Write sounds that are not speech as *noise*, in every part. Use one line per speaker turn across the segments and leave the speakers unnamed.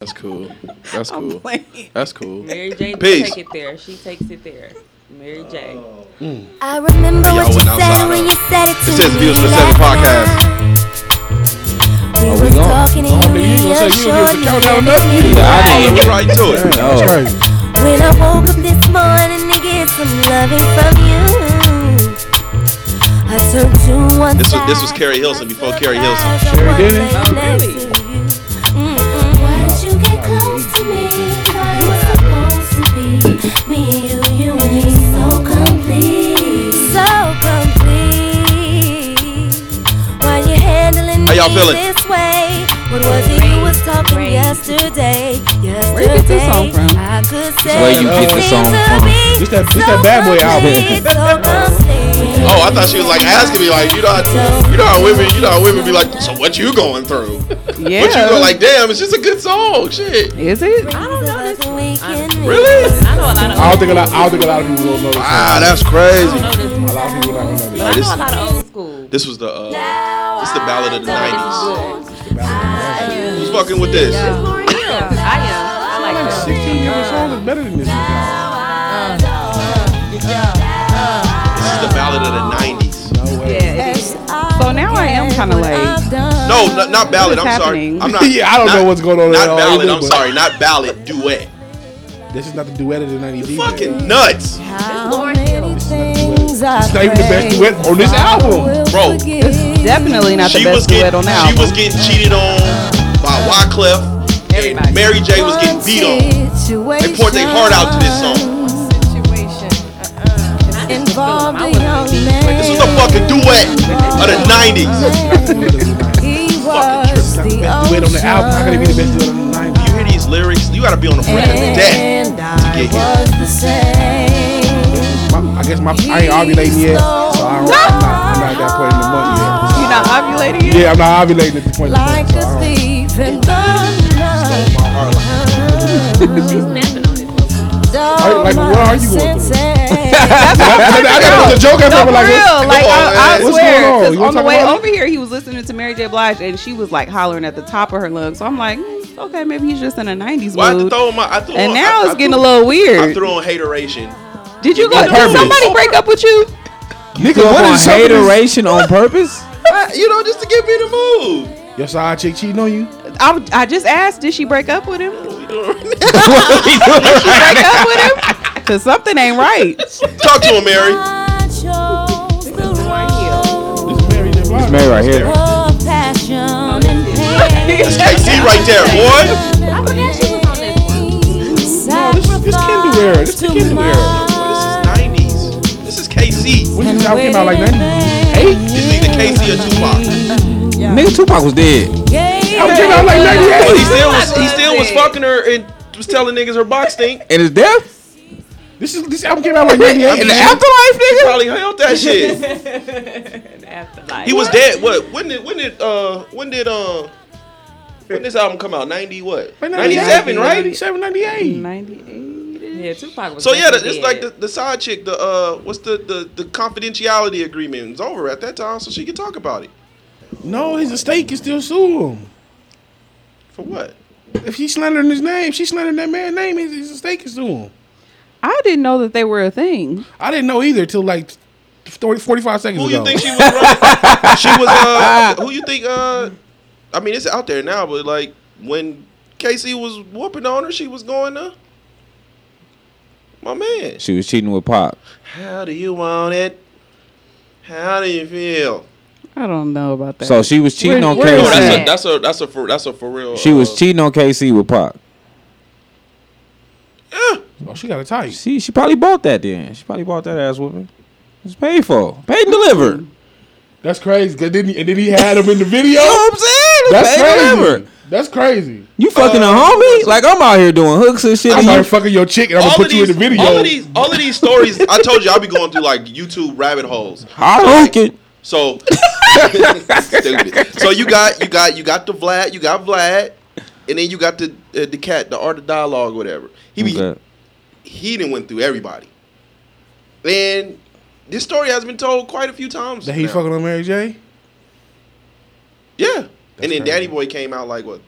That's cool. That's
*laughs* I'm
cool.
playing.
That's cool.
Mary J.
Peace.
Take it there. She takes it there. Mary J.
Oh.
I remember
Y'all
what you
went outside,
said
huh?
when you said it to
This
me.
is Views from the Seven
last
podcast.
Oh,
night. We
we
were
gone.
talking
Oh, nigga,
and
you
you
gonna
reassured
say you gonna give the
me
countdown
that
nothing?
everything
I know,
was right.
we right to it.
That was crazy.
When I woke up this morning to get some loving from you, I turned to one
This was-
side.
this was Carrie Hilson before Carrie Hilson.
Sure did it.
Oh, really?
Mm-hmm. Why'd you get close to me? I was supposed to be me, you, you, and me, so complete, so complete. Why you handling
How y'all
me
feeling?
this way? What was it you was talking
Rain.
yesterday? Yesterday,
Where you get this song from?
I could say
Where you
it
get the
seemed
song
to
from?
be
This that- this that Bad Boy album.
complete, so complete.
Oh, I thought she was like asking me, like you know, how, you know how women, you know how women be like, so what you going through?
Yeah.
What you go like? Damn, it's just a good song. Shit.
Is it?
I don't know this.
Really?
I know a lot of
I don't think a lot. I don't think a lot of people will know. this
Wow,
song.
that's crazy.
I don't know
a
this.
lot of people not gonna know
I
this.
know a lot of old school.
This was the uh, it's the ballad of the '90s.
nineties.
Who's fucking with this?
I am. I like
Like
this.
16 year old song is "Oh, better than this. No
This is the ballad of the '90s.
way.
Yeah, it is.
So now I am kinda late.
No, n- not ballad.
What
I'm
is
sorry.
happening?
I'm not. *laughs*
*laughs* Yeah, I don't
not-
know what's going on at
Not
all
ballad.
either,
I'm
but-
sorry. Not ballad. Duet.
This is not the duet of the 90s. either.
Fucking nuts,
It's not even the best duet on this album.
bro.
It's definitely not the
She was
best
getting
duet on the
she was
album.
getting cheated on by Wyclef.
Everybody.
And Mary J was getting beat on. They poured their heart out to this song.
Involved a young man.
This was
*laughs*
a fucking duet of the '90s.
He was
Not the
the
best duet on the album. How can it be the best duet on the 90s?
You hear these lyrics? You gotta be on the brink of death.
And I
get here.
was the same.
My, I guess my I ain't ovulating yet, so I don't, I'm, not, I'm not at that point in the month
You're not ovulating
*laughs*
yet.
yet?
Yeah, I'm not ovulating at this point. in the
Like
month, so I
a
don't-
thief in the night.
Are- like, what are you going through?
*laughs* through?
I, I, I thought it was a joke at
*laughs* No,
first,
for
but like,
real. Like,
on,
I,
man.
I
What's
swear.
going on?
'cause
You
on,
wanna
the
talk
way
about it?
over here, he was listening to Mary J. Blige, and she was like hollering at the top of her lungs. So I'm like, mm, okay, maybe he's just in a '90s
Why I
mood.
throw my? I threw
and
on-
now
I-
it's
I
getting
threw-
a little weird.
I threw on hateration.
Did you go?
On
Did
purpose.
somebody break up with you?
Nigga,
Up
what
on
is hateration?
hateration on purpose?
I- Uh, You know, just to get me in the mood.
Your side chick cheating on
*laughs*
you?
I, I just asked. Did she break up with him?
Right. *laughs*
Break up with
*laughs*
him? *laughs* Cause something ain't right.
Talk to him, Mary.
It's Mary right here.
*laughs*
That's KC right there, boy.
This, this Kindle era. This the Kindle era.
This is '90s. This is KC.
When this album came out, like 98?
This is the KC or Tupac.
Nigga, Tupac was dead.
Album came out like 98.
But he still was. He still was fucking her and was telling niggas her box stink.
And his death?
This is this album came out like 98.
In the afterlife,
He
nigga?
probably held that shit.
Afterlife.
He was dead. What? When did? When did? Uh. When did? Uh. When this album come out? Ninety what?
Like
Ninety seven, right?
97, 98.
Ninety-eight.
Yeah, Tupac was
So yeah, the,
definitely
it's
dead.
like the, the side chick. The uh, what's the, the the confidentiality agreement is over at that time, so she can talk about it.
No, his estate can still sue him.
For what?
If he's slandering his name, she's slandering that man's name, his, his estate can sue him.
I didn't know that they were a thing.
I didn't know either till like 40, 45 seconds
Who
ago.
you think she was?
*laughs*
Running? she was. Uh, who you think? Uh, I mean, it's out there now, but like when Casey was whooping on her, she was going to. My man,
She was cheating with Pop.
how do you want it? How do you feel?
I don't know about that.
So she was cheating
Where-
on
where is
No, that's a
KC.
that?
that's a that's a for that's a for real.
She was
uh,
cheating on KC with Pop.
Oh, she got a tight.
She she probably bought that then. She probably bought that ass whooping. It's paid for. Paid and delivered.
That's crazy. 'cause then he, and then he had him in the video.
*laughs* You know what I'm saying? It's
That's
paid and
crazy.
delivered.
That's crazy.
You fucking a homie? Like I'm out here doing hooks and shit.
I'm
and
out
you-
here fucking your chick and I'm gonna
all of
put you in
these,
the video.
all of these, all of these stories. I told you I'll be going through like YouTube rabbit holes.
I hook it.
So *laughs* stupid. So you got you got you got the Vlad, you got Vlad, and then you got the uh, the cat, the art of dialogue, whatever. He be
Okay.
he didn't went through everybody. And this story has been told quite a few times.
that he
now.
fucking on Mary J.
Yeah. and then
crazy.
Daddy Boy came out like what?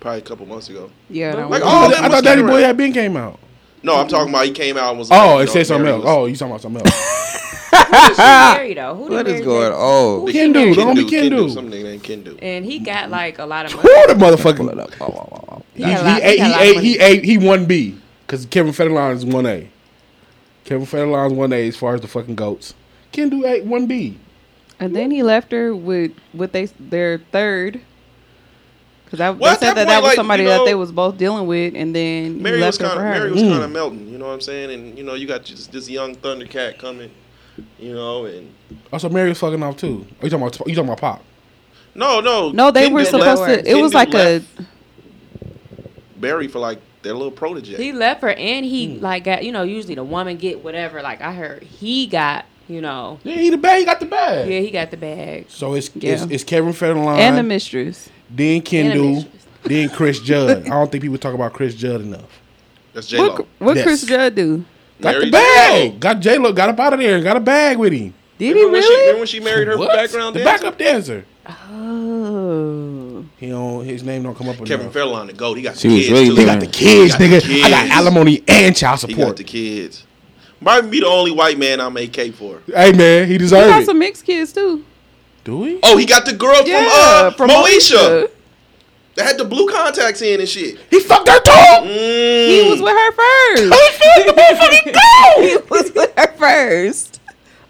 probably a couple months ago.
Yeah, I don't
Like uh,
want-
all them
I
was
thought Daddy
Kendrick.
Boy had been came out.
No, I'm talking about he came out and was.
Oh,
like,
it
you know,
said something
Mary
else.
was-
Oh, you talking about something else?
Who did she marry though? Who did
What is
Mary
going
J-
on?
Who Oh, Ken do? The homie Ken do.
Some nigga named Ken do.
And he got like a lot of money.
Who the
Pull it
motherfucker?
up. Oh, oh, oh, oh.
He
got a
he
lot- he
eight
got a
he
lot of
eight
money.
he eight he one B because Kevin Federline is one A. Kevin Federline is one A as far as the fucking goats. Can do eight one B.
And then he left her with with they their third. Because I
Well,
they
at
said
that
that that
point,
was
like,
somebody
you
that
know,
they was both dealing with, and then
Mary
he
was
left her
kind
for
of
her.
Mary was
Mm.
kind of melting. You know what I'm saying? And you know you got just this young Thundercat coming. You know and
Also, Mary was fucking off too. Are you talking about you talking about Pop?
no, no,
no, they
Ken
were
do
supposed
left-
to. It
Ken
was
do
like a
left Barry for like their little protege.
He left her and he
Hmm.
like got you know usually the woman get whatever. Like I heard he got you know
Yeah, he the bag. He got the bag.
yeah he got the bag.
So it's,
Yeah.
it's it's Kevin Federline
and a mistress.
then
And a
Kendall,
mistress.
then Chris Judd. I don't think people talk about Chris Judd enough.
That's J
What,
Lo.
what
Yes.
Chris Judd do?
Got the bag. Got J Lo. Got up out of there. Got a bag with him.
Did
Remember,
he
when she, remember
really?
when she married her
What?
background
the
dancer?
backup dancer.
oh,
He don't, his name don't come up.
Kevin
enough.
Federline, the goat. He got
She
the
was
kids
really
too.
He got the kids,
He
nigga.
got the
I got
kids.
alimony and child
He got
support.
the kids. Might be the only white man I'm AK for.
Hey man, Oh, he
he got
deserves it.
some mixed kids too.
Do we?
Oh, he got the girl from
Yeah,
uh
from
Moesha
Moesha.
that had the blue contacts in and shit.
He fucked her too.
Mm.
He was with her first.
He fucked the motherfucking
*laughs*
goat.
he was with her first.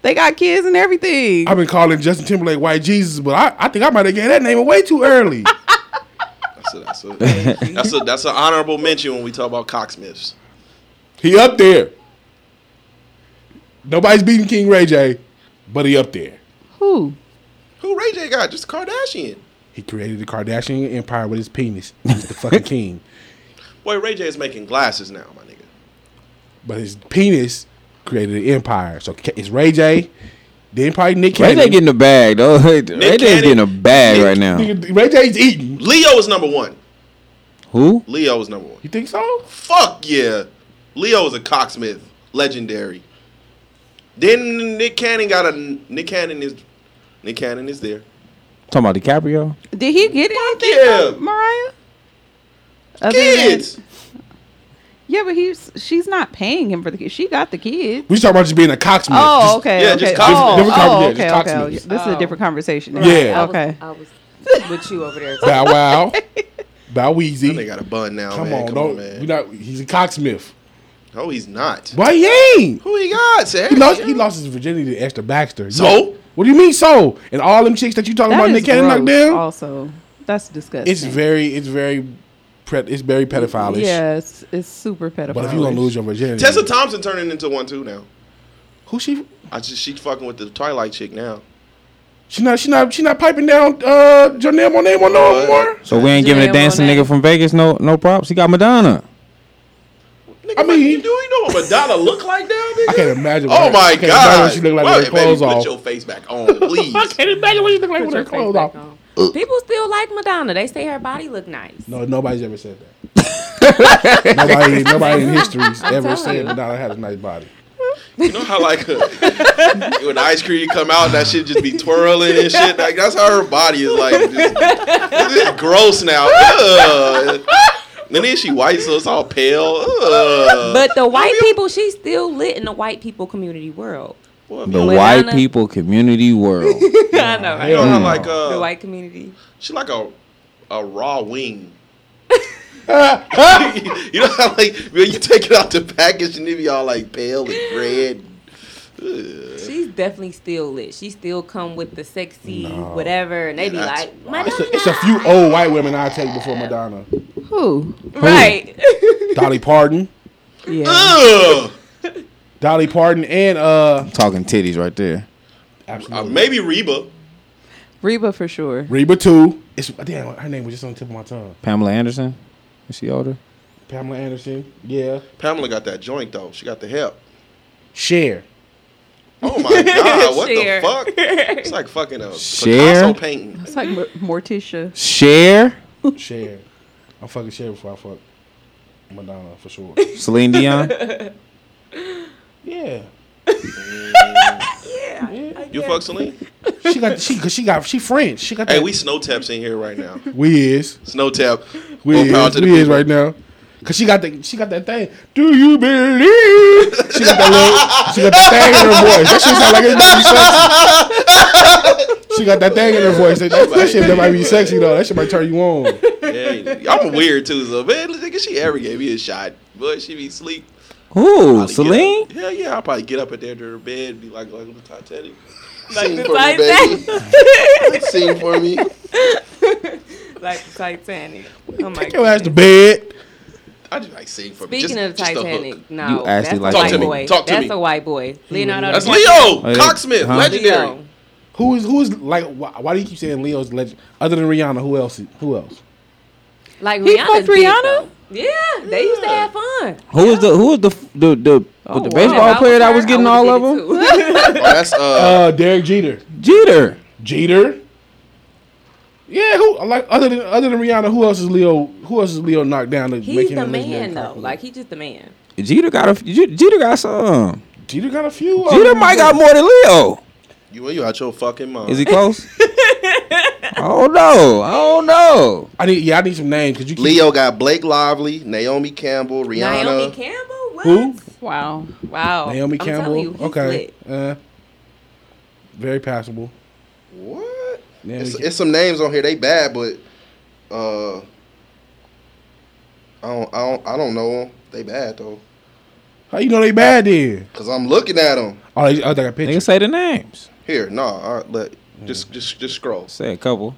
They got kids and everything.
I've been calling Justin Timberlake White Jesus, but I, I think I might have gave that name away too early. *laughs*
That's a, that's a, that's a that's an honorable mention when we talk about cocksmiths.
he up there. Nobody's beating King Ray J, but he up there.
Who?
Who Ray J got? Just Kardashian.
He created the Kardashian empire with his penis. He's the *laughs* fucking king,
Boy, Ray J is making glasses now, my nigga.
but his penis created an empire. So K- it's Ray J, then probably Nick
Ray
Cannon.
J getting a bag though. *laughs* Ray J's
Cannon.
getting a bag
Nick-
right now.
Nigga, Ray J's eating.
Leo is number one.
Who?
Leo is number one.
You think so?
Fuck yeah. Leo is a cocksmith. Legendary. Then Nick Cannon got a Nick Cannon is Nick Cannon is there.
Talking about DiCaprio?
Did he get anything
yeah.
from Mariah? Other than-
Kids.
yeah, but he's she's not paying him for the kids. She got the kids.
We just talking about just being a cocksmith.
Oh,
Just-
okay.
yeah,
okay.
just
oh,
cops-
different
oh,
cops- yeah,
okay,
just cops
okay,
means.
okay. This is a
Oh.
different conversation.
Yeah.
I was,
Okay.
I was with you over there. *laughs* too.
Bow
*laughs*
Wow, Bow Weezy.
They got a bun now,
Come
man.
on,
Come
don't.
on, man.
we not, he's a cocksmith.
no, he's not.
Why he ain't?
Who he got, Sam?
He lost, he lost his virginity to Esther Baxter.
So?
What do you mean so? And all them chicks that you talking
That
about,
is
Nick Cannon knocked
gross
down.
Also, that's disgusting.
It's very, it's very, pre- it's very pedophilish.
Yes, it's super pedophile.
But if you gonna lose your virginity,
Tessa Thompson turning into one too now.
who she?
I just she fucking with the Twilight chick now.
She not, she not, she not piping down. Uh, Janelle Monae no more.
So we ain't giving a
Janelle
dancing
Monáe.
nigga from Vegas no no props. He got Madonna.
Nigga,
I
I
mean-
mean, you do you know what Madonna look like now,
*laughs*
nigga?
I can't imagine. what
Oh
her- I
my
can't imagine
god!
what she look like
Why-
with her clothes
baby,
off.
Put your face back on, please.
*laughs* I can't imagine what she look like with her
Put your
clothes
face back
off.
on. People still like Madonna. They say her body look nice.
No, nobody's ever said that. *laughs* nobody, nobody in history's ever
telling
said
you.
Madonna had a nice body.
You know how like *laughs* uh, when the ice cream come out, that shit just be twirling and shit. Like that's how her body is like. Just, this is gross now. Ugh. And then she white, so it's all pale. Ugh.
But the white people, she's still lit in the white people community world.
Boy,
The
you
white
Madonna.
people community world.
I know, right?
hell
know how
Mm.
like uh,
The white community.
She like a a raw wing. *laughs* you know how like when you take it out the package and it be all like pale and red.
She's definitely still lit. She still come with the sexy whatever, and they be
That's-
like, Madonna.
*laughs* It's a, it's a few old white women I take before Madonna.
who?
*laughs* right.
Dolly Parton,
Yeah.
Ugh.
Dolly Parton, and uh,
Talking titties right there.
Uh,
absolutely
maybe Reba.
Reba for sure.
Reba too. It's damn, her name was just on the tip of my tongue.
Pamela Anderson. Is she older?
Pamela Anderson, yeah.
Pamela got that joint though. She got the help.
Cher,
Oh my god! What the
Cher.
fuck? It's like fucking a
Cher?
Picasso painting.
It's like Mor- Morticia.
Cher.
Cher. I'm fucking Cher before I fuck *laughs* Madonna for sure.
*laughs* Celine Dion.
Yeah.
You fuck Celine?
She got she cause she got she French. She got
Hey,
that.
we snow taps in here right now.
we is
Snow tap.
we
More power
is,
to the
we is
people.
right now. Cause she got the she got that thing. Do you believe? She got that little she got that thing in her voice. That shit sound like it might be sexy. She got that thing in her voice. That, that, shit that might be sexy though. That shit might turn you on.
Yeah, I'm weird too, so man, nigga, she ever gave me a shot. Boy, she be sleep.
Ooh,
Probably get
Celine.
up- Hell yeah, I'll probably get up at the end of her bed and be like, like on the Titanic.
Like
Sing
the
for me, baby. Sing for me.
*laughs* like the Titanic. Oh my
Take your ass to
goodness.
bed.
I just like sing for me.
Speaking
Just-
of
just a hook.
Titanic, no,
You
that's
actually
a
like
Talk
white
to me.
boy.
Talk to
that's
me.
a white boy. Leonardo.
That's
DiCaprio.
Leo
Hey,
Cocksmith,
huh?
legendary.
Leo.
Who is who is like why, why do you keep saying Leo's legend? Other than Rihanna, who else? is- Who else?
Like
He
Rihanna's
fucked
big,
Rihanna?
though. Yeah, they used to have fun.
Who is the who is the f- the the,
Oh, wow.
the baseball
If I
player that
her,
was getting
I
all
would've
of them?
did it too.
Oh, that's uh,
Uh, Derek Jeter.
Jeter.
Jeter. Yeah, who like other than other than Rihanna, who else is Leo? Who else is Leo knocked down to make
He's
him
the
a legendary
man though.
properly?
Like he's just the man.
Jeter got a f- Je- Jeter got some.
Jeter got a few.
Jeter might got more than Leo.
you you out your fucking mind.
Is he close? oh no! Oh no!
I need yeah, I need some names because you keep,
Leo got Blake Lively, Naomi Campbell, Rihanna.
Naomi Campbell. What?
Who?
Wow.
Wow.
Naomi
I'm telling
Campbell.
you, he's
okay,
lit.
uh, very passable.
What?
Naomi
it's,
Cam-
it's some names on here. They bad, but uh, I don't, I don't, I don't know 'em. They bad though,
How you know they bad then?
cause I'm looking at them
Oh, they, oh, they got
Nigga
pictures.
say the names.
here. No, nah, I- let just, just, just scroll.
Say a couple.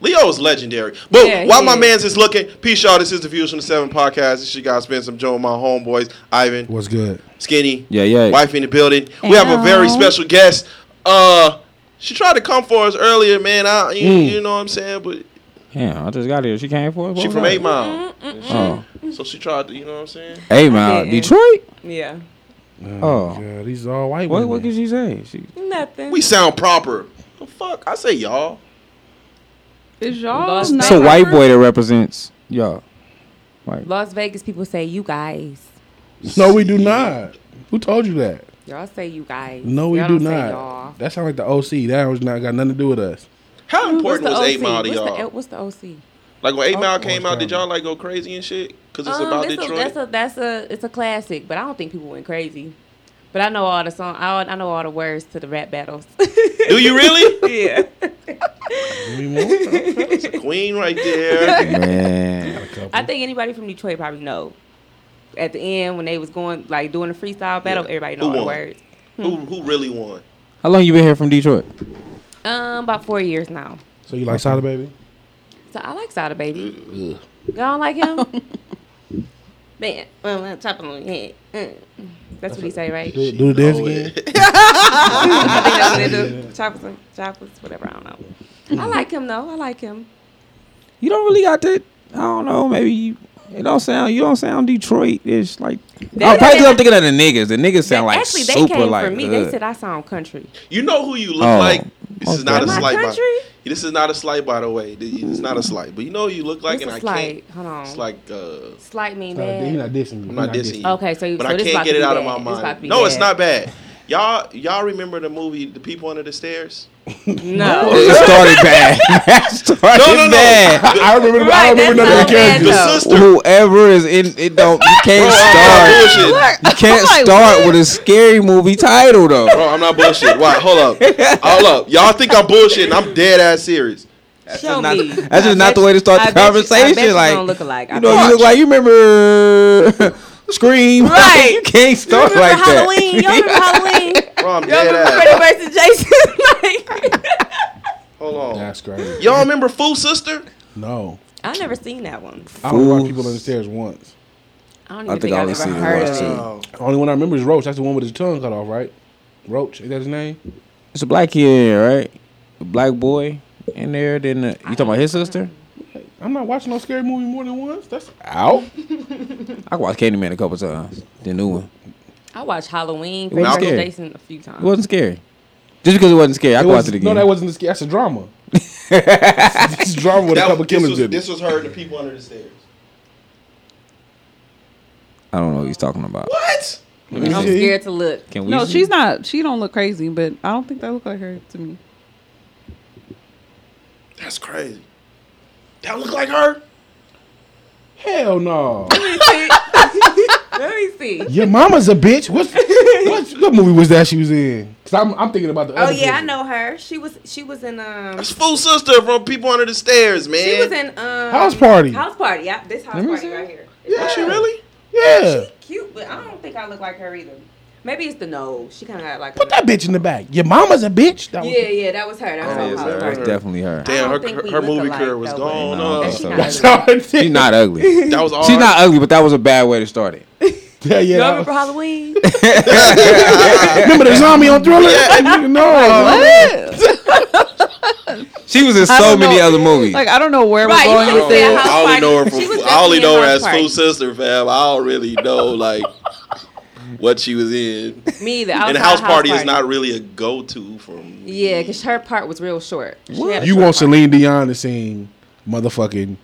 Leo is legendary. But
Yeah,
while
he
my
is.
man's is looking, peace y'all. This is the views from the Seven Podcast. This is your guy Spence. I'm Joe, my homeboys, Ivan,
What's good?
Skinny,
Yeah, yeah.
wife in the building. We have a very
Hello.
special guest. Uh, she tried to come for us earlier, man. I, you, you know what I'm saying, but
Damn, I just got here. She came for us.
she
What
from
was
Eight Mile,
that? Oh,
Mm-hmm.
so she tried to, you know what I'm saying.
Eight Mile,
Yeah.
Detroit.
Yeah.
Oh.
yeah, these are all white
What
women.
what did she say? She
Nothing.
We sound proper. The fuck? I say y'all.
Is y'all
Lost
not
it's a white
proper?
boy that represents y'all. Like
Las Vegas people say you guys.
no, we do not. Who told you that?
Y'all say you guys.
No, we
Y'all
do
don't say
not.
y'all.
That sound like the OC. That was not got nothing to do with us.
How important was
What's the
Eight
OC?
Mile to
What's the
y'all?
L- What's the OC?
like when Eight Mile came
Orange
out, did
County.
y'all like go crazy and shit? Cause it's
Um,
about
that's
Detroit.
A, that's a that's a it's a classic, but I don't think people went crazy. But I know all the song. I, I know all the words to the rap battles.
*laughs* *laughs* do
*laughs*
you really?
yeah.
*laughs*
We more?
It's a queen right there. *laughs*
man,
I think anybody from Detroit probably know. At the end, when they was going like doing a freestyle battle,
Yeah.
everybody
Who
know all the
won?
words.
who who really won?
how long you been here from Detroit?
Um, about four years now.
*laughs* so you like Sada Baby?
So I like Sada Baby.
Mm-hmm.
Y'all don't like him? Man, well, I'm chopping on your head. Mm. That's what he say, right?
Do, do the dance
know
again.
it.
I think that's what
*laughs*
they do. Choppers, choppers, whatever. I don't
Mm-hmm.
know. I like him though. I like him.
You don't really got that. I don't know. Maybe you, it don't sound. You don't sound Detroit-ish. Like oh, probably 'cause I'm thinking of the niggas. The niggas sound like
Actually, they
super
came
like.
for me.
hood.
They
*laughs*
said I sound country.
You know who you look
Oh,
like. This
most
is not a
definitely.
My
slight. By,
country?
this is not a slight, by the way. This is not a slight. But you know who you look like,
What's
and
a
I
slight?
can't.
Hold on.
It's like uh,
Slight mean
Sada Baby, He
bad.
not dissing you.
I'm
He
not dissing you.
Okay, so you.
but
so
I
this about
can't
to
get it
be
out of
bad.
my
This about to
mind.
be
No, it's
bad.
not bad. Y'all, y'all remember the movie The People Under the Stairs?
No.
It started bad. *laughs* It started
No, no, no. *laughs*
bad.
I remember. I
Right,
remember
that's
none of
not
the
bad,
characters.
The
No.
sister.
Whoever is in it, don't you can't
I'm
start.
not Oh, bullshit.
You
*laughs*
can't start with a scary movie title though.
Bro, I'm not bullshit. Why? Hold up. Hold up. Y'all think I'm bullshitting. I'm dead ass serious.
Show
not-
me.
that's just
I
not
bet
the way to start
you-
the
I bet you- I bet
conversation,
you
like,
don't look alike. I
You know,
bet
you look like you remember *laughs* Scream.
Right.
you can't
you
start
remember
*laughs* like
Halloween. Y'all remember
that. *laughs*
Halloween?
Bro, I'm
Y'all
dead
remember
ass.
Freddy versus Jason? *laughs* like,
Hold on.
That's crazy.
Y'all remember Fool Sister?
No,
I never seen that one.
I only watched
Fools.
people on the stairs once.
I don't even
I
think,
think I
I've
only
ever
seen it
heard
once
of it.
too.
Oh,
The only one I remember is Roach. That's the one with his tongue cut off, right? Roach is that his name?
It's a black kid, in there, right? A black boy in there. Then the, you talking about his sister?
I'm not watching no scary movie more than once. That's out.
I watched Candyman a couple times. The new one.
I watched Halloween,
It wasn't
Freddy versus
scary.
Jason a few times.
It wasn't scary. Just because it wasn't scary, I
It
could watch
was,
it
no,
again.
that wasn't the scary. That's a
*laughs*
drama. it's a drama with a
That-
couple
this,
killers
was,
in
this
it.
was her and the people under the stairs.
I don't know what he's talking about.
What?
Let me
I'm
see.
scared to look. *laughs*
Can we?
No,
see?
she's not. She don't look crazy, but I don't think that look like her to me.
That's crazy. That look like her?
Hell no.
Let me see.
Your mama's a bitch. What, what, what movie was that she was in? Because I'm, I'm thinking about the
Oh
other
yeah, I
picture.
know her. She was she was in um
That's Fool Sister from People Under the Stairs, man.
she was in um
House Party.
House party. Yeah, this house
me
party
see.
right here.
Yeah.
Was she really?
Yeah.
Cute, but I don't think I look like her either. Maybe it's the nose. She kind of got like.
Put
a-
that bitch in the back. Your mama's a bitch. That was-
Yeah, yeah, that was her. That
That
was her.
is
house
her.
That's
party.
definitely her.
Damn,
don't
her,
think
her,
we
her
look
movie
alike,
career was
though,
gone.
but-
up.
That's
She
So-
not
That's *laughs* how I did.
ugly.
She's not *laughs* ugly.
that was all.
She's
her.
not ugly, but that was a bad way to start it.
Yeah, yeah.
Y'all
that
remember
was-
Halloween?
Remember
*laughs*
the zombie on Thriller? Yeah. *laughs* no.
She was in
I
so
don't
many
know.
other movies.
Like I don't know where
Right, you
we're going
could've
with
said
this.
House
I only
Party.
know her from.
She was
I only
definitely
know
in
her
House
as
Party.
Fool Sister, fam. I don't really know like what she was in.
*laughs* Me either. I
and
was
House
house
Party is not really a go-to from.
Yeah, because her part was real short. She had a
You
short
want
part.
Celine Dion to sing motherfucking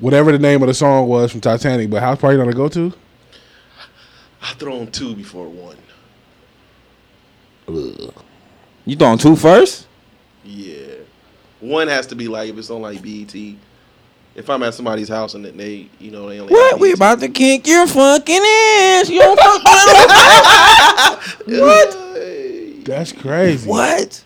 whatever the name of the song was from Titanic, but house party you gonna go to?
I thrown two before one.
you throwing two first?
Yeah, one has to be like if it's on like BET. If I'm at somebody's house and they, you know, they only
What?
have E
We
BET.
about to kick your fucking ass. You don't fuck
what?
That's crazy.
What?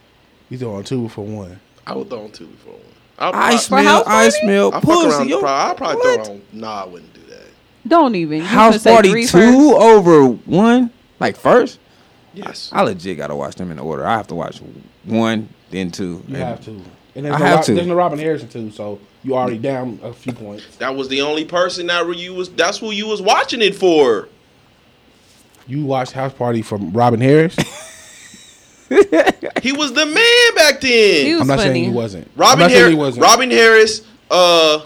You doing two for one.
I would throw on two before one. I,
I
I,
smell. I smell
I fuck
pussy.
around.
You-
Pro- I probably
what?
throw on. Nah, I wouldn't do that.
Don't even. You
House
finna say
Party
three
two
first?
over one. Like first,
Yes.
I legit gotta watch them in order. I have to watch one, then two.
You
and-
have to. And there's
I
no
have
Rob-
to.
There's no Robin Harrison too, so you already down a few points.
That was the only person that were you was. That's who you was watching it for.
You watched House Party from Robin Harris.
He was the man back then.
He was
I'm not
funny.
saying he wasn't. I'm
Robin
not saying he
Harris.
wasn't.
Robin Harris. Uh.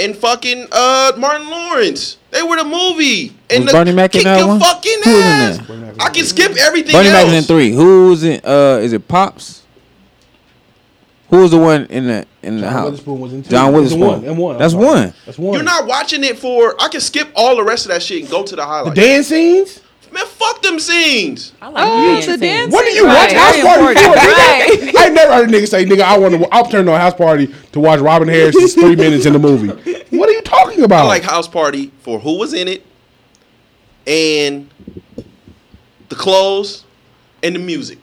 And fucking uh Martin Lawrence. They were the movie. And
Was
the,
Bernie Mac in
kick
that
your
one?
fucking
Who was in
ass.
that?
Bernie Mac was
I
in
can skip everything
Bernie
else.
Mac was in three. Who was in? Uh, is it Pops? Who was the one in the in the
John
house?
Witherspoon was in two.
John
It was
Witherspoon.
one and one. I'm
That's
sorry.
one.
That's one.
You're not watching it for. I can skip all the rest of that shit and go to the
the
highlights.
dance scenes.
Man, fuck them scenes.
I like
Oh,
dancing.
the dance.
What do you watch House Party
*laughs*
for? Nigga? *laughs* I ain't never heard a nigga say, "Nigga, I want to. I'll turn on House Party to watch Robin Harris three minutes in the movie." What are you talking about?
I like House Party for who was in it, and the clothes, and the music.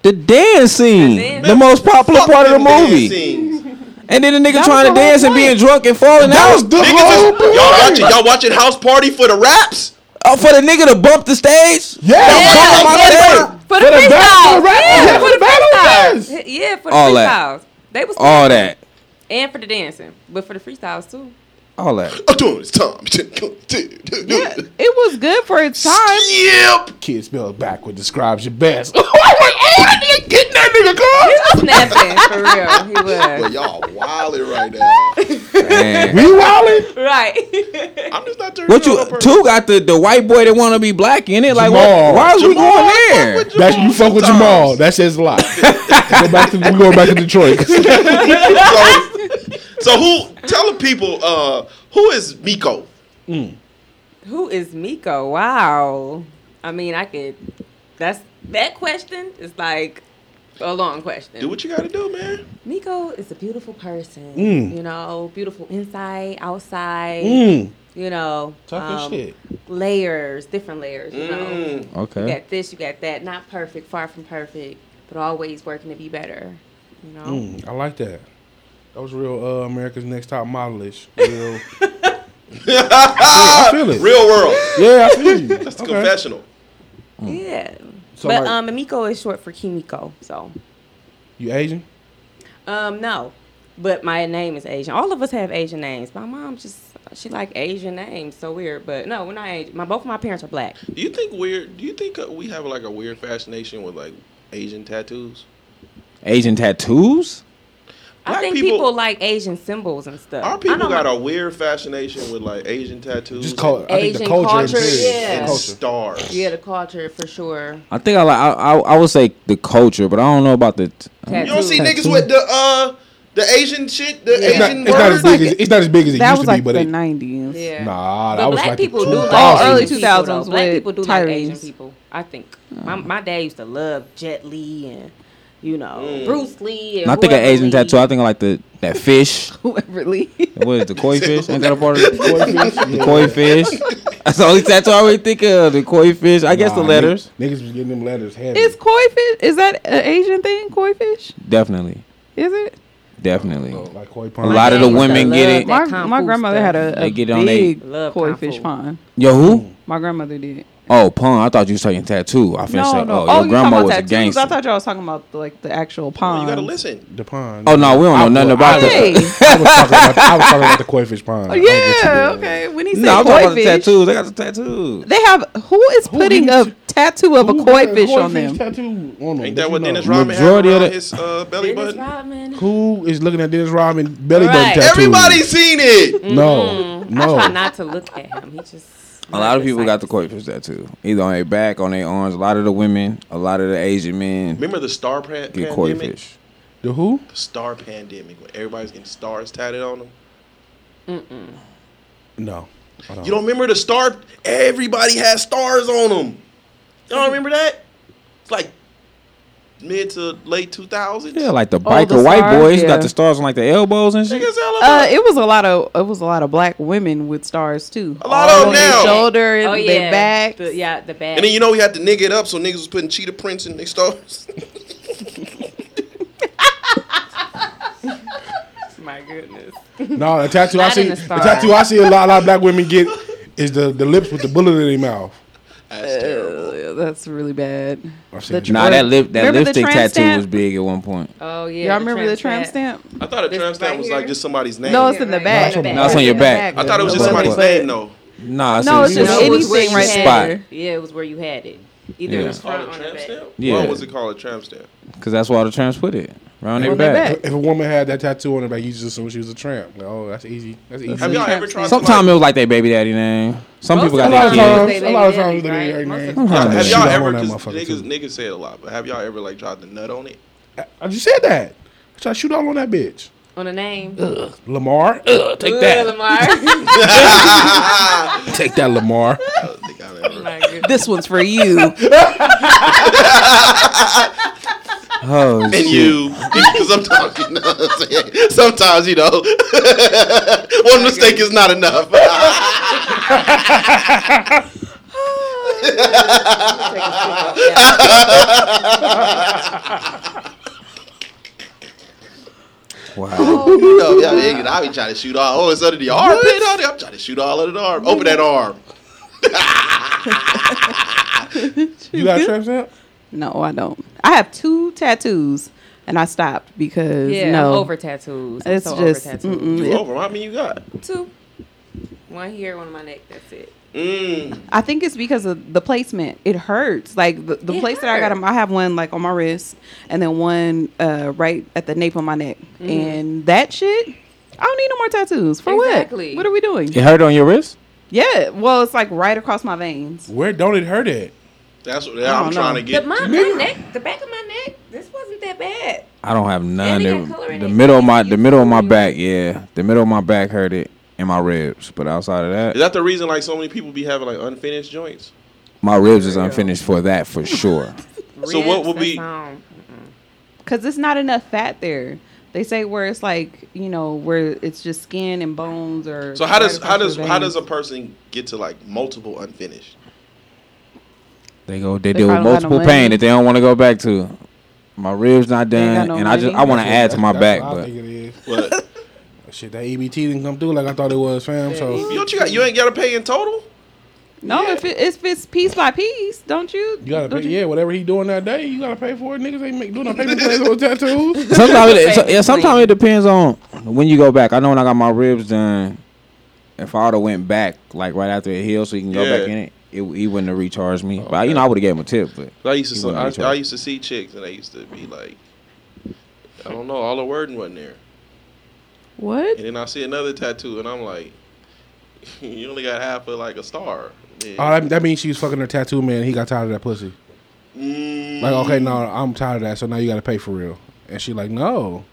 The dance scene,
The dance-
the most popular
Fuck
part of the
them dance
movie.
scenes.
And then the nigga
That
trying to
was the whole
dance and
point.
being drunk and falling
that
out.
was the whole
Niggas is- y'all
point.
watching y'all watching House Party for the raps?
Oh, for the nigga to bump the stage.
Yeah,
Bump
For the
my stage.
battle,
freestyles.
for the
Yeah,
battle,
for the
yes.
freestyles. *laughs* Yeah, for the
All that.
freestyles. They was
All that.
and for the dancing, but for the freestyles too. *laughs*
All that.
I'm doing this time.
Yeah, it was good for its
*laughs*
time.
Yep.
Kid spelled backward describes your best. *laughs* oh, that nigga getting that nigga car.
Snapping for real, he
But
was
y'all wilding right now.
*laughs*
Man.
We wildin'.
right. *laughs*
I'm just not turning
What
it
you
on purpose.
two got the the white boy that want to be black in it? Like
Jamal.
why, why is we
Jamal,
going
I fuck
there?
with
That's you fuck with
sometimes.
Jamal. That says a lot. *laughs* Go back to, we going back to Detroit. *laughs*
*laughs* So, so who? Tell the people uh, who is Miko?
Who is Miko? Wow. I mean, I could. That's that question is like a long question.
Do what you gotta do, man.
Miko is a beautiful person.
Mm.
You know, beautiful inside, outside.
Mm.
You know, um,
Talk your shit.
Layers, different layers. You know,
Mm.
you
Okay.
got this, you got that. Not perfect, far from perfect, but always working to be better. You know,
Mm, I like that. That was real uh, America's Next Top Modelish. Real.
*laughs*
I feel it.
Real world.
Yeah, I feel you.
That's the confessional. mm.
yeah.
So,
but
like-
um, and Miko is short for Kimiko. So,
You Asian?
um, no. But my name is Asian. All of us have Asian names. My mom just she like Asian names, so weird. But no, we're not Asian. My both of my parents are black.
Do you think weird? Do you think uh, we have like a weird fascination with like Asian tattoos?
*laughs* Asian tattoos.
I
Black
think
people-
people, like Asian symbols and stuff.
Our
I know
people
my-
got a weird fascination with like Asian tattoos.
Just call it. I think the
Asian
culture.
culture,
is
yeah.
and
The culture.
stars.
Yeah, the culture for sure.
I think I like. I, I I would say the culture, but I don't know about the.
You don't see
Tattoos.
niggas with the uh the The Asian shit, the
It's not,
Asian
it's not
word.
as big as it's not as big as it
That
used
was
to be,
like
but
the
it,
nineties.
Yeah.
nah,
But
that was
black
like the
people do
2000s.
like
Oh, early
early two thousands.
2000s
Black
with
people do like Asian
Tyrese.
people. I think my my dad used to love Jet Li and you know
Mm.
Bruce Lee. And
I think an
whoever
Asian
Lee.
tattoo. I think I like the that fish.
*laughs* Whoever Lee.
What is it, the koi fish? Ain't that a part of the
*laughs*
koi
Koi
fish?
fish?
The koi fish. That's the only tattoo I already think of. The koi fish. I guess the
Nah, niggas-
letters.
Niggas was getting them letters heavy.
Is koi fish? Is that an Asian thing? Koi fish?
Definitely.
Is it?
Definitely.
So, like koi
A
pond.
lot of the
dad used to
women
love
get it.
My,
that Kung
my
Fu
grandmother
stuff.
had a,
They
a
get
big
on they-
Love
koi
Kung
fish
Fu.
pond.
Yo, who?
My grandmother did.
Oh, pun. I thought you was talking tattoo. I finished saying, oh, your grandma was a
I
gangster.
thought y'all was talking about like the actual
Oh,
pond.
you gotta listen.
The pond.
Oh no, we don't know
I-
nothing
I-
about
Hey.
*laughs*
I
that.
was talking about the, I was talking about the koi fish pond. I was with you
yeah.
there.
Okay. When he said
No, I'm
koi
talking about the
fish,
tattoos. They got the tattoos.
they have who is putting
needs-
a tattoo of a
Who
koi
got a
fish on
fish
them?
tattoo on them?
Ain't
But
that what
you know,
Dennis Rodman had
majority of
around
the-
his uh, belly
Dennis
button?
Rodman.
Oh.
Who is looking at Dennis Rodman belly
Right.
button tattoo?
Everybody's seen
*laughs*
it.
No, no.
I try not to look at him. He just
A lot of people got the koi fish tattoo, either on their back, on their arms. A lot of the women, a lot of the Asian men
Remember the star pan-
get koi
pandemic?
fish.
The who?
The star pandemic when everybody's getting stars tatted on them.
No. I
You don't remember the star? Everybody had stars on them. You don't remember that? It's like mid to late 2000s.
Yeah, like the
Oh,
biker
the
white
stars,
boys
yeah.
got the stars on like the elbows and shit.
Niggas hella
Uh,
about-
it was a lot of it was a lot of black women with stars too.
A lot
All
of
on
them
their
now.
shoulder and
Oh yeah,
their back.
The, yeah, the back.
Oh, and then you know we had to nigga it up, so niggas was putting cheetah prints in their stars.
My goodness.
No, the tattoo I
Not in
see. The,
the star.
tattoo I see a lot, a lot of black women get is the, the lips with the bullet in their mouth.
That's terrible.
Yeah, that's really bad.
I've seen
The
it.
tramp-
Nah, that lip, that
Remember the
lipstick
tramp
tattoo
stamp?
was big at one point.
Oh yeah.
Y'all remember the tramp
trans
stamp?
I thought a
This
tramp stamp
right
was
here?
like just somebody's name.
No, it's in the
Right,
back.
right in the
No, it's on your back.
I thought it was just
Yeah.
somebody's
But-
name though.
Nah, I
No, it's
see what you
just
mean.
it was where
anything
you
right
had
there.
spot.
it. Yeah, it was where you had it. Either
Yeah.
it was front
Called
or
a
the
tramp
back.
stamp?
Yeah.
Why was it called a tramp stamp?
Because that's why all the trans put it around their
On their
back.
back.
If a woman had that tattoo on her back, you just assume she was a tramp. Like, oh, that's easy. That's easy.
Have y'all ever tried?
Sometimes it
to,
was like their baby daddy name. Some
Most
people
of
got
a lot
their
of
kids.
times, a lot of times, looking at her name.
like, have
She
y'all
don't
ever?
want that
'cause
motherfucker,
Niggas,
too.
niggas say it a lot, but have y'all ever like tried to nut on it?
I just said that. I tried to shoot all on that bitch.
On the name.
Lamar, *laughs* Ugh, take
*laughs*
Ooh,
that,
Lamar.
take
*laughs*
that, Lamar.
I don't think I've ever.
My goodness.
This one's for you. *laughs*
Oh,
And
shit.
you, because sometimes you know, what I'm saying? *laughs* sometimes you know, *laughs* one mistake is not enough. *laughs*
Wow.
You know, yeah, nigga, I be trying to shoot all. Oh, it's under the armpit. Oh, I'm trying to shoot all of the arm. Open that arm.
You got a tramp stamp?
no, I don't. I have two tattoos, and I stopped because
*laughs* Yeah,
no,
I'm over tattoos. I'm
it's
so
just
over tattoos.
mm-mm.
You over? How many you got?
Two. One here, one on my neck. That's it.
Mm.
I think it's because of the placement. It hurts. Like the, the
It
place that I got
hurt.
them, I have one like on my wrist and then one uh, right at the nape of my neck. And that shit, I don't need no more tattoos. For what?
Exactly.
What are we doing?
It hurt on your wrist?
Yeah. Well, it's like right across my veins.
Where don't it hurt at?
That's what yeah, I'm
don't know.
trying to
The,
get.
my, my neck, the back of my neck, this wasn't that bad.
I don't have
And
none.
it
The,
got color in
the
it.
middle of my the
It's
middle of my
color.
back, yeah. The middle of my back hurt it and my ribs. But outside of
Is
that,
that the reason like so many people be having like unfinished joints?
my ribs is unfinished for that for sure.
So what would
that's
be-
on.
Because it's not enough fat there. They say where it's like, you know, where it's just skin and bones or.
So how
right
does how
across
does
your
how
veins.
does a person get to like multiple unfinished?
They go they,
They
deal with
probably got no
multiple pain
money.
that they don't want to go back to. My ribs not
ain't
done,
got no
and I just
money.
I want to add to my
That's
back,
what I
but
think it is.
*laughs* But
Shit, that EBT didn't come through like I thought it was, fam. So
you know what you got? You ain't got to pay in total.
No, if it if it's piece by piece, don't you?
you gotta
don't
pay. Yeah, whatever he doing that day, you gotta pay for it. Niggas ain't make, doing no payment plans on tattoos.
*laughs* sometimes it, so- yeah, sometimes it depends on when you go back. I know when I got my ribs done, if I would have went back like right after it healed, so he can go
Yeah.
back in it, it he wouldn't have recharged me. But you know I would have gave him a tip, but
I used to
You
so, I,
wouldn't be
I
sure.
used to see chicks and they used to be like, I don't know, all the wording wasn't there.
What?
And then I see another tattoo and I'm like, *laughs* you only got half of like a star. Yeah.
Oh, that, that means she was fucking her tattoo man. He got tired of that pussy.
Mm.
Like, okay, no, I'm tired of that. So now you gotta pay for real. And she like, no.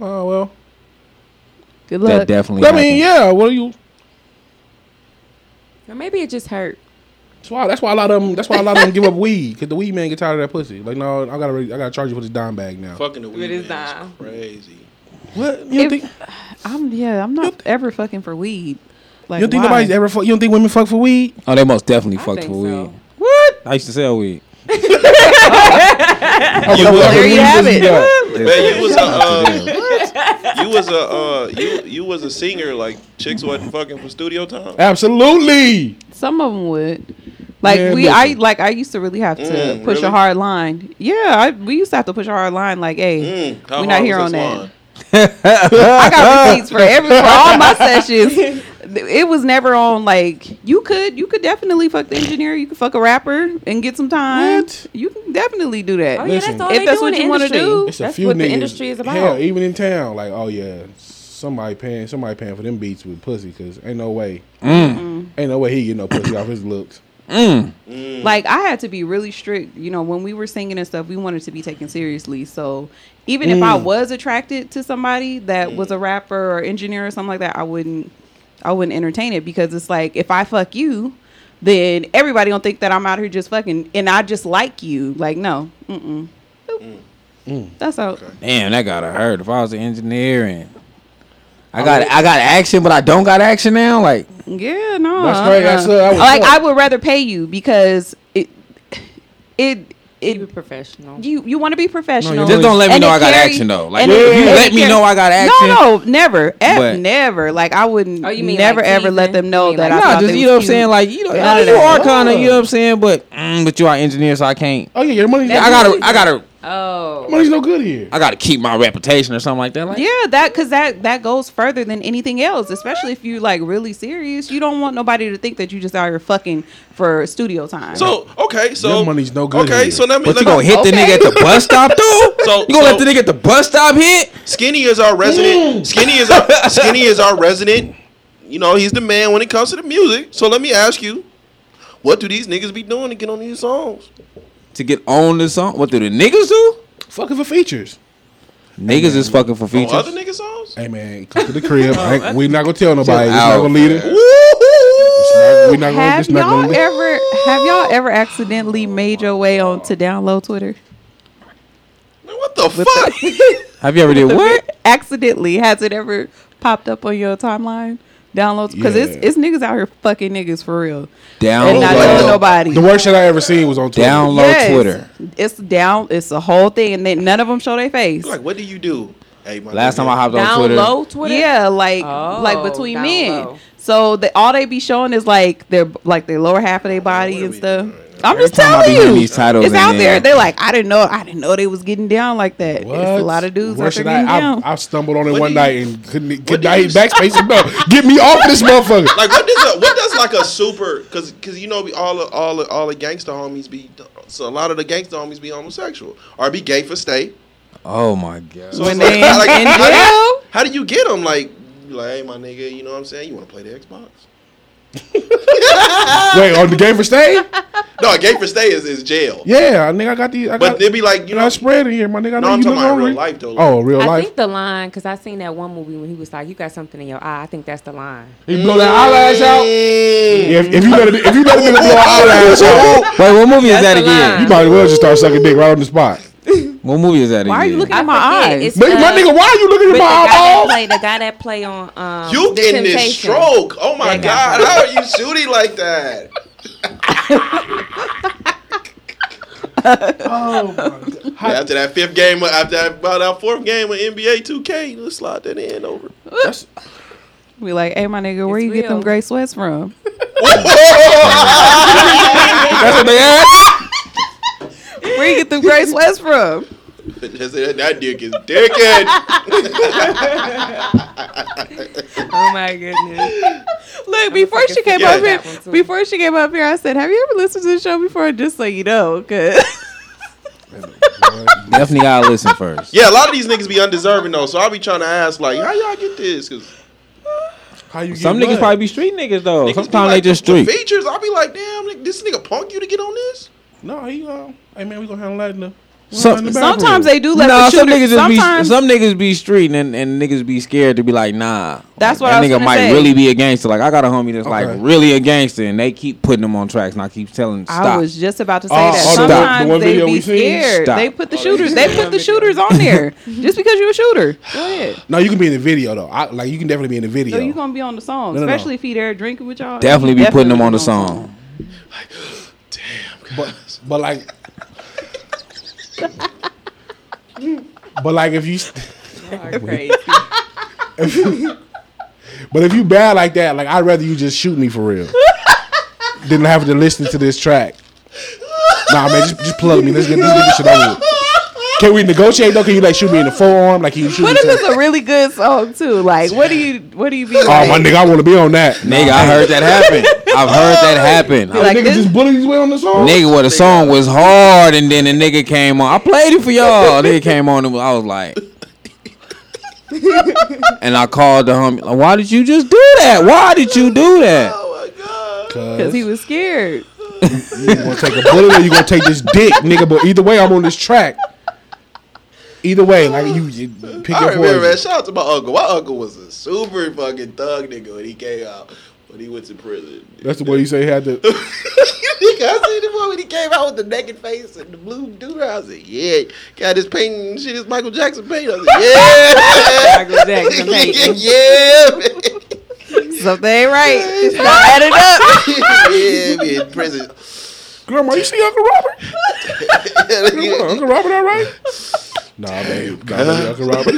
Oh well,
Good
That
luck.
definitely.
I mean,
happened.
yeah. What do you?
Or maybe it just hurt.
That's why. That's why a lot of them. That's why a lot of them give up *laughs* weed because the weed man get tired of that pussy. Like, no, I gotta, really- I gotta charge you for this dime bag now.
Fucking the weed
is
man
not.
is crazy.
What? You don't
If-
think?
I'm yeah. I'm not ever fucking for weed. Like
You don't think
why?
nobody's ever? Fuck, you don't think women fuck for weed?
Oh, they most definitely
I
fucked
think
for
so.
weed. What? I used to
*laughs*
sell weed.
You
there you have it.
Man, you was a uh, you was a uh, you you was a singer. Like chicks wasn't fucking for studio time.
Absolutely.
Some of them would. Like
Man,
we, I
listen.
like I used to really have to
Mm,
push
really?
a hard line. Yeah, I, we used to have to push a hard line. Like, hey,
Mm, how
we
hard
not
was
here
this
on that.
line?
I got receipts for every for
*laughs*
all my sessions. It was never on like you could you could definitely fuck the engineer. You could fuck a rapper and get some time.
What?
You can definitely do that.
Oh yeah,
Listen.
that's all
If
they
that's
do
what
in the
you wanna
industry.
do,
It's a
that's
few
what
niggas.
the industry is about.
Hell, even in town, like, oh yeah, somebody paying, somebody paying for them beats with pussy because ain't no way, ain't no way he get no pussy off his looks.
Mm-hmm. Like I had to be really strict. You know, when we were singing and stuff, we wanted to be taken seriously. So even if I was attracted to somebody that was a rapper or engineer or something like that, I wouldn't I wouldn't entertain it because it's like if I fuck you, then everybody gonna think that I'm out here just fucking and I just like you. Like no, mm-mm. Nope.
Mm.
That's out.
Damn, that gotta hurt. If I was an engineer and I got I got action, but I don't got action now. Like
Yeah, no.
That's great. That's, uh, I was
like
shocked.
I would rather pay you because it it
Keep
it
it professional.
You you want to be professional.
you
just don't let me
And
know
it
I got
carry-
action though. Like
and
if
it-
you
and
let
it
me
carry-
know I got action.
No, no, never, F,
But-
never. Like I wouldn't.
Oh, you mean
never
like
ever let
teasing?
them know
You mean
that
like-
I
Nah,
thought
just
they
you know what I'm
was
saying.
cute.
Like you know,
None of
you
that.
are kind of you know what I'm saying. But mm, but you are an engineer, so I can't.
Oh yeah, your money's,
I gotta I gotta
Oh,
money's no good here.
I gotta keep my reputation or something like that. Like
yeah, that because that that goes further than anything else. Especially if you like really serious, you don't want nobody to think that you just out here fucking for studio time.
So okay, so
Your money's no good
Okay,
here.
so let me.
But
let
you gonna
me-
hit the nigga at the bus stop
*laughs*
though?
So-
you gonna let
so-
the nigga at the bus stop hit?
Skinny is our resident. Skinny is our, *laughs* Skinny is our resident. You know, he's the man when it comes to the music. So let me ask you, what do these niggas be doing to get on these songs?
To get on the song? What do the niggas do?
Fucking for features.
Niggas is fucking for
On
features.
Oh, other niggas' songs?
Hey man, come to the *laughs* crib. Hey, we not gonna tell nobody. We not
out.
gonna lead it. We not gonna.
have
It's not
y'all
gonna. lead-
ever have y'all ever accidentally made your way on to download Twitter?
Man, what the fuck?
Have you
*laughs*
ever did what?
accidentally has it ever popped up on your timeline? Downloads because it's
Yeah.
it's niggas out here fucking niggas for real and not
Download,
like
telling
the-
nobody.
The worst shit I ever seen was on Twitter.
download Twitter.
It's down. It's a whole thing, and then none of them show their face.
Like, what do you do? Hey, my
Last time I hopped on
down
Twitter,
low Twitter.
Yeah, like
Oh,
like between
down
men.
low.
So they, all they be showing is like their like their lower half of their body
Where
and
we
stuff.
going right
I'm just
Every time I
telling
be hearing
you,
these titles
it's
and
out
then-
there. They like, I didn't know, I didn't know they was getting down like that.
What?
It's a lot of dudes out
Worst
there
shit
getting
I,
down.
I, I stumbled on it
What
one
do
night
you-
and couldn't
what
could
do
not
you-
hit backspace. and *laughs* No, get me off this
*laughs*
motherfucker.
Like what does a, what does like a super because because you know all the, all the, all the gangster homies be so a lot of the gangster homies be homosexual or be gay for state.
oh my god!
So
When
it's *laughs*
they
like, like,
in
how, do you,
jail?
how do you get them? Like you like hey my nigga, you know what I'm saying? You want to play the Xbox?
Wait, on the game for stay?
No, gay for stay is, is jail.
Yeah, I think I got the. I
But
got,
they be like you
you know, I
know
spread in here, my nigga. I know
No, I'm
you
talking
look
about
hungry.
real life though.
Oh, real
I
life.
think the line because I seen that one movie when he was like, "You got something in your eye." I think that's the line.
He blow that eyelash out.
Mm.
Yeah, if, if you let it, if you let a nigga blow an
*laughs*
eyelash
Oh.
out,
Wait, what movie is that
That's a
again?
you might as well just start sucking dick right on the spot.
What movie is that again?
Why are you looking at my
I forget.
eyes?
It's,
My, my
uh,
nigga, why are you looking at
with
my
the guy that
eyeball?
play, the guy that play on um,
You
The
getting this
Temptations.
stroke? Oh my
That guy.
god! How are you shooting like that? after that fifth game, after that, about that fourth game of NBA 2K, let's slide that in over.
We like, hey, my nigga, where
It's
you get them
real.
gray sweats from?
That's what they asked.
Where you get them gray *laughs* sweats from?
Just say that, that dick is dickhead.
Oh
*laughs*
my goodness!
Look, before she came
Yeah.
up here,
That one too.
before she came up here, I said, have you ever listened to the show before? Just so you know, because
Definitely gotta listen first.
Yeah, a lot of these niggas be undeserving though, so I be trying to ask like, how y'all get this? Cause
How you
Some
get
niggas
what?
probably be street niggas though.
niggas be
Sometimes
like,
they just
the
street.
features. I be like, damn, nigga, this nigga punk you to get on this.
uh, No, he um. Hey man, we gonna handle that. In the,
Some-
in the bathroom.
Sometimes they do let the
nah,
shooter.
some niggas just be
sometimes
some niggas be street and, and niggas be scared to be like, nah.
That's what
that
I was
nigga
gonna
might
say.
really be a gangster. Like I got a homie that's
Okay.
like really a gangster, and they keep putting him on tracks, and I keep telling him
*laughs*
stop.
I was just about to say
Oh, oh,
that.
the one- the
Sometimes
one
they
video
be
we seen?
scared.
Stop.
They put the
Oh,
shooters. They put the shooters on there just because you're a shooter. Go ahead.
No, you can be in the video though. I, like you can definitely be in the video.
So you gonna be on the song,
No, no, no.
especially if he there drinking with y'all.
definitely be
You
putting him on the
be
song.
but but like, but like if you,
crazy.
but if you bad like that, like I'd rather you just shoot me for
*laughs*
real than have to listen to this track. Nah, man, just, just plug me. Let's get this nigga shit over. with. Can we negotiate though? Can you like shoot me in the forearm? Like can you shoot
What
me?
if
To,
it's a really good song too? Like, what do you what do you be
oh
like?
my nigga, I want to be on that.
Nigga, I heard
*laughs*
that happen. I've heard that happen. I-
Like
nigga
this-
just bullied his way on the song.
Nigga, where the song was hard, and then the nigga came on. I played *laughs* it for y'all. nigga came on, and I was like, and I called the homie. Like, Why did you just do that? Why did you do that?
Oh
Because he was scared.
You Uh, gonna take a bullet or you gonna take this dick, nigga? But either way, I'm on this track. Either way, like you, you pick
I
your
remember that.
poison.
Shout out to my uncle. My uncle was a super fucking thug nigga when he came out. When he went to prison.
That's the way you say he had
*laughs*
to.
nigga, I seen the one when he came out with the naked face and the blue dude. I was like, yeah, got this painting and shit. It's Michael Jackson painting. I was like, *laughs*
Michael Jackson
yeah,
painting.
yeah, man.
Something ain't *laughs* right. It's not added *laughs*
*laughs*
up.
yeah, be in prison.
Grandma, you see Uncle Robert? Grandma, Uncle Robert, all right? *laughs* nah, man, nah, man, Uncle Robert.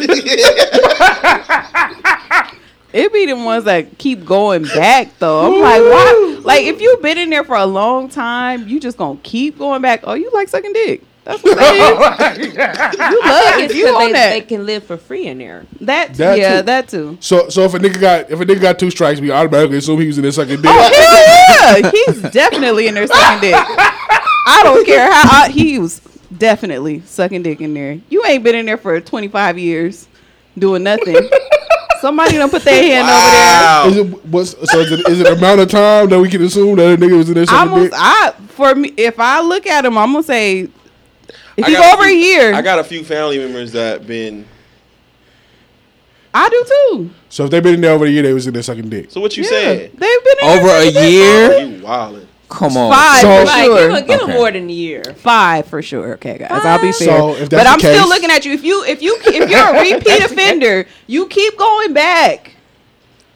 It be the ones that keep going back though. I'm like, why? Like, if you've been in there for a long time, you just gonna keep going back. Oh, you like sucking dick? That's what that is.
*laughs*
you love it.
It's
You
'cause
on
they,
that?
they can live for free in there.
that
That
yeah,
too.
that too.
So, so if a nigga got if a nigga got two strikes, we automatically assume he was in there sucking dick.
Oh, Hell yeah, he's definitely in there sucking dick. I don't care how I, he was definitely sucking dick in there. You ain't been in there for 25 years doing nothing. Somebody done put their hand over there.
Is it what's so? Is it, is it amount of time that we can assume that a nigga was in there
I
sucking
almost,
dick?
I for me, if I look at him, I'm gonna say, if
I
he's
got a
over
few-
here, I,
I got a few family members that been.
do too.
So if they been in there over the year, they was in there sucking dick.
So what you
Yeah,
saying?
they've been in
Over
there
a
since then.
year? Oh,
You wildin'.
Come on.
Five
So-
for
Like,
sure.
give, him, give him
Okay.
more than a year.
Five for sure. Okay, guys, i I'll be
Five?
fair.
So, if that's
but
the
I'm still
case-
looking at you. If you,
*laughs*
if you, if you're a repeat offender, you keep going back.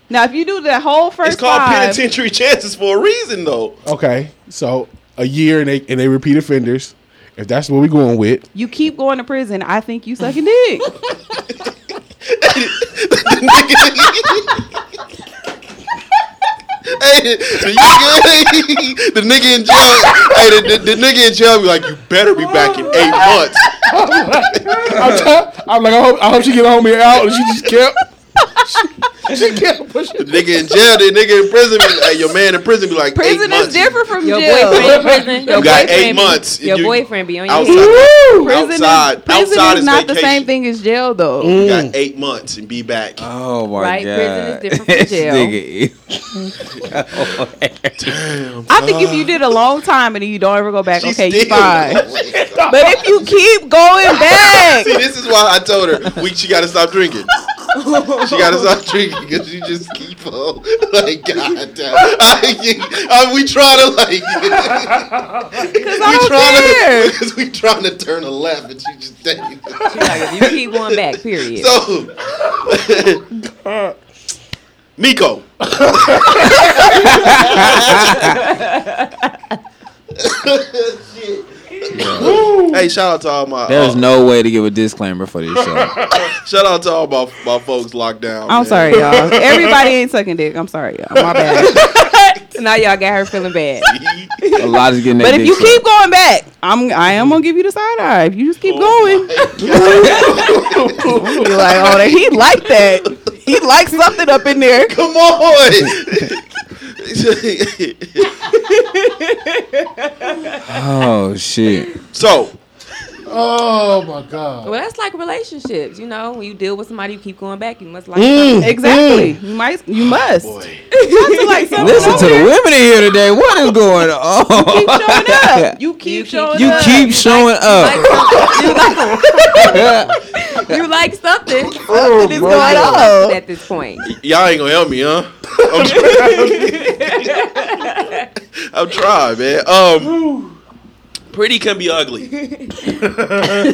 Now, if you do the whole first
It's called
five,
penitentiary chances for a reason, though. *laughs*
Okay, so a year and they and they repeat offenders. If that's what we going with,
you keep going to prison. I think you
*laughs*
sucking dick.
Hey, the nigga, *laughs* the nigga in jail. Hey, the, the, the nigga in jail be like, you better be back in
*laughs*
eight months.
I'm, t- I'm like, I hope, I hope she get a homie out, and she just kept. She, she kept
The
pushing.
nigga in jail, the nigga in prison. Be, hey, your man in prison be like, eight
Prison is
months.
different from
Your
jail.
boyfriend in
*laughs*
prison. Your
You got
boyfriend
eight
be-
months.
Your
You-
boyfriend be on your
outside.
head.
Prison
Outside-
is, prison
outside
is
is
not the
vacation.
same thing as jail, though.
You got eight months and be back.
Oh my
Right,
god.
prison is different
*laughs*
from
This
jail.
nigga is-
I think if you did a long time and then you don't ever go back,
Uh-huh. She
okay, you
still- *laughs*
fine. But if you keep going back,
See, this is why I told her we she got to stop drinking. she got to stop drinking because she just keep on *laughs* like God damn. *laughs* I, I, we trying to like. *laughs* Because
I don't
*laughs*
care.
Because we trying to turn a left and she just taking. it.
She's like, if you keep going back, period.
So, *laughs*
*laughs*
Nico. *laughs* Shit. hey, shout out to all my.
There's
uh,
no way to give a disclaimer for this show.
Shout out to all my, my folks locked down.
I'm
man.
sorry, y'all. Everybody ain't sucking dick. I'm sorry, y'all. My bad.
So now y'all got her
*laughs*
feeling bad.
A lot is getting.
But if you keep going back, I'm I am gonna give you the side eye. If you just
Oh
keep *laughs* going, you're like, oh, that- he liked that. He liked something up in there.
*laughs* Come on. *laughs*
oh shit.
so,
Oh my god.
Well, that's like relationships, you know. When you deal with somebody, you keep going back. You must like.
Mm.
Exactly. You might. You must.
Oh, Boy.
You like something
Listen to
over
the
there.
women in here today. What is going
You keep
*laughs*
on? *laughs*
showing up. You keep showing
You
up.
keep showing up.
*laughs*
*laughs* You like something? Something is going on at this point.
Y'all ain't gonna help me, huh? I'm trying. *laughs* I'm trying, man. Um, pretty can be ugly.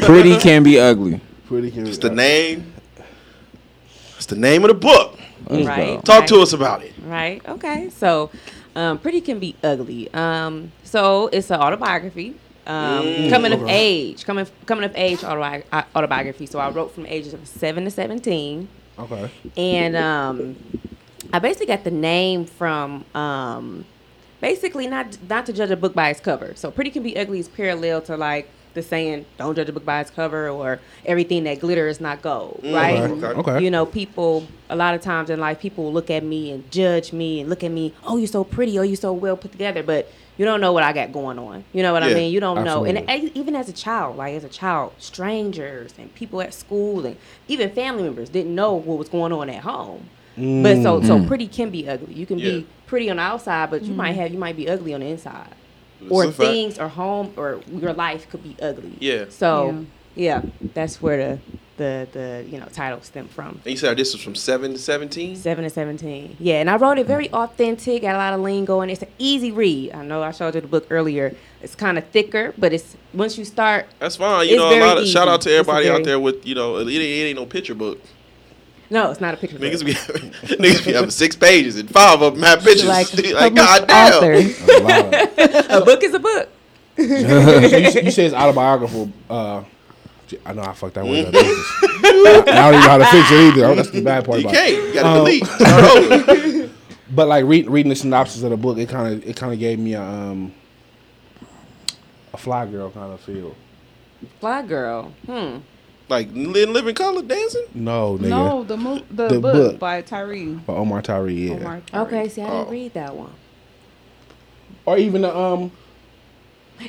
Pretty can be ugly.
Pretty can
It's the name. It's the name of the book.
Let's
right.
go.
Talk to us about it.
Right. Okay. So, um, pretty can be ugly. Um, so it's an autobiography. Um, coming of age, coming coming of age autobi- uh, autobiography. So I wrote from ages of seven to seventeen,
Okay.
and um, I basically got the name from um, basically not not to judge a book by its cover. So pretty can be ugly is parallel to like the saying "Don't judge a book by its cover" or "Everything that glitter is not gold." Right?
Okay.
Okay.
you know, people a lot of times in life, people will look at me and judge me and look at me. Oh, you're so pretty. Oh, you're so well put together. But you don't know what I got going on. You know what
Yeah,
I mean? You don't know. And e- even as a child, like as a child, strangers and people at school and even family members didn't know what was going on at home. But so so pretty can be ugly. You can
Mm. Yeah.
be pretty on the outside, but you might have you might be ugly on the inside. Or
a fact.
things or home or your life could be ugly.
Yeah.
So yeah, that's where the the the you know title stemmed from.
And you said this was from seven to seventeen.
Seven to seventeen. Yeah, and I wrote it very authentic, got a lot of lingo, and it's an easy read. I know I showed you the book earlier. It's kind of thicker, but it's once you start.
That's fine. You
It's
know, a
very
lot of, shout
easy.
out to
It's a
everybody out
very-
there with you know, it, ain't- it ain't no picture book.
No, it's not a picture.
Niggas
book.
be having, *laughs* niggas be having six pages and five of them have pictures.
Like,
*laughs* Like,
published
God
Oh,
damn.
author.
a book is a book.
So you, you say it's autobiographical. Uh, j- I know I fucked that word up. I don't even know how to fix it either. Oh, That's the bad part
You
about it.
can't. You gotta delete. Start over.
But like read, reading the synopsis of the book, it kind of it kind of gave me a um a fly girl kind of feel.
Fly girl. Hmm.
Like li- living color dancing.
No, nigga.
No, the mo- the,
The
book,
book.
by Tyree.
But Omar Tyree, yeah.
Omar Tyree.
Okay, see, I didn't
Oh.
read that one.
Or even the um.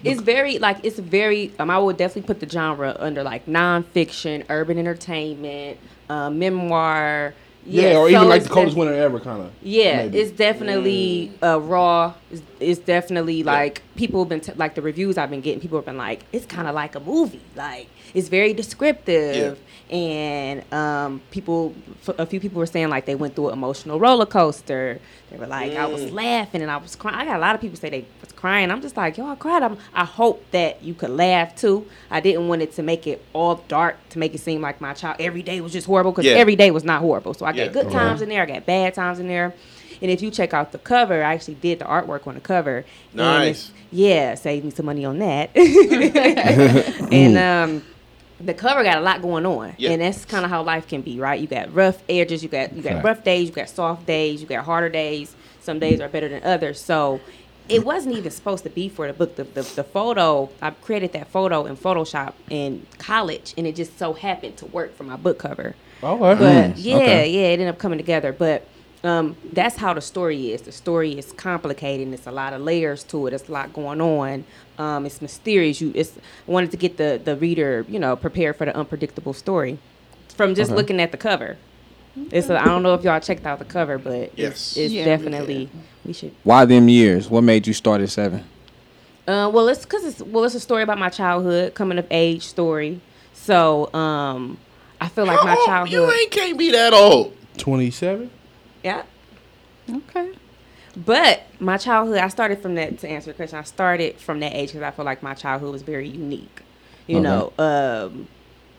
It's very like it's very. Um, I would definitely put the genre under like nonfiction, urban entertainment, uh, memoir.
Yeah, or even
so
like
it's
the coldest
def-
winter ever, kind of.
Yeah, it's definitely uh, raw. It's, it's definitely like people have been t- like the reviews I've been getting. People have been like, it's kind of like a movie. Like it's very descriptive, and um, people, f- a few people were saying like they went through an emotional roller coaster. They were like, I was laughing and I was crying. I got a lot of people say they was crying. I'm just like, yo, I cried. I'm, I hope that you could laugh too. I didn't want it to make it all dark to make it seem like my child every day was just horrible because
Yeah.
every day was not horrible. So I
Yeah.
got good
Okay.
times in there. I got bad times in there. And if you check out the cover, I actually did the artwork on the cover. And
Nice.
it's- Yeah, save me some money on that. *laughs* and um, the cover got a lot going on,
Yeah.
and that's kind of how life can be, right? You got rough edges, you got you got
Right.
rough days, you got soft days, you got harder days. Some days are better than others. So it wasn't even supposed to be for the book. The, the, the photo I created that photo in Photoshop in college, and it just so happened to work for my book cover.
Okay.
Mm,
But yeah, yeah, it ended up coming together. But um, that's how the story is. The story is complicated. And it's a lot of layers to it. It's a lot going on. Um, it's mysterious. You, it's I wanted to get the the reader, you know, prepared for the unpredictable story from just looking at the cover. It's a, I don't know if y'all checked out the cover, but
Yes.
it's, it's
Yeah, we
definitely we should
Why them years? What made you start at seven?
uh, well, it's because it's well, it's a story about my childhood, coming of age story. So um, I feel like my
Oh,
childhood.
You ain't can't be that old.
Twenty-seven.
yeah.
Okay.
But my childhood, I started from that to answer your question. I started from that age because I feel like my childhood was very unique. You know, um,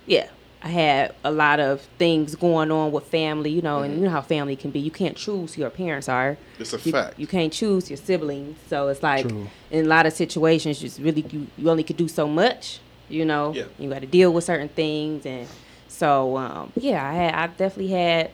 yeah, I had a lot of things going on with family. You know, and you know how family can be. You can't choose who your parents are.
Mm-hmm. It's a
you,
fact.
You can't choose your siblings. So it's like
True.
in a lot of situations, just really you, you only could do so much. You know,
Yeah.
you got to deal with certain things, and so um, yeah, I had I definitely had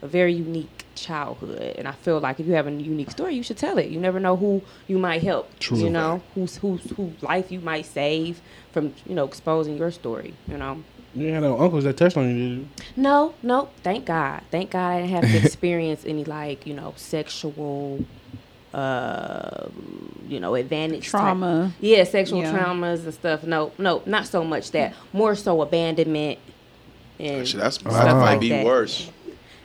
a very unique childhood, and I feel like if you have a unique story, you should tell it. You never know who you might help. You know, who's who's who life you might save from you know exposing your story. You know.
You ain't had no uncles that touched on you, did you?
No,
*laughs*
no. Thank God. Thank God I didn't have to experience any like you know sexual uh, you know, advantage type-
Trauma.
yeah, sexual
Yeah.
traumas and stuff. No, no, not so much that. More so abandonment. And
Actually, that's,
stuff
that might
like
be
that.
worse.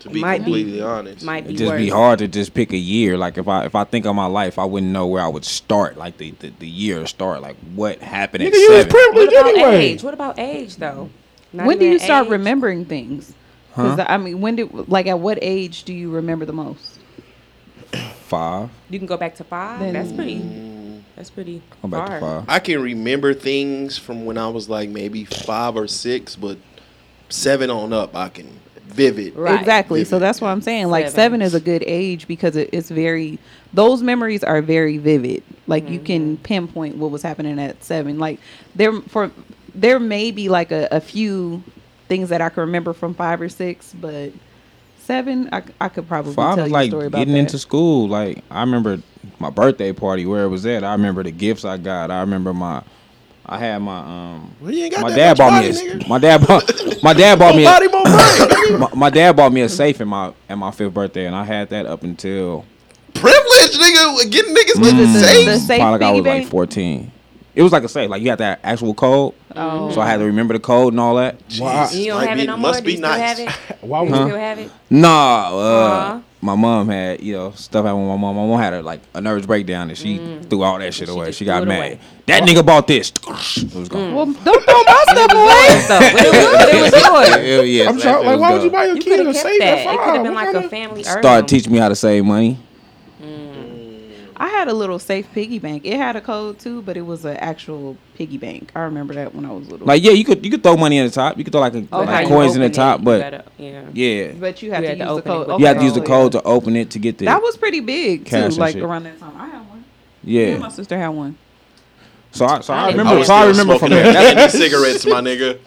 To be
Might be.
completely honest,
Might be
It'd just
worse.
be hard to just pick a year. Like if I if I think of my life, I wouldn't know where I would start. Like the the, the year to start. Like what happened at
Nigga, you was
seven.
What
privileged
about
anyway.
age? What about age though? Not
when do
even
you start
age.
remembering things? 'Cause I mean, when did like at what age do you remember the most?
five.
You can go back to five.
Then-
that's
Mm.
pretty. That's pretty.
I'm back to
far.
five.
I can remember things from when I was like maybe five or six, but seven on up, I can vivid.
Right.
Exactly. So that's what I'm saying. Like
Seven.
seven is a good age because it, it's very those memories are very vivid. Like you can pinpoint what was happening at seven. Like there for there may be like a, a few things that I can remember from five or six, but seven I, I could probably
Five
tell
was
you a
like
story
getting
about that.
into school. Like I remember my birthday party where it was at. I remember the gifts I got. I remember my. I had my um.
Well, you ain't got
my
that
dad
much
bought
body,
me.
nigga.
A, my dad bought. My dad bought me.
Body
A,
more
*coughs*
brain, nigga.
my, my dad bought me a safe in my at my fifth birthday, and I had that up until
privilege, nigga. Getting niggas with
the-
the
the
safe.
safe
probably like I
piggy
was like
bank?
fourteen. It was like a safe. Like you had that actual code,
Oh.
so I had to remember the code and all that.
Why-
Jesus,
You don't
might
have
be-
it no more.
Must
do
be
you still have
nice.
it?
*laughs*
Why
Do
would
you still have it?
Nah, uh,
Aw.
my mom had you know stuff happened with my mom. My mom had a, like a nervous breakdown, and she threw all that shit away.
Mm. just
She got
threw it
mad.
away. Mm.
That nigga bought this. It was gone.
Well, don't throw my stuff away.
So, but it was, *laughs* but it was yours.
Hell yeah,
I'm
so
sorry. Like,
that was
why would
gone.
you buy your
You
kid
could
a
have
safe
kept that.
at
It could
five?
have
What
been like
kind
a
of-
family. heirloom.
Start teaching me how to save money.
I had a little safe piggy bank. It had a code too, but it was an actual piggy bank. I remember that when I was little.
Like yeah, you could you could throw money in the top. You could throw like, a,
Oh, how
like
you
coins in the
open it,
top,
you
but
gotta- yeah.
yeah,
but you had
You
to use
had to
the
open it
code.
with
you
Okay,
had to use the
yeah.
code to open it to get the
That was pretty big
Cash
too,
and
like
shit.
around that time. I had one. Yeah. My
yeah.
sister had one.
So I so I
I
remember
was
so
still
I remember
*laughs*
from
smoking
there.
that candy cigarettes, my nigga.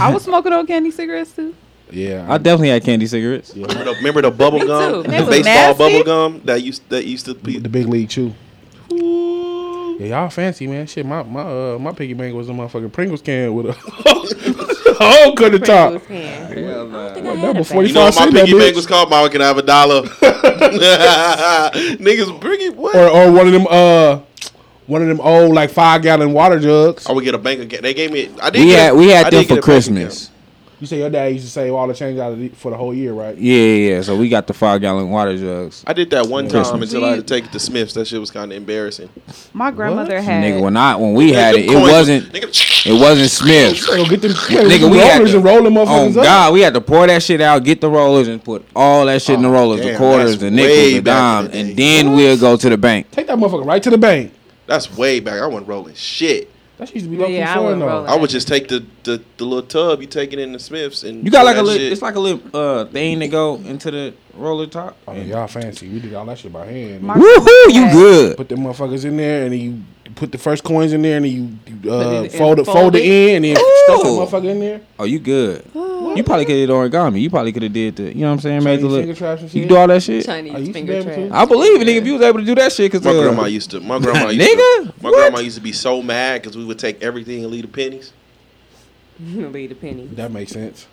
I was smoking on candy cigarettes too.
Yeah.
I definitely had candy cigarettes.
Remember the, remember the bubble
Me
gum,
too.
the
That was
baseball
nasty.
bubble gum that used that used to be.
the big league chew. Yeah, y'all fancy man. Shit, my my uh, my piggy bank was a motherfucking Pringles can with a *laughs* hole cut the top.
Pringles can.
What, that was
You know what
45
my
cent, that
piggy bank
bitch.
was called? Mama, can I have a
*laughs*
dollar? *laughs* Niggas, bring it. What?
Or or one of them uh one of them old like five gallon water jugs.
I would get a bank account. They gave me. I did.
We
get,
had we
I
had
did get
them
a
for
bank
Christmas.
You say your dad used to save all the change out of the, for the whole year, right?
Yeah, yeah, yeah. So we got the five gallon water jugs.
account. I did that one time
Christmas.
until I had to take it to Smiths. That shit was kind of embarrassing.
My grandmother had.
Nigga, when I when we had
Them
it, it
coins-
wasn't
Nigga,
it wasn't Smith.
Go get
*laughs*
them
Nigga, we had
rollers
to,
and roll them
Oh
motherfuckers up.
God, we had to pour that shit out, get the rollers, and put all that shit in the rollers, the
Oh, damn,
quarters,
that's
the
way
nickels, the
back in
dimes,
the
and
day.
then we'll go to the bank.
Take that motherfucker right to the bank.
that's way back. I wasn't rolling shit.
That shit used to be low
Yeah,
key
I
fun
wouldn't
though.
roll it.
I would just take the the, the little tub you take it in the Smiths and
You got
pour
like a
that
little,
shit.
it's like a little uh thing that go into the roller top.
Oh, yeah, y'all fancy. We did all that shit by hand.
My-
Woohoo, you
Yeah.
good?
put them motherfuckers in there, and then you put the first coins in there, and then you, you
it in
uh,
and
fold it,
fold
fold it
it.
in, and then stuff that
Ooh.
motherfucker in there.
Oh, you good? You probably could have did origami. You probably could have did the, you know what I'm saying? Made the
Chinese
little,
finger traps and
you
shit.
do all that shit.
Chinese
I used to be
finger
able to.
*laughs* trap.
I believe it, nigga. If you was able to do that shit, cause
My
uh,
grandma used to. My grandma used to.
*laughs* Nigga,
My
what?
grandma used to be so mad because we would take everything and leave the pennies.
Leave the penny.
That makes sense.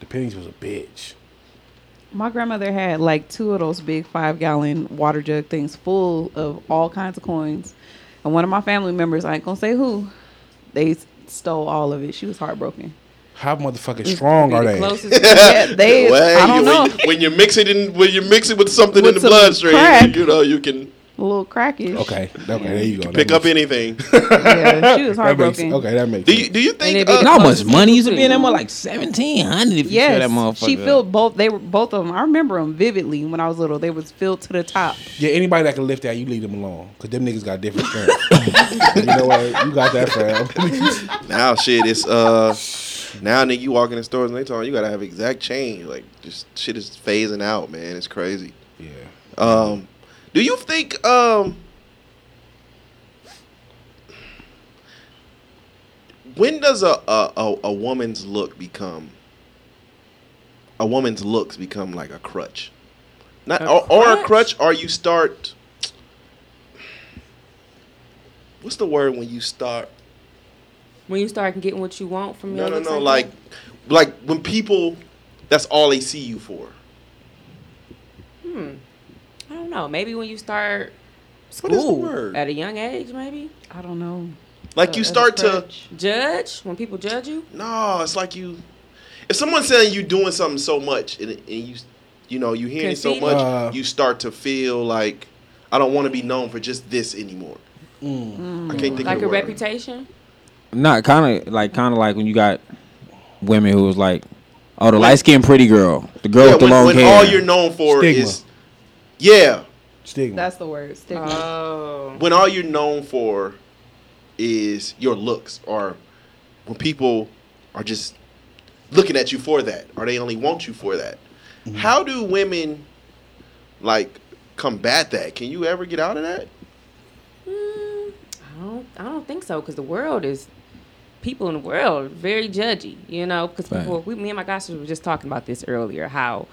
The pennies was a bitch.
My grandmother had like two of those big five gallon water jug things full of all kinds of coins. And one of my family members, I ain't gonna say who, they s- stole all of it. She was heartbroken.
How motherfucking strong are
The
they?
closest-
Yeah,
*laughs*
they.
Well,
I don't
you-
know.
when, you- when you mix it in, when you mix it with something
With
in the
some
bloodstream,
crack.
you know you can
A little crackish.
Okay, okay, there you go. That
pick up
makes-
*laughs*
anything.
Yeah,
*laughs*
she was
That makes,
heartbroken.
okay, that makes
Do
sense.
you do you think?
And it
You
Uh,
know how much
Close.
money used to be in that mother? Like seventeen hundred if you fill that
Yes,
motherfucker.
she
up.
filled both. They were both of them. I remember them vividly when I was little. They was filled to the top.
Yeah, anybody that can lift that, you leave them alone. Because them niggas got different *laughs* strength. you know what? You got that, fam.
now shit, it's uh, now nigga, you walk in the stores and they talking you gotta have exact change. Like just shit is phasing out, man. It's crazy.
yeah.
Um, do you think um, when does a, a a a woman's look become a woman's looks become like a crutch? Not or, or a crutch, or you start. What's the word when you start?
when you start getting what you want from
No,
your
no,
looks
no. Like,
that.
like when people, that's all they see you for.
I don't know. Maybe when you start
What is the
school
word?
at a young age, maybe.
I don't know.
Like you start to
Judge when people judge you.
no, it's like you. If someone's saying you doing something so much and, and you, you know, you hearing it so
Conceited.
much,
Uh.
you start to feel like I don't want to be known for just this anymore.
Mm.
I can't think
Mm. Like
of the
a
word.
reputation.
Not kind of like kind of like when you got women who was like, oh, the light skinned pretty girl, the girl
Yeah,
with the
when,
long
when
hair.
all you're known for
Stigma.
is, yeah,
Stigma.
That's the word. Stigma.
Oh,
when all you're known for is your looks, or when people are just looking at you for that, or they only want you for that. How do women like combat that? Can you ever get out of that?
Mm, I don't. I don't think so because the world is people in the world are very judgy. You know, because
Right.
people. We, me and my gosh were just talking about this earlier. How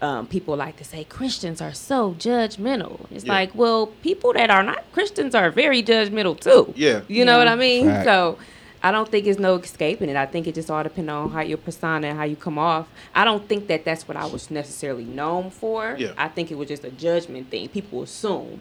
um, people like to say Christians are so judgmental. It's
Yeah.
like, well, people that are not Christians are very judgmental too.
Yeah.
You know what I mean?
Fact.
So I don't think there's no escaping it. I think it just all depends on how your persona and how you come off. I don't think that that's what I was necessarily known for.
Yeah.
I think it was just a judgment thing. People assume,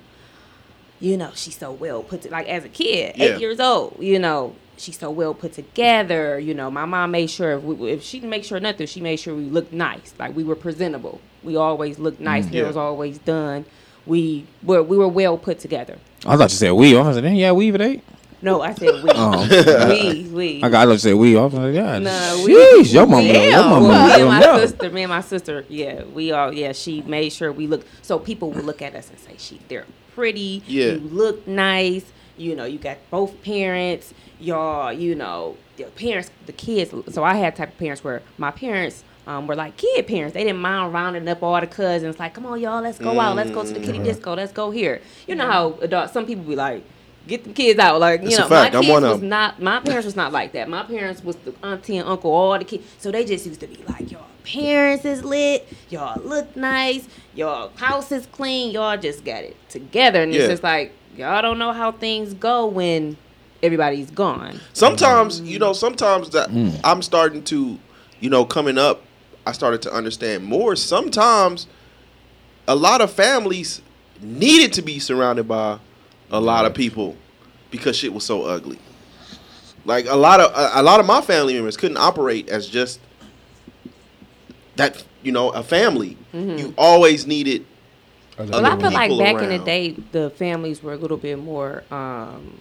you know, she's so well put to, like as a kid,
Yeah.
eight years old, you know, she's so well put together. You know, my mom made sure if, we, if she didn't make sure nothing, she made sure we looked nice. Like we were presentable. We always looked nice. Hair
Mm, Yeah.
was always done. We were we were well put together.
I thought you said we. I was like, yeah, we today.
No, I said we.
Oh.
We, we.
*laughs* I got. I thought you said we. I was like, yeah.
No, we-
sheesh, your mama. Your
Damn.
mama.
Well, me and
your
my
mama.
sister, me and my sister, yeah, we all, yeah, she made sure we look. So people would look at us and say, "She, they're pretty.
Yeah.
You look nice. You know, you got both parents. Y'all, you know, the parents, the kids. So I had type of parents where my parents. Um, were like kid parents. They didn't mind rounding up all the cousins. Like, come on, y'all, let's go out. Let's go to the
Mm-hmm.
kitty disco. Let's go here. You know how adults, some people be like, get the kids out. Like, you
It's a
know, my
fact. I'm
kids
one of
was
them.
not my parents was not like that. My parents was the auntie and uncle, all the kids. So they just used to be like, Y'all parents is lit, y'all look nice, y'all house is clean, y'all just got it together. And
Yeah.
it's just like, y'all don't know how things go when everybody's gone.
Sometimes, you
Mm.
know, sometimes that I'm starting to, you know, coming up, I started to understand more. Sometimes a lot of families needed to be surrounded by a lot of people because shit was so ugly. Like a lot of a, a lot of my family members couldn't operate as just that, you know, a family.
Mm-hmm.
You always needed
Other
Well,
Well, I
people.
feel like
people
back in the
around.
day, the families were a little bit more um,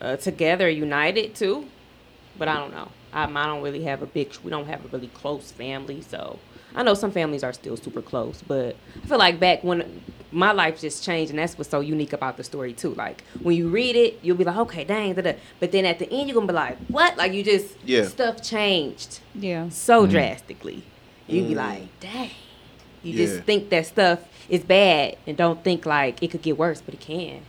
uh, together, united too. But I don't know. I, I don't really have a big. We don't have a really close family, so I know some families are still super close. But I feel like back when my life just changed, and that's what's so unique about the story too. Like when you read it, you'll be like, okay, dang, da da. But then at the end, you're gonna be like, what? Like you just
Yeah.
stuff changed
Yeah.
so drastically. you be like, dang. You
Yeah.
just think that stuff is bad and don't think like it could get worse, but it can.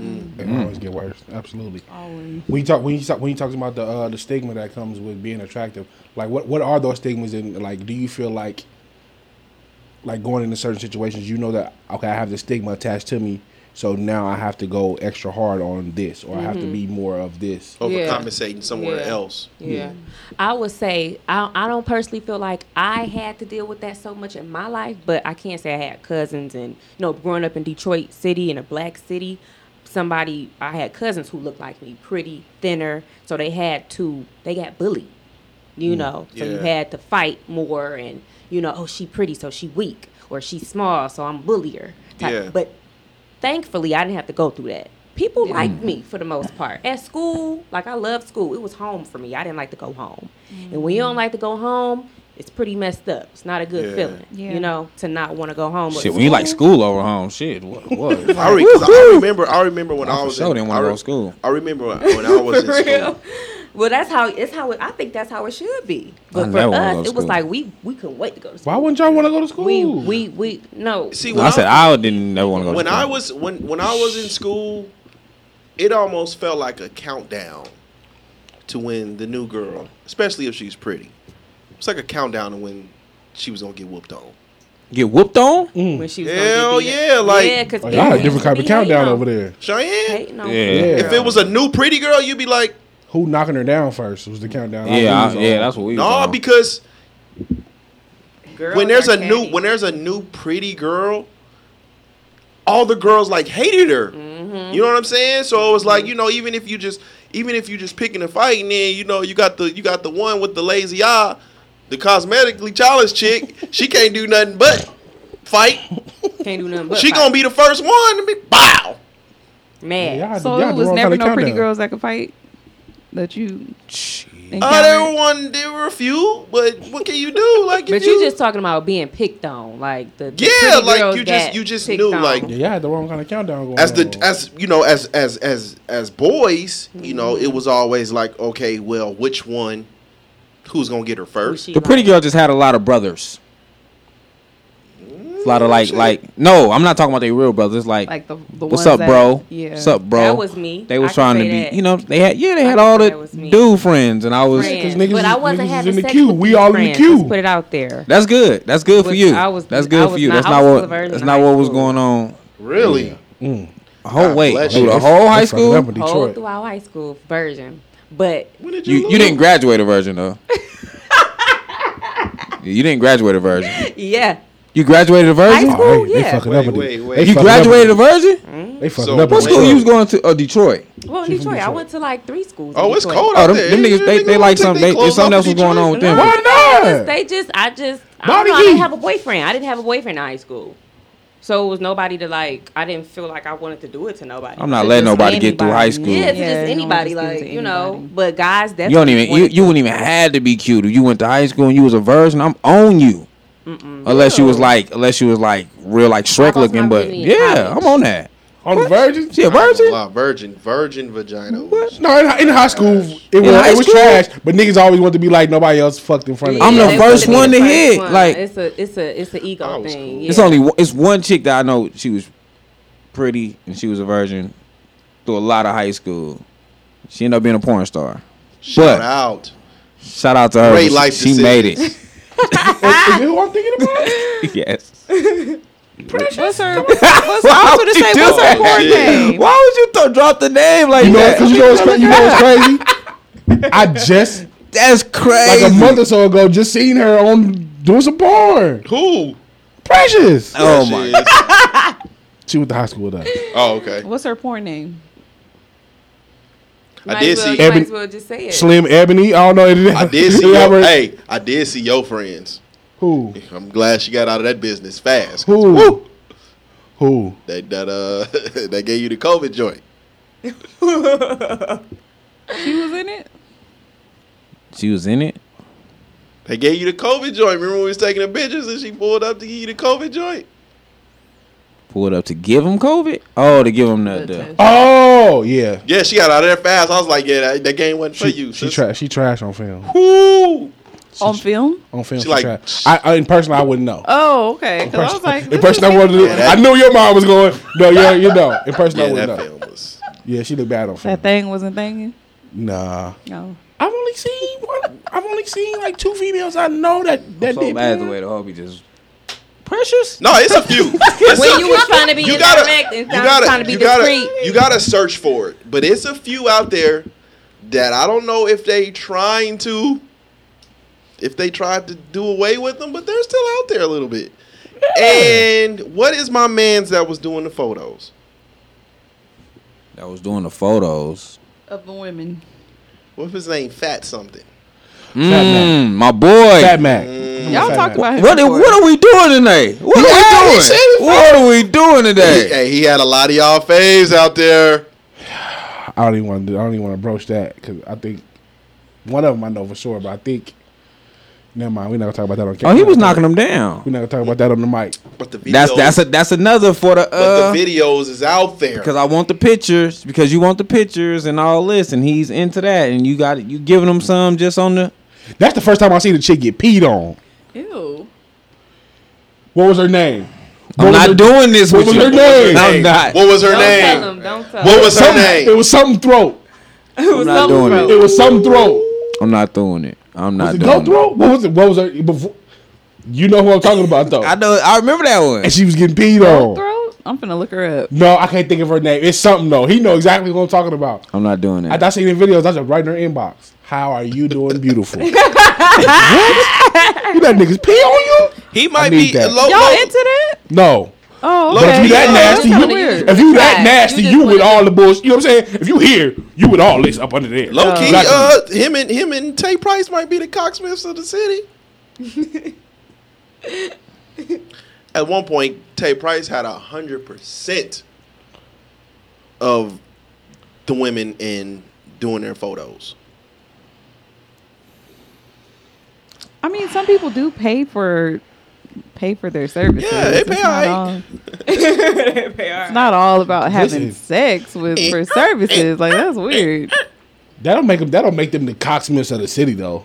It always get worse. Absolutely.
Always.
When you talk, when you talk, when you talk about the uh, the stigma that comes with being attractive, like what what are those stigmas and like do you feel like like going into certain situations, you know that okay, I have the stigma attached to me, so now I have to go extra hard on this, or I have to be more of this.
overcompensating somewhere
Yeah.
else.
Yeah. I would say I, I don't personally feel like I had to deal with that so much in my life, but I can't say I had cousins and you know growing up in Detroit City in a black city, somebody I had cousins who looked like me, pretty, thinner, so they had to they got bullied. You know, so you
Yeah.
had to fight more and you know, oh she pretty so she weak or she's small so I'm bully her. type-
Yeah.
But thankfully I didn't have to go through that. People liked
Mm.
me for the most part. At school, like I loved school. It was home for me. I didn't like to go home. And when you don't like to go home, it's pretty messed up. It's not a good
Mm. Yeah.
feeling,
Yeah.
you know, to not want to go home. But
Shit, when you like school over home, shit. What? what?
I, re- 'cause I remember. I remember when
I
I,
for
was.
sure
in,
didn't wanna
I
go
re-
to school.
I remember when I
*laughs*
was in
*laughs* For
school.
real. Well, that's how it's how it, I think that's how it should be. But for
never wanna go
us,
to
it was
school.
like we we couldn't wait to go to school.
Why wouldn't y'all want to go to school?
we we we no.
See,
No, I said I didn't never want to go.
when
to school.
I was when when I was in school, it almost felt like a countdown to when the new girl, especially if she's pretty, it's like a countdown to when she was gonna get whooped on.
get whooped on.
when she was
Hell
gonna get beat
yeah,
up.
like-
yeah, because
Oh, y'all a different type of countdown over there.
Cheyenne,
Hating on
Yeah.
people.
if it was a new pretty girl, you'd be like,
Who knocking her down first was the countdown.
Yeah,
I
I,
was on.
yeah, that's what we.
no,
was on.
because
Girls
when there's
are
a new
candy.
when there's a new pretty girl, all the girls like hated her.
Mm-hmm.
You know what I'm saying? So it was like, you know, even if you just even if you just picking a fight and then, you know, you got the you got the one with the lazy eye, the cosmetically challenged chick, she can't do nothing but fight.
Can't do nothing but
she gonna be the first one to be bow.
be mad.
Y'all- y'all
So it
the
was
wrong
never
kinda
no pretty
countdown.
girls that could fight that you.
Other
encountered?
one there were a few, but what can you do? Like if
But you just talking about being picked on, like the, the
Yeah,
pretty
like,
girls
you just-
got
you just
picked
knew,
on.
like,
Yeah, y'all had the wrong kind of countdown going
as the
on.
as you know as as as as boys you know it was always like okay well which one who's gonna get her
Was
first
she
The pretty
like-
girl just had a lot of brothers. A lot of like, like, no, I'm not talking about their real brothers. Like,
Like the the
what's
ones
up,
that-
bro?
Yeah.
What's up, bro?
That was me.
They was
I can
trying to
say
be,
that.
you know, they had, yeah, they
I can
had all
say
the
that was me.
dude friends, and I was,
Friends.
niggas
but
is-
I wasn't
niggas
having
is in the
sex
queue.
with
We
these
all in the
friends.
queue.
Let's put it out there.
that's good. That's good for
Was-
you.
I was-
that's
I
good for
was
you.
not-
that's
I
not
was still
what,
a virgin
that's
in
not
high
what was
school.
going on.
really
Whole
God
wait,
bless
through
you.
the
They-
whole
they
high
fucked up
school.
in
Whole
Detroit.
throughout high school version, but
when did
You
lose?
you didn't graduate a virgin though.
*laughs*
you didn't graduate a virgin.
yeah,
You graduated a virgin.
High school? Mm-hmm.
Oh, hey,
Yeah.
They fucking up
Wait,
with
wait,
it.
wait.
They
You
You
fucking up
graduated a
with it.
virgin.
They fucking
So
up.
What
with it.
school you was going to? Oh, Detroit.
Well, in Detroit, I went to like three schools. in
oh it's
Detroit.
cold
Oh,
out
them,
there
them niggas, they, they like something. They, there's
there's
something else was going on with them.
Why
They
not?
just- They just, I just, I
Bobby
don't know. I didn't
G.
have a boyfriend. I didn't have a boyfriend in high school, so it was nobody to like. I didn't feel like I wanted to do it to nobody.
I'm not
To
letting
just
nobody get through
anybody.
high school.
Yeah, to
Yeah, no
just
one
anybody,
just gives
like
it
you know.
anybody.
But guys, definitely
You don't even you,
wanted
you
to-
wouldn't even had to be cute. If you went to high school and you was a virgin, I'm on you. Unless you was like unless you was like real like
was
Shrek
my
looking, but
virginity in
yeah,
college.
I'm on that.
On the virgin?
She a virgin?
virgin virgin vagina was-
No, in, in high school, it was,
high
it was
school?
trash, but niggas always want to be like nobody else fucked in front of
Yeah,
I'm the
them.
they
first
wanted be
one to
first
hit,
one.
like-
it's a, it's a, it's an
I
ego
was cool.
thing.
It's
yeah.
only one- it's one chick that I know. She was pretty and she was a virgin through a lot of high school. She ended up being a porn star.
shout
But-
out
Shout out to her.
Great
She-
life
Oh, she made
decisions. *laughs*
it.
Is it who I'm thinking about?
yes.
What's her? What's, what's, I was
would
gonna
you
say,
do
what's her
that?
porn
Yeah.
name?
Why would you th- drop the name like
You know,
that?
because you know what's, cra- you know what's crazy? I just,
That's
like
crazy.
a month or so ago, just seen her on doing some porn.
who
Precious.
Oh
She
my!
is-
She went to high school with us.
oh okay
What's her porn name?
I
Might
did
as well,
see
you might
Ebony-
as well just say it.
Slim Ebony. I don't know.
I did
*laughs*
see your, hey I did see your friends
Who?
I'm glad she got out of that business fast
Who?
Woo!
Who?
that that uh *laughs* that gave you the COVID joint
She was in it.
She was in it.
they gave you the COVID joint remember when we was taking the pictures and she pulled up to give you the COVID joint
Pulled up to give him COVID. Oh, to give him the,
The
the
test.
Oh yeah.
Yeah, she got out of there fast. I was like, yeah, that, that game wasn't
She,
for you.
she
sis.
trash. She trash on film.
Woo!
on film.
On film,
She
she,
like-
trash. I, I in person, I wouldn't know.
Oh, okay. Because I was
Person-
like,
in person, I wanted to.
Yeah, that-
I knew your mom was going. No, yeah, you know. In person, I
Yeah,
wouldn't
that
know.
film was.
Yeah, she looked bad on film.
that thing wasn't thinking.
Nah,
No.
I've only seen one. I've only seen like two females I know that that
so
did.
bad the
porn.
way the homie just precious.
No, it's a
*laughs*
few. It's
When
a
you
few.
was trying to be
you gotta,
direct
you
and
gotta,
trying to be
you gotta,
discreet.
you gotta search for it. But it's a few out there that I don't know if they trying to, if they tried to do away with them, but they're still out there a little bit. And what is my man's that was doing the photos?
That was doing the photos.
Of the women.
What if his name Fat something?
Mm,
man.
my boy.
Fat Mac.
Y'all
Fat
talked
Mac.
about him.
What,
before.
what are we doing today? What
Yeah,
are we
shit,
doing? What are we doing today?
Hey, he had a lot of y'all faves out there.
I don't even want to. I don't even want to broach that because I think one of them I know for sure, but I think. Never mind. We're not gonna talk about that on camera.
Oh, he was knocking them down.
We're not gonna talk about that on the mic.
But the videos,
That's that's a that's another for the
but
uh
the videos is out there.
because I want the pictures because you want the pictures and all this and he's into that and you got it you giving him some just on the
That's the first time I seen a chick get peed on.
Ew.
What was her name?
I'm
What was
not
her-
doing this
what
with
was
you.
her name?
*laughs* I'm not.
What was her
Don't
name?
tell him. Don't tell
What
him.
was her
Something- It
name?
was something throat.
I'm not doing
It
it.
was some throat.
I'm not doing it. I'm
Was
not
it
doing
go
it.
throat? What was it? What was her? Before, you know who I'm talking
*laughs*
about though.
I know. I remember that one.
and she was getting peed on.
Throat? I'm finna look her up.
No, I can't think of her name. It's something though. He know exactly what I'm talking about.
I'm not doing
I,
that.
I seen the videos. I just right in her inbox. How are you doing,
*laughs*
beautiful? what? You let niggas pee on you?
He might
need
be
that.
low,
Y'all
low,
into that?
No.
Oh,
Look,
okay.
If you that
Yeah,
nasty, you,
that's kinda weird.
if you that
Right.
nasty,
You
you,
just
with
wanna-
all the bullshit. You know what I'm saying? If you here, you with all this up under there.
Low key,
Like-
uh, him and him and Tay Price might be the cocksmiths of the city. At one point, Tay Price had a hundred percent of the women in doing their photos.
I mean, some people do pay for pay for their services.
Yeah, they
It's
pay
not
alright.
all- It's not all about having
is-
sex with for services. Like that's weird.
that'll make them. That'll make them the cocksmiths of the city, though.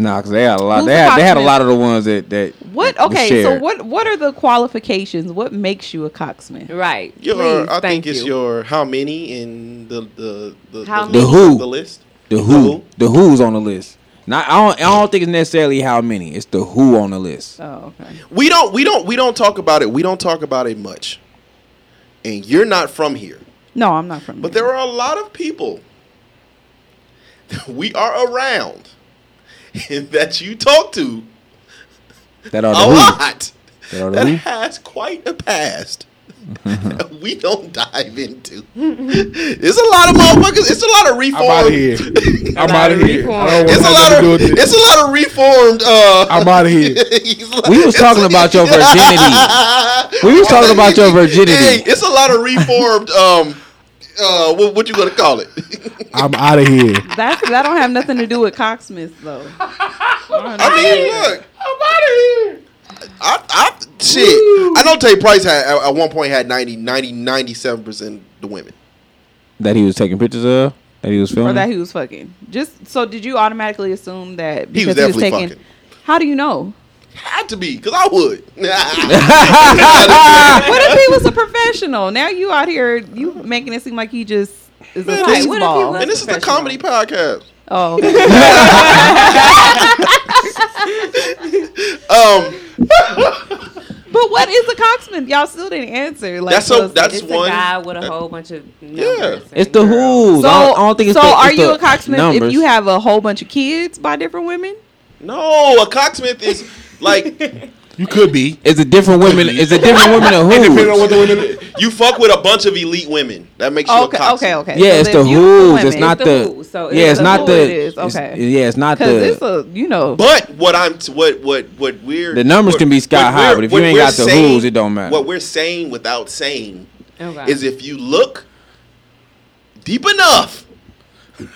Nah, because they had a lot.
Who's
They
the
had, they had a
cocksmith?
lot of the ones that that
What?
that was
Okay, so
shared.
what? What are the qualifications? What makes you a cocksmith?
Right.
Your,
Please,
I
thank
think it's
you.
your how many in the the the,
How
the,
many?
list-
The who?
the list
The who? The who's on the list? Not. I don't. I don't think it's necessarily how many. It's the who on the list.
Oh, okay.
We don't we don't we don't talk about it. We don't talk about it much. And you're not from here.
No, I'm not from.
But
there.
there are a lot of people *laughs* that we are around *laughs* and that you talk to
That are the
a
who.
Oh.
lot
That are the
that
who. Mm-hmm.
has quite a past. *laughs* that we don't dive into. *laughs* It's a lot of motherfuckers. It's a lot of
I'm out of
reformed. *laughs*
here.
It's
I'm out of here. I
a lot
don't want nothing to do
of
with this.
it's a lot of reformed. Uh, *laughs*
I'm out of here.
it's
*laughs*
like-
We was talking about your virginity. We was talking about your virginity.
Hey, it's a lot of reformed. Um, uh, what, what you gonna call it?
I'm out of here.
That's that don't have nothing to do with cocksmiths though.
I mean, look, I'm out of here. I, I, shit. I know Tay Price had at, at one point had 90, 90, 97 percent the women.
That he was taking pictures of. That he was
Or
filming.
that he was fucking. Just so did you automatically assume that
He was
because he was,
definitely
taking?
fucking.
How do you know?
Had to be, cause I would. *laughs*
*laughs* What if he was a professional? Now you out here, you making it seem like he just is
Man,
a
this-
tight ball.
and this is the comedy podcast.
Oh, okay.
Um,
but what is a cocksmith? Y'all still didn't answer. Like
That's
so
a- that's
It's
one-
a guy with a whole bunch of
Yeah.
numbers.
It's the who's.
So,
I, don't, I don't think it's
so
the,
are
it's
you
the
a cocksmith
numbers.
if you have a whole bunch of kids by different women?
no, a cocksmith is like
You could be.
Is it different women? Is it different women
*laughs*
or
Depending on
who?
what the women.
*laughs* you fuck with a bunch of elite women. That makes you a
Okay,
cocksmith.
okay, okay.
Yeah,
Eh, So
it's
then
the
you
who's. It's
women.
not
the
the.
who's, so
Yeah,
it's
it's
the
not
who it
the.
is,
it's-
okay.
Yeah, it's not
Cause it's
the.
a you know
But what I'm what what what we're
The numbers
what-
can be sky
what
high,
we're-
but if
what
you ain't
we're
got the
saying-
rules, it don't matter.
What we're saying without saying
Okay.
is if you look deep enough, *laughs*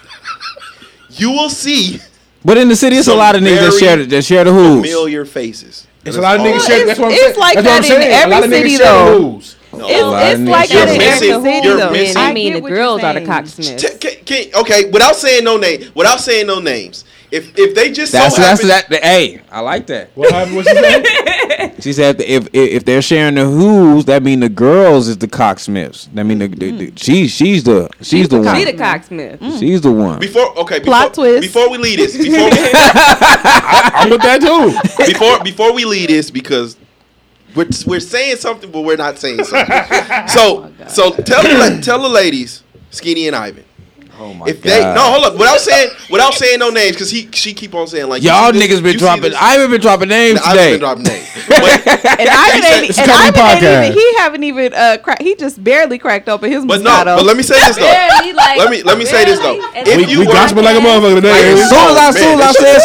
you will see
But in the city, it's a
Some
lot of niggas that
very
share the- that share the who's.
familiar faces.
It's a lot of
all.
niggas share.
it's-
That's what I'm
it's
saying.
like
that's what I'm
that in
saying. A lot of
every
niggas
city,
share
though.
the rules.
No.
it's, it's
You're
like that in
missing-
every city
you're
though.
missing-
I
I
mean, the girls are the cocksmiths.
T- can- can- okay, without saying no name, without saying no names. If if they just
That's
so
that's
happen,
that. that- Hey, I like that.
What happened? What you said?
She said if, if if they're sharing the who's, that mean the girls is the cocksmiths. That mean the, the,
Mm.
the she she's the she's, the,
the
one.
She the cocksmith.
She's the one.
before okay before,
Plot twist.
before we leave this
*laughs*
before we,
I'm with that too.
before before we leave this because we're we're saying something but we're not saying something. so so tell the la- tell the ladies, Skinny and Ivan.
Oh my
If they no hold up without saying without saying no names because he she keep on saying like *laughs* you
Y'all
see this-
niggas been
you see
dropping.
this-
I haven't been dropping names
I've been
today.
dropping names. But,
And I didn't, e,
It's comedy
and I didn't
podcast.
even, he haven't even uh cra- he just barely cracked open his
but no,
Moscato.
but let me say
*laughs*
this though.
Barely, like,
Let me- let me say this, though.
barely. And
If
We,
you
we
were-
gossiping like a motherfucker today.
Like,
As soon as I,
Oh,
as soon
man,
as I said
this-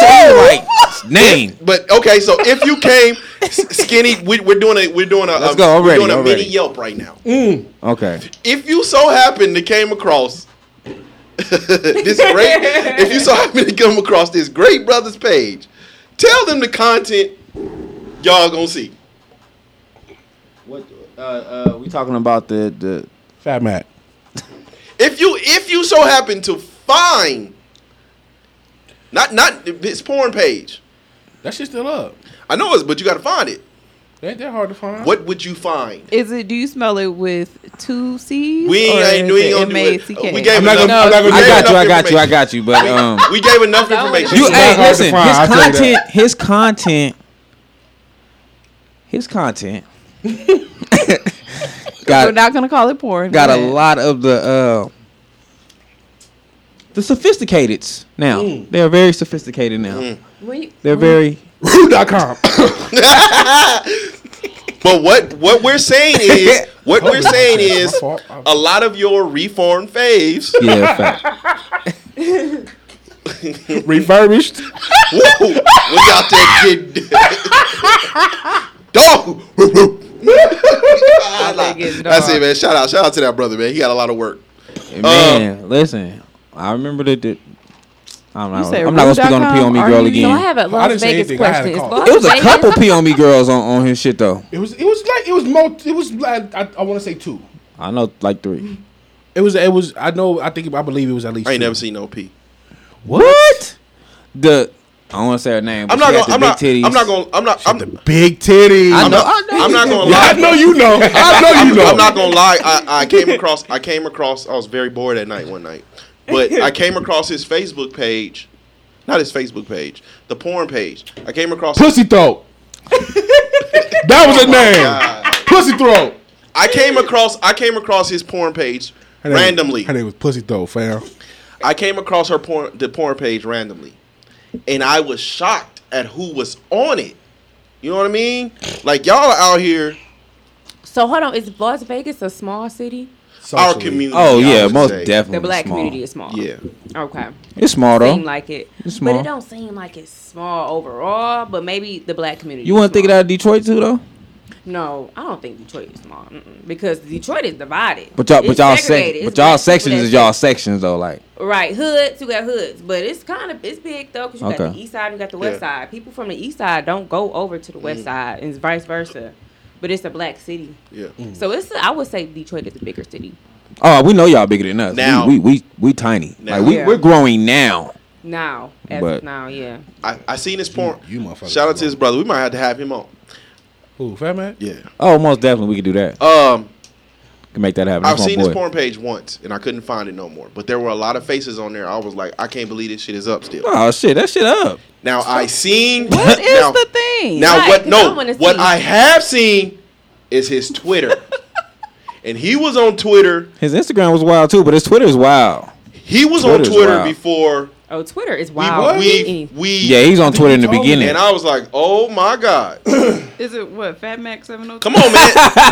*laughs*
something, like name.
But okay, so if you came s- skinny, we, we're doing a we're doing a
Let's
um,
go, I'm
we're
ready,
doing a
I'm
mini
ready.
Yelp right now.
Okay.
If you so happen to came across *laughs* this great, if you so happen to come across this great brothers page, tell them the content y'all gonna see.
What uh, uh, we talking about the the
Fat Matt.
If you if you so happen to find not not his porn page,
That shit still up.
I know it's but you gotta find it.
Ain't that hard to find?
What would you find?
Is it? Do you smell it with two C's?
We
or
ain't
is
we
it
ain't gonna do it.
M-A-C-k?
We gave
I'm not
enough-
gonna- I'm not gonna
we
do
I
it.
gave
got you,
enough
I got you, I
information.
got you. But um,
We gave
*laughs*
enough information.
*laughs* you
not
hey,
hard to
listen,
find, I'll
his
tell you that.
content, his content, his content.
We're *laughs*
got
not gonna call it porn.
got a
but-
lot of the uh, the sophisticateds now. They are very Mm. sophisticated now.
When you-
They're very
Who.com.
But what what we're
*laughs*
saying is what we're
Public
saying
access, my
is
fault.
a lot of your reform faves.
Yeah, *laughs* fact.
Refurbished.
Woo! we out there getting *laughs* dog. Woo, woo. That's it, man. Shout out, shout out to that brother, man. He got a lot of work.
Man, listen. I remember that. The, I'm
You
not.
said
I'm not gonna speak on the
room.com?
pee on me
Are
E girl
you-
again.
So I have a
I didn't
Las
say
Vegas
anything. I had
question.
a
Is
call.
Las
it was a
Vegas-
couple pee on me E girls on, on his shit though.
It was. It was like. It was multi. It was. Like, I, I want to say two.
I know like three.
It was. It was. I know. I think. I believe it was at least.
I ain't
two.
never seen no pee.
What? The I don't want to say her name. But
I'm not
she had
gonna. I'm
the
not.
big titties.
I'm not gonna. I'm not. I'm,
Big titty.
I
I'm
know.
not, I'm not gonna
Yeah, I
lie.
know you know. I know you
I'm,
know.
I'm not gonna lie. I, I came across. I came across. I was very bored at night one night, but I came across his Facebook page, not his Facebook page, the porn page. I came across.
Pussy *laughs* throat. that was her name.
God.
Pussy throat.
I came across. I came across his porn page
Her name-
randomly.
Her name was Pussy Throat, fam.
I came across her porn, the porn page randomly, and I was shocked at who was on it. You know what I mean? Like y'all are out here,
So hold on, is Las Vegas a small city?
our
Socially.
community.
Oh
I
yeah,
would
most
say.
definitely.
The black
small.
community is small.
Yeah,
Okay.
It's small though.
Seem like it,
It's
but
small.
it don't seem like it's small overall. But maybe the black community.
you
is
want to think
small.
out of Detroit too though?
No, I don't think Detroit is small Mm-mm. because Detroit is divided.
But y'all, but
It's
y'all, sec-
segregated.
but
It's
y'all
black people
sections
that
is y'all sections though. Like
Right, hoods. You got hoods, but it's kind of it's big though because you got
Okay.
the east side, and you got the west
Yeah.
side. People from the east side don't go over to the west side, and vice versa. But it's a black city,
yeah.
so it's a, I would say Detroit is a bigger city.
oh, we know y'all bigger than us.
Now.
we we we, we tiny.
Now.
Like we
Yeah.
we're growing now.
Now, as
But-
of now, yeah.
I, I seen his porn.
you motherfuckers
Shout out to his
wrong.
brother. We might have to have him on.
Who, fat man?
Yeah.
Oh, most definitely we could do that.
Um,
Can make that happen.
I've
That's
seen
my
this
boy.
porn page once, and I couldn't find it no more. But there were a lot of faces on there. I was like, I can't believe this shit is up still.
Oh shit, that shit up.
Now I seen.
What
*laughs*
is
now,
the thing?
Now
Right,
what?
'cause I
No,
wanna
what
see.
I have seen is his Twitter, and he was on Twitter.
His Instagram was wild too, but his Twitter is wild.
He was
Twitter's
on Twitter
wild.
before
Oh, Twitter is wild.
we we, we
Yeah, he's on Twitter in the
told me
beginning.
and I was like, oh my god,
is it what Fat Mac
oh
Seven O?
come on,
*laughs*
man!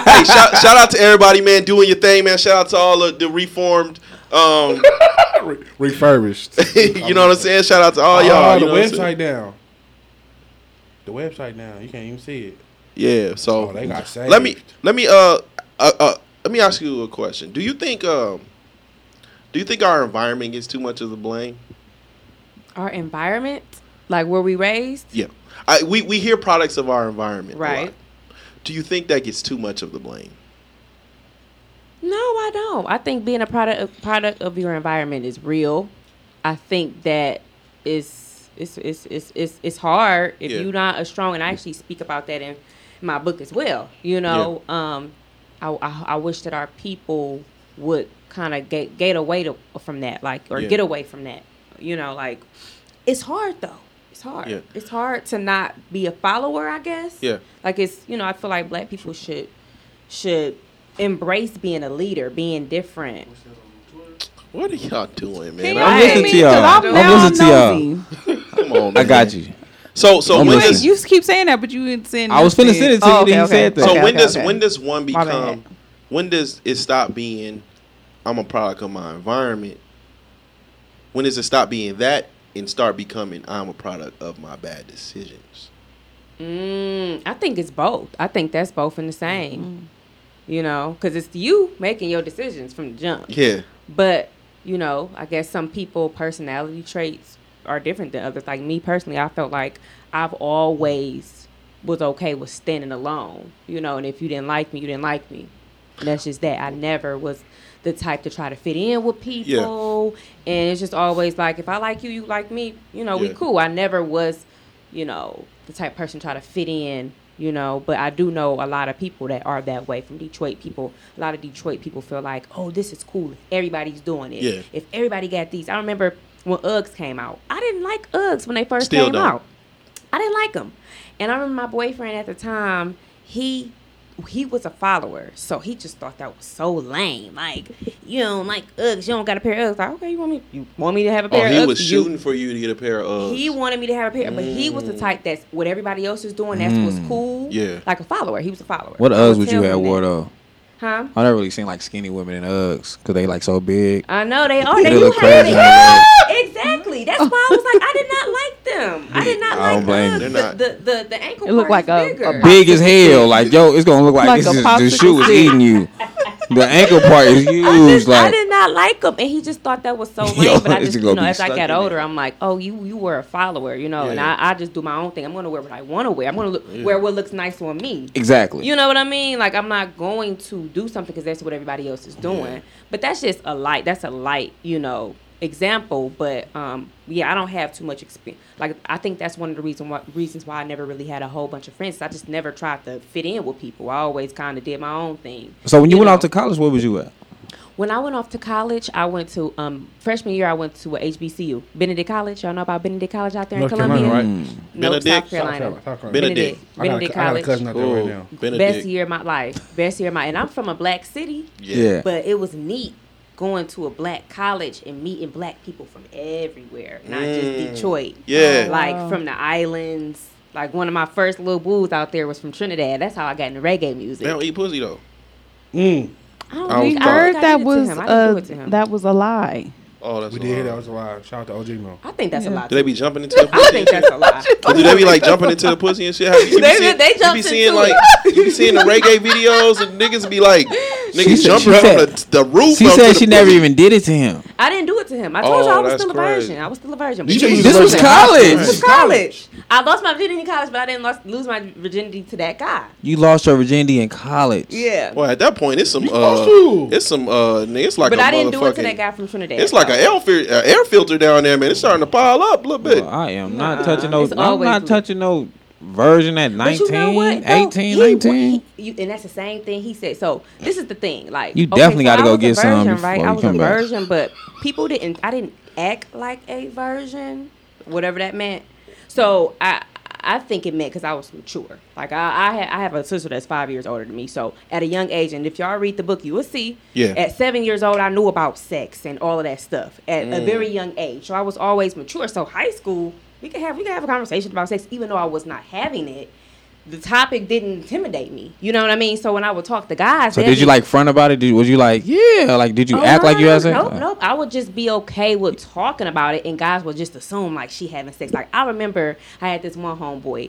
hey, shout, shout out to everybody, man, doing your thing, man. Shout out to all of the reformed. Um, *laughs*
Refurbished.
you know what I'm saying? Shout out to all
Oh,
y'all. you
the
know what I'm saying?
website down. The website down. You can't even see it.
Yeah. So
Oh, they got saved.
let me let me uh, uh uh let me ask you a question. Do you think um do you think our environment gets too much of the blame?
Our environment, like where we raised,
Yeah. I we we hear products of our environment. a lot.
right?
Do you think that gets too much of the blame?
No, I don't. I think being a product of, product of your environment is real. I think that is it's it's it's it's, it's hard if
Yeah.
you're not a strong. And I actually speak about that in my book as well. You know, um, I, I I wish that our people would kind of get get away to, from that, like or
Yeah.
get away from that. You know, like it's hard though. It's hard.
Yeah.
It's hard to not be a follower. I guess.
Yeah.
Like it's you know I feel like black people should should embrace being a leader, being different.
What are y'all doing, man? I'm-
Can y'all
listening
hear
to
me?
y'all.
'Cause
I'm
now
listening to y'all.
nosy.
Come on,
I
man.
got you.
So so
I'm
when
Wait,
does
listening.
you keep saying that, but you didn't send.
I was finna send it to you,
Oh, okay,
then you
okay.
said that.
so
Okay,
when
okay,
does
okay.
when does one
My bad.
become when does it stop being I'm a product of my environment? When does it stop being that and start becoming I'm a product of my bad decisions?
Mm, I think it's both. I think that's both in the same. You know, because it's you making your decisions from the jump.
Yeah.
But you know, I guess some people personality traits are different than others. Like me personally, I felt like I've always was okay with standing alone. You know, and if you didn't like me, you didn't like me. And that's just that. I never was the type to try to fit in with people. And it's just always like if I like you, you like me. You know, we
Yeah.
cool. I never was, you know, the type of person try to fit in. You know, but I do know a lot of people that are that way from Detroit people. A lot of Detroit people feel like, oh, this is cool. if Everybody's doing it.
Yeah.
If everybody got these, I remember when Uggs came out. I didn't like Uggs when they first
Still
came
don't.
out. I didn't like them. And I remember my boyfriend at the time, he he was a follower, so he just thought that was so lame. Like, you don't like Uggs, you don't got a pair of Uggs. Like, okay, you want me? You want me to have a
Oh,
pair? of
he
Uggs?
was
You-
shooting for you to get a pair of.
He wanted me to have a pair, but he was the
Mm.
type that's what everybody else is doing. That's what's cool.
Yeah.
like a follower. He was a follower.
What
I
Uggs would
tell
you have
him
wore
that.
though?
Huh?
I never really seen like skinny women in Uggs because they like so big.
I know they are. They
They
you
look
have
crazy.
it.
Yeah.
*laughs* Exactly. That's why I was like, I did not like them. I did not
*laughs* I don't
like
blame
Uggs.
you.
The, the, the, the ankle
It looked
part
like a-
is
a
bigger.
Big as hell. Like yo, it's gonna look like,
Like
this
a
is the
popsicle
shoe is
stick.
*laughs*
eating you. The ankle part is
I,
huge.
just, I
Like
did not like him, and he just thought that was so lame.
*laughs* Yo,
but I
it's
just,
gonna
you know,
be
as I
stuck
got
in
older,
there.
I'm like, oh, you you were a follower, you know, and
Yeah.
I, I just do my own thing. I'm gonna wear what I want to wear. I'm gonna look, wear what looks nice on me.
exactly.
You know what I mean? Like I'm not going to do something because that's what everybody else is doing. But that's just a light. That's a light, you know, example. But um, yeah, I don't have too much experience. Like I think that's one of the reason why, reasons why I never really had a whole bunch of friends. I just never tried to fit in with people. I always kind of did my own thing.
so when you, went
know.
out to college, where was you at?
When I went off to college, I went to um, freshman year. I went to a HBCU, Benedict College. Y'all know about Benedict College out there
North
in
Carolina,
Columbia.
right?
Nope,
Benedict?
South Carolina.
South Carolina.
Benedict.
Benedict.
I got, a,
Benedict
I got a
College.
cousin out there
Ooh,
right now.
Benedict.
Best year of my life. Best year of my and I'm from a black city.
Yeah.
But it was neat going to a black college and meeting black people from everywhere, not
Mm.
just Detroit. Um,
Yeah.
Wow.
Like from the islands. Like one of my first little boos out there was from Trinidad. That's how I got into reggae music.
They don't eat pussy though.
Mm,
I don't
I
we
was
think- I don't
heard
think I
that
did it to
was
him. I didn't do
uh,
it to him.
that was a lie.
Oh, that's
we
a
did.
lie.
That was a lie. Shout out to OG Mo.
I think that's a
Yeah.
lot.
Do they be jumping into the pussy?
I
*laughs*
think that's a lot.
But do they be like jumping into the pussy and shit? Have you, you
They-
be seeing,
they
you be
jumped
seeing
into
like you be seeing the reggae videos and niggas be like niggas
said-
jumping from
she said-
the, the roof.
She
up to
said
the
she never
pussy.
even did it to him.
I didn't do it to him. I told
Oh,
you I was
that's
still a
crazy.
virgin. I was still a virgin.
You
This
was
This
a
was
virgin.
was
college.
college. I lost my virginity in college, but I didn't lost, lose my virginity to that guy.
You lost your virginity in college.
Yeah.
Well, at that point, it's some uh,
supposed to.
it's some uh, nigga, it's like
But
I
I didn't do it to that guy from Trinidad.
It's like an
though.
air, fil- a air filter down there, man. It's starting to pile up a little bit.
Well, I am not
Nah,
touching no.
it's
I'm
always
not
the-
touching no version at
But
19,
you know what, though?
18,
He-
19.
he- you, and that's the same thing he said. So this is the thing, like
You definitely gotta
I
go
was a
get some
virgin,
before
Right,
you
I was
come
a
back.
virgin, but people didn't. I didn't act like a virgin, whatever that meant. So I. I think it meant because I was mature. Like I, I, ha- I have a sister that's five years older than me. So at a young age, and if y'all read the book, you will see.
Yeah.
At seven years old, I knew about sex and all of that stuff at a
Mm.
very young age. So I was always mature. So high school, we could have we could have a conversation about sex, even though I was not having it the topic didn't intimidate me. You know what I mean? So when I would talk to guys,
So
they'd
did you
be-
like front about it? Did, was you like yeah? Like did you
Oh,
act like you had sex?
Nope,
Uh,
nope. I would just be okay with talking about it, and guys would just assume like she having sex. Like I remember, I had this one homeboy.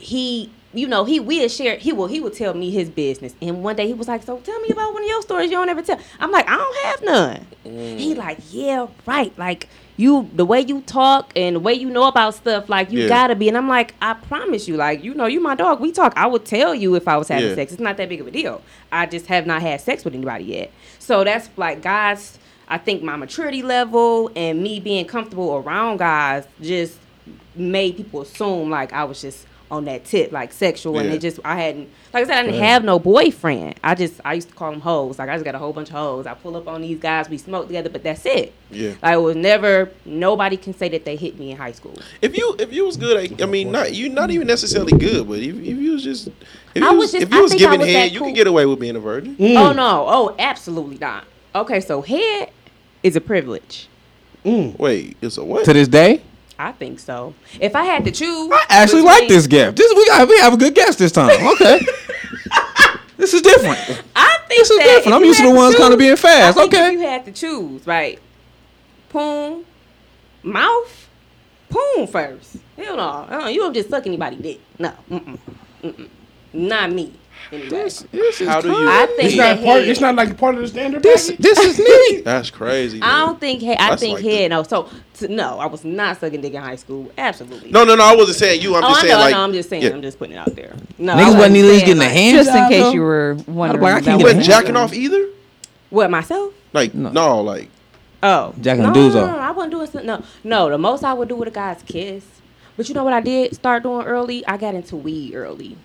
He, you know, he we had shared. He will he would tell me his business, and one day he was like, "So tell me about one of your stories you don't ever tell." I'm like, "I don't have none."
Mm.
He like, "Yeah, right. Like you, the way you talk and the way you know about stuff, like you
Yeah.
gotta be." And I'm like, "I promise you, like you know, you my dog. We talk. I would tell you if I was having
Yeah.
sex. It's not that big of a deal. I just have not had sex with anybody yet. So that's like guys. I think my maturity level and me being comfortable around guys just made people assume like I was just on that tip, like sexual, and
Yeah.
it just I hadn't like I said I didn't have no boyfriend. I just I used to call them hoes. Like I just got a whole bunch of hoes. I pull up on these guys, we smoke together, but that's it.
Yeah.
I was never nobody can say that they hit me in high school.
If you if you was good, I, I mean, not you not even necessarily good, but if, if you was just if
I
you
was
was,
just-
if you
I
was
think I
giving
was that
head, you
cool.
could get away with being a virgin.
Mm.
Oh no, oh absolutely not. Okay, so head is a privilege.
Mm.
Wait, it's a what?
To this day,
I think so. If I had to choose,
I actually like
between-
this gift. This we got we have a good guest this time.
*laughs*
Okay, this is different.
I think
This is
that
different.
if
I'm
you
used to
had
the ones kind of
choose-
being fast.
I think if
Okay,
you had to choose, right? Poon, mouth, poon first. Hell no. Uh, you don't just suck anybody dick. No. Mm-mm. Mm-mm. Not me. Anyway.
this
How do you?
I think
It's
that
not part.
head-
It's not like part of the standard.
this
package?
this is neat.
That's crazy.
I
dude.
don't think head. I
That's
think
like
head. No. So t- no, I was not sucking dick in high school. Absolutely.
No, no, no. I wasn't saying you. I'm
oh,
just
I
saying
know.
like.
I know. I'm just saying.
yeah.
I'm just putting it out there. No. I
Niggas wasn't at least
saying,
getting a
like-
hand
Just in
job,
case
though?
you were wondering.
I
You
that
can't get
was-
wasn't jacking off either.
What myself?
Like no, like
Oh,
Jacking
no,
the dudes
no,
off.
No, no, I wasn't doing something. No, no. The most I would do with a guy's kiss. But you know what I did start doing early? I got into weed early.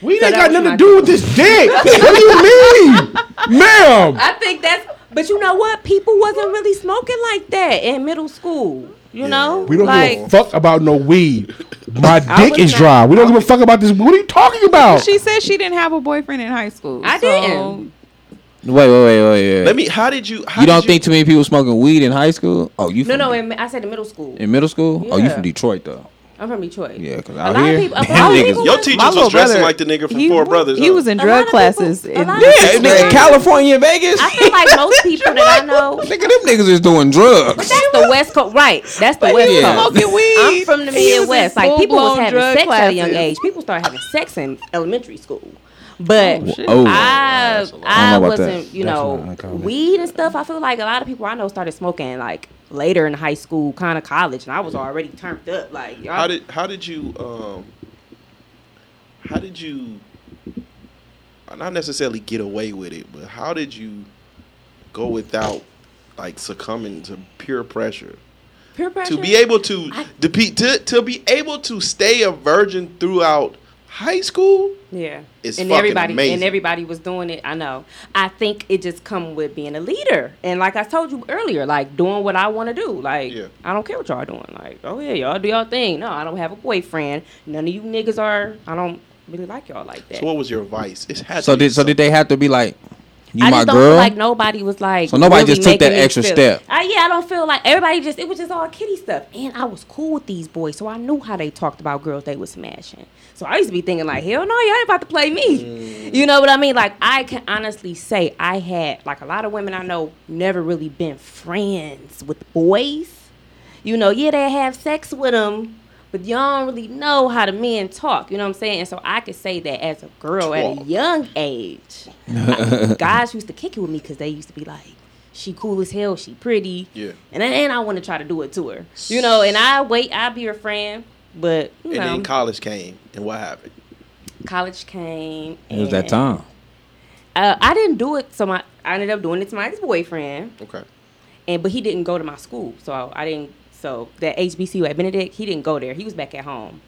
We
So
ain't got
that was
nothing to
my-
do with this dick. what
*laughs*
do you mean, ma'am?
I think that's. But you know what? People wasn't really smoking like that in middle school. You know,
We don't
like
give a fuck about no weed. My dick
was
is
not-
dry. We don't give a fuck about this. What are you talking about?
She said she didn't have a boyfriend in high school.
I
so-
didn't.
Wait, wait, wait, wait, wait.
Let me. How did you? How
you don't
did
think too many people smoking weed in high school? Oh, you
no,
from
no. In, I said in middle school.
in middle school? Oh, you
Yeah.
from Detroit though?
I'm from Detroit.
Yeah, because
A
out
lot of
here,
people- a
*laughs* them
lot of
niggas-
people-
your
My
teachers
little
was dressing
brother,
like the nigga from
He,
Four Brothers?
he
huh?
was in
A
drug
lot of
classes.
people- a
in
lot of
Yeah,
sixth
nigga,
grade.
California, Vegas.
I feel like most people that I know.
*laughs* nigga, them niggas is doing drugs.
That's the West Coast, right? That's the West
yeah.
Coast.
Smoking weed.
I'm from the
And he was in
Midwest. Like people was
full-blown
having
drug
sex at a young
classes.
age. People started having sex in elementary school, but
shit.
Oh,
I
I
I
don't know about that.
wasn't. You
That's not
know,
uncommon.
weed and stuff. I feel like a lot of people I know started smoking like later in high school, kind of college, and I was already turned up. Like y'all-
How did how did you um how did you uh, not necessarily get away with it, but how did you go without like succumbing to peer pressure?
peer pressure
To be able to depe- to, to be able to stay a virgin throughout high school?
Yeah.
It's
and
fucking
everybody
amazing.
and everybody was doing it. I know. I think it just come with being a leader. And like I told you earlier, like doing what I want to do. Like
Yeah.
I don't care what y'all doing. Like, oh yeah, y'all do y'all thing. No, I don't have a boyfriend. None of you niggas are I don't really like y'all like that.
So what was your vice? It's had
So
to be
did so did
something.
they have to be like, you
I
my
just don't
girl?
feel like nobody was like.
So nobody just took
making
that
me
extra
feel-
step.
I, yeah, I don't feel like everybody just. It was just all kitty stuff, and I was cool with these boys, so I knew how they talked about girls they was smashing. So I used to be thinking like, hell no, y'all ain't about to play me.
Mm.
You know what I mean? Like I can honestly say I had like a lot of women I know never really been friends with boys. You know, yeah, they have sex with them. But y'all don't really know how the men talk, you know what I'm saying? And so I could say that as a girl at a
Talk.
young age,
*laughs*
I- guys used to kick it with me because they used to be like, she cool as hell, she pretty.
Yeah.
And, I- and I want to try to do it to her. You know, and I wait, i be her friend. But, you
And
know,
then college came and what happened?
college came.
it was that
and,
time.
Uh, I didn't do it, so my, I ended up doing it to my ex boyfriend.
Okay.
and but he didn't go to my school, so I didn't. So that HBCU at Benedict, he didn't go there. He was back at home.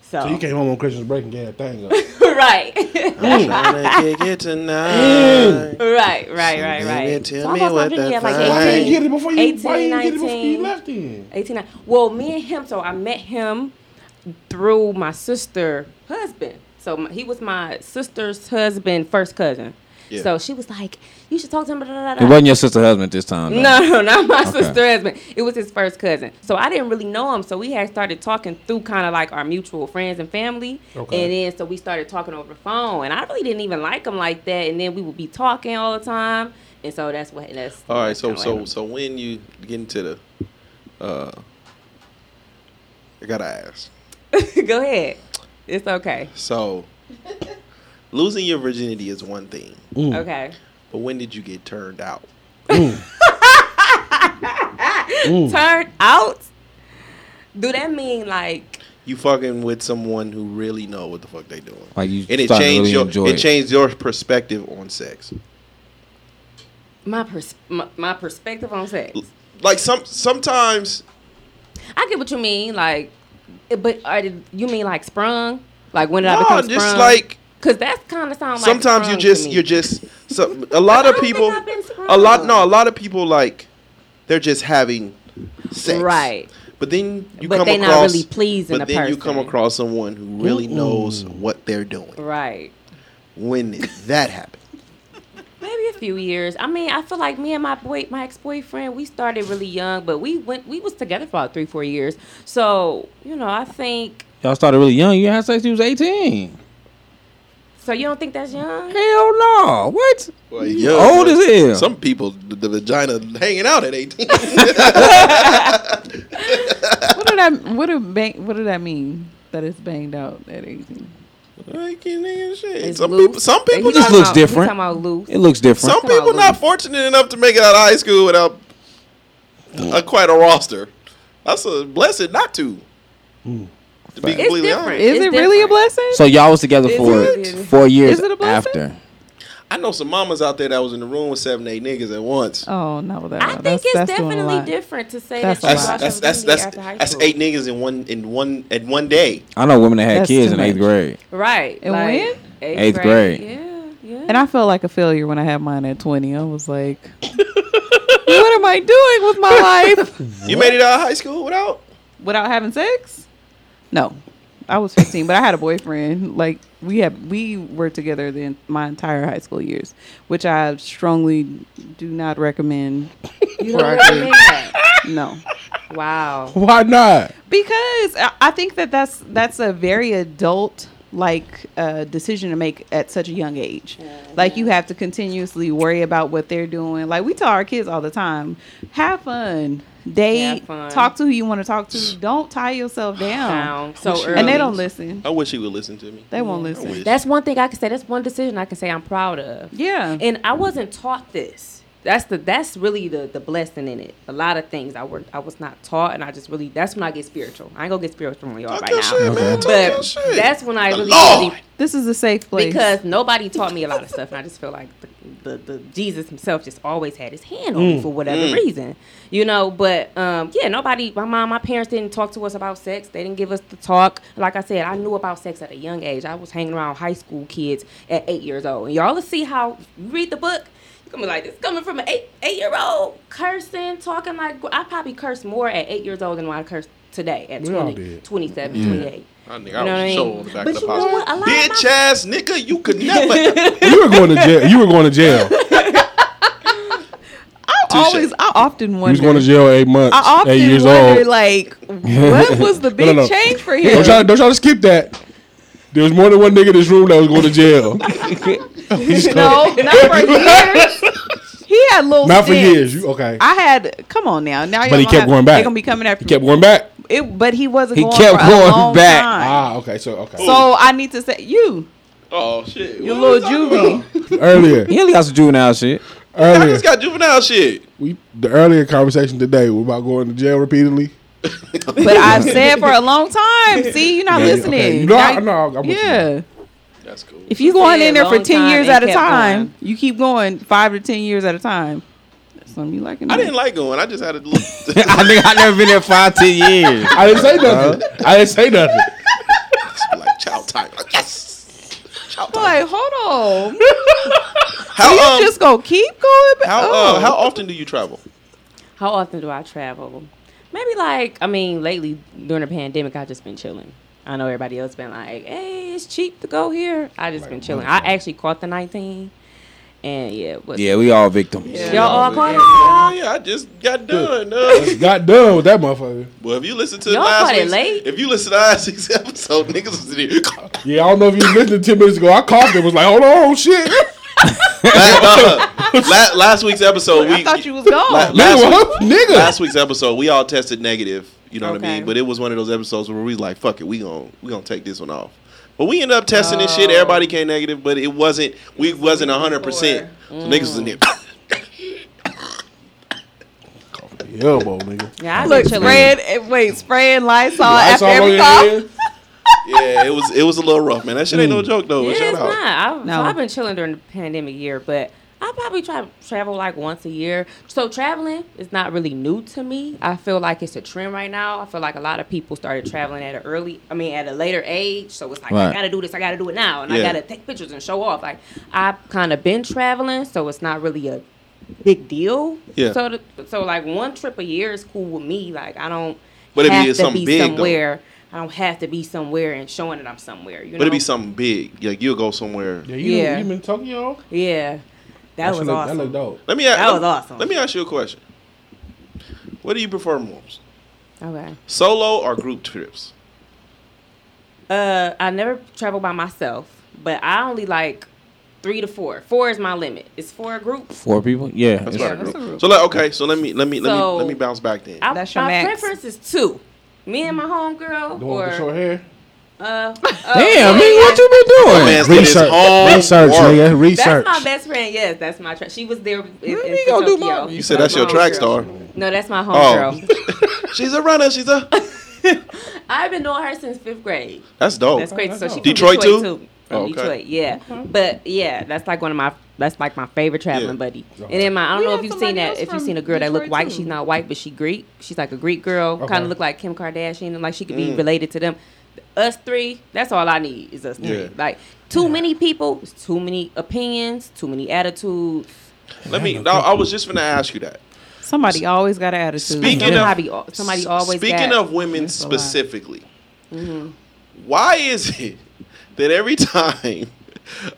So,
So you came home on Christmas break and gave that thing up.
*laughs* right, *laughs*
Tryna kick it tonight.
right, right, right,
Baby,
right.
tell
So I
me
lost my
what
virginity
that
at like
fine-
Why you didn't
18,
get it before you? why you
18,
didn't get it before you
19.
left? Then
18. Well, me and him. So I met him through my sister' husband. So my, he was my sister's husband, first cousin.
Yeah.
So she was like, "You should talk to him." Blah, blah, blah,
It
blah."
wasn't your sister husband this time.
*laughs*
though.
No, no, not my
Okay.
sister husband. It was his first cousin. So I didn't really know him. So we had started talking through kind of like our mutual friends and family.
Okay.
And then so we started talking over the phone. And I really didn't even like him like that. And then we would be talking all the time. And so that's what that's.
All right,
that's
so
kinda
so
what
so when you get into the, uh, I gotta ask.
happened. *laughs* Go ahead. It's okay.
So, *laughs* losing your virginity is one thing,
Okay.
but when did you get turned out?
Turned out. Do that mean like
You fucking with someone who really know what the fuck they doing,
Like you
and it
started to
changed
really
your
enjoy
it
it.
changed your perspective on sex.
my, pers- my my perspective on sex?
Like some sometimes
I get what you mean, like, but are the- you mean like sprung? Like when did I
No,
become
just
sprung?
like-
because that's kind of sound like
sometimes you
sprung to
just
me.
you're just so,
*laughs*
a lot of
don't think
people
I've been sprung.
a lot no a lot of people like they're just having sex
Right.
but then you
But
come
they not
across
really pleasing
but
the
then you come
person.
across someone who really knows what they're doing
right.
when did that happen
Maybe a few years. I mean, I feel like me and my boy, my ex boyfriend, we started really young, but we went, we was together for about three, four years. So you know, I think.
Y'all started really young. You had sex. You was eighteen.
So you don't think that's young?
Hell no. What?
*laughs* Well, yeah,
You old
but
as hell.
Some people, the, the vagina hanging out at 18.
What did I? What did bang, What did that mean? That it's banged out at eighteen.
*laughs* Like, you nigga, shit.
It's
some
loose.
people, some
He
people,
just
not,
talking
looks
about- he
different.
Talking about loose.
it looks different.
some
talking
people
about
not
loose.
fortunate enough to make it out of high school without
Mm.
a, quite a roster. That's a blessing not to.
Mm.
To be
It's
completely
different.
honest,
Is
It's
it really a
different.
blessing?
so y'all was together
Is
for
it?
four years
Is it a blessing?
after.
I know some mamas out there that was in the room with seven, eight niggas at once.
oh no, that,
I think
that's,
it's
that's doing a
definitely
lot.
different to say
That's
that
That's
a
you
lot.
lost
that's
your
that's
virginity
that's,
after high
that's
school.
eight niggas in one in one at one day.
I know women that had
That's
kids
too
in eighth
much.
grade.
Right.
And when?
Eighth,
Eighth
grade.
grade.
Yeah. Yeah.
And I felt like a failure when I had mine at twenty. I was like, what am I doing with my life?
You made it out of high school without?
Without having sex? No. I was 15, but I had a boyfriend. Like we had, we were together the, my entire high school years, which I strongly do not recommend.
You don't recommend that.
No.
Wow.
Why not?
*laughs* because I I think that that's that's a very adult like uh, decision to make at such a young age. Like you have to continuously worry about what they're doing. Like we tell our kids all the time, have fun, date,
Have fun.
talk to who you want to talk
*sighs*
to. Don't tie yourself down.
Sound so early.
And they don't listen.
I wish he would listen to me.
They won't
I wish.
listen.
That's one thing I can say. That's one decision I can say I'm proud of.
Yeah.
And I wasn't taught this. That's the that's really the the blessing in it. A lot of things I were I was not taught, and I just really that's when I get spiritual. I ain't gonna get spiritual on y'all
Talk
right
your
now,
shit, man. Talk your
but
shit.
that's when I
The
really,
Lord.
really
this is a safe place.
because nobody taught me a lot of stuff, and I just feel like the, the, the Jesus himself just always had his hand on
Mm.
me for whatever reason, you know. But um, yeah, nobody, my mom, my parents didn't talk to us about sex. They didn't give us the talk. Like I said, I knew about sex at a young age. I was hanging around high school kids at eight years old, and y'all will see how you read the book. You're gonna be like, this coming from an eight eight year old cursing, talking like I probably cursed more at eight years old than what I curse today at
We all
20,
did.
27, 28.
I think
You know
I
what
was
I mean?
so on the back
But
of
you
the
know what? A lot
posse.
of my-
Bitch ass nigga, you could never.
*laughs*
You were going to jail. You were going to jail. You
I always, I often
was
wonder.
going to jail eight months.
I often
eight years
wonder,
old. *laughs*
like, what was the big
no.
change for him?
Don't try, don't try to skip that. There was more than one nigga in this room that was going to *laughs* jail. *laughs*
No, not for years. He had little.
Not for
stints.
years. You okay?
I had. Come on now. Now,
But he kept going back.
They're gonna be coming after
He kept
me.
going back.
It, but he wasn't.
He
going
kept
for
going
a long
back.
Time.
Ah, okay. So okay.
So I need to say you,
oh shit.
you
What
little
are we talking
juvie.
about?
*laughs* earlier,
*laughs* He only got some juvenile shit.
I
earlier,
just got juvenile shit.
we the earlier conversation today was about going to jail repeatedly. *laughs*
But I've said for a long time. See, you're not
Yeah,
listening.
okay. You know, I-
Now-
no, I'm with you.
yeah.
That's cool.
If you going
said
in there for
long
ten
time
years
and
at a
kept
time,
going.
you keep going five to ten years at a time. That's something you like.
I didn't like going. I *laughs* just had a little.
I think I never been there five, ten years.
I didn't say nothing. I didn't say nothing. *laughs*
like child time. Like, yes. Child time.
Like, hold on.
How um,
you just gonna keep going. back?
how
Oh.
uh, how often do you travel?
How often do I travel? Maybe like I mean, lately during the pandemic, I've just been chilling. I know everybody else been like, "Hey, it's cheap to go here." I just been chilling. I actually caught the nineteen, and yeah, it was,
Yeah, we all victims.
y'all all caught it.
Yeah, Oh, yeah, I just got done. Uh,
Got done with that motherfucker.
well, if you listen to
Y'all
last
caught it
week's,
late?
if you listen to last *laughs* week's episode, niggas was in here.
Yeah, I don't know if you was listening ten minutes ago. I coughed and was like, "Hold on, *laughs* shit."
*laughs* last, last, last weast episode, we
I thought you was gone.
la-
Nigga,
last,
what?
week-
Nigga.
last week's episode, we all tested negative. You know what I
Okay.
mean? But it was one of those episodes where we was like, "Fuck it, we gonna we gonna take this one off." But we ended up testing this shit.
Oh.
Everybody came negative, but it wasn't. We wasn't hundred percent. So niggas was in there.
Mm. The elbow, nigga.
Yeah, I've
Look,
been chilling.
spraying, eh, wait, spraying Lysol after
Lysol on
every
your
cough.
head.
*laughs* yeah, it was it was a little rough, man. That shit ain't
Mm.
no joke though.
Yeah,
Shout
it's
out.
not. I've,
No.
so I've been chilling during the pandemic year, but I probably try to travel like once a year. So traveling is not really new to me. I feel like it's a trend right now. I feel like a lot of people started traveling at an early, I mean, at a later age. So it's like
Right.
I gotta do this, I gotta do it now, and I
Yeah.
gotta take pictures and show off. Like I've kind of been traveling, so it's not really a big deal.
Yeah.
So the, so like one trip a year is cool with me. Like I don't.
But if it
have
is
to
something
be
big, though.
somewhere. I don't have to be somewhere and showing that I'm somewhere. You know?
But it'd be something big. Like you'll go somewhere.
Yeah, you,
Yeah.
you been Tokyo?
Yeah, that was
shit look-
awesome.
That look dope.
Let me ask,
That was
let,
awesome.
Let me ask you a question. What do you prefer most?
okay.
Solo or group trips?
Uh, I never travel by myself, but I only like three to four. Four is my limit. It's four groups.
Four people? Yeah.
That's
it's-
what I
that's
grew-
a group.
So like okay, so let me let me let
So-
me let me bounce back then.
I,
That's your
my
max.
preference is two. Me and my homegirl,
The one with the short
or
hair.
*laughs*
uh,
Damn,
uh,
nigga, what you been doing?
That man's did his own
research,
work.
nigga,
That's
research.
my best friend. Yes, that's my. Tra- she was there in, in
Let me go do my-
Tokyo.
You said that's
my
your track
homegirl.
star. Oh.
No, that's my
*laughs*
homegirl. *laughs*
she's a runner. She's a.
I've been knowing her since fifth grade.
That's dope.
That's crazy.
Oh.
So she from
Oh. Detroit
Detroit,
too?
too. From
Oh, okay.
Detroit, yeah. But yeah, that's like one of my that's like my favorite traveling
Yeah.
buddy. And then my I don't
We
know
have
if you've seen
somebody
that
else
if
from
you've seen a girl that look
Detroit,
white,
too.
she's not white but she Greek. She's like a Greek girl, kind
Okay.
of look like Kim Kardashian, and like she could
Mm.
be related to them. Us three, that's all I need is us three.
Yeah.
Like too many people, it's too many opinions, too many attitudes.
Let me. I, I was just gonna ask you that.
Somebody always got an attitude.
Speaking
Somebody
of-
al- somebody always
speaking
got-
of women
a lot.
specifically,
Mm-hmm.
why is *laughs* it that every time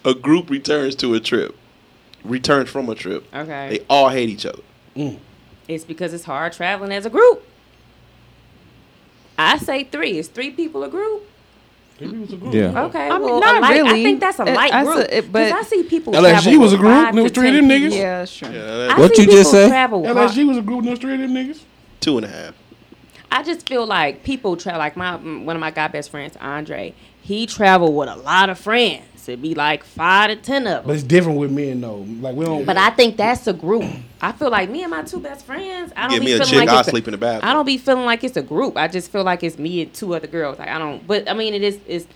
a group returns to a trip, returns from a trip,
Okay.
they all hate each other?
It's because it's hard traveling as a group. I say three. It's three people a group.
Yeah.
Okay,
I mean,
well, a
not
light-
really.
I think that's a
It-
light
I
group.
said- it-
'Cause
but-
I see people.
LSG
travel
was a
with
group,
five
and it was
to
three of
10
them niggas?
people.
Yeah, sure.
Yeah,
I
that's
What
see
you just
people
say?
Travel hard.
LSG was a group and those three of them niggas.
two and a half.
I just feel like people travel. Like my mm, one of my guy best friends, Andre. He traveled with a lot of friends. It'd be like five to ten of
But
them.
it's different with men though. Like we don't.
But I think that's a group. I feel like me and my two best friends. I don't
Give
be
me a
feeling
chick,
like
I'll
it's a-
sleep in the bathroom.
I don't be feeling like it's a group. I just feel like it's me and two other girls. Like I don't. But I mean, it is. It's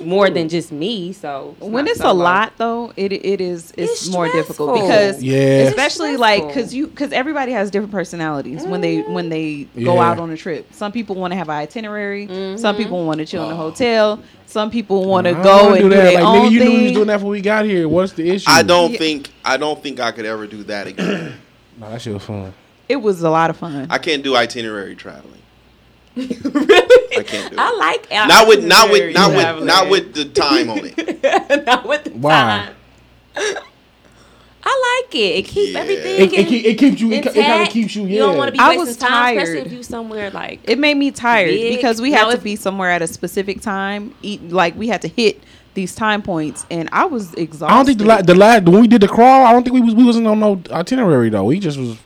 m- more than just me. So
when
not
it's a
solo.
lot though it it is it's,
It's
more difficult
stressful.
because
Yeah. It's
especially like
stressful.
because you because everybody has different personalities when they when they go
Yeah.
out on a trip some people want to have an itinerary some people want to chill
Oh.
in a hotel some people want to go and do, their
Like
own
nigga, you knew you
thing
was doing that before we got here. What's the issue?
I don't
Yeah.
think I don't think I could ever do that again.
Nah, that shit was fun.
it was a lot of fun
I can't do itinerary traveling.
*laughs*
I can't do it.
I like out-
not with not with not
traveling.
with not
*laughs*
with the time on it.
not with the
Why?
time. I like it. It keeps
Yeah.
everything.
It, it, keep- it keeps you. It,
intact.
kind of keeps you. Yeah.
You don't want to be
I
wasting
was
time, especially
tired.
if you somewhere like
it made me tired
Big-
because we
no,
had to
it-
be somewhere at a specific time eat like we had to hit these time points and i was exhausted
I don't think the la- the last when we did the crawl, I don't think we was we wasn't on no itinerary though. We just was.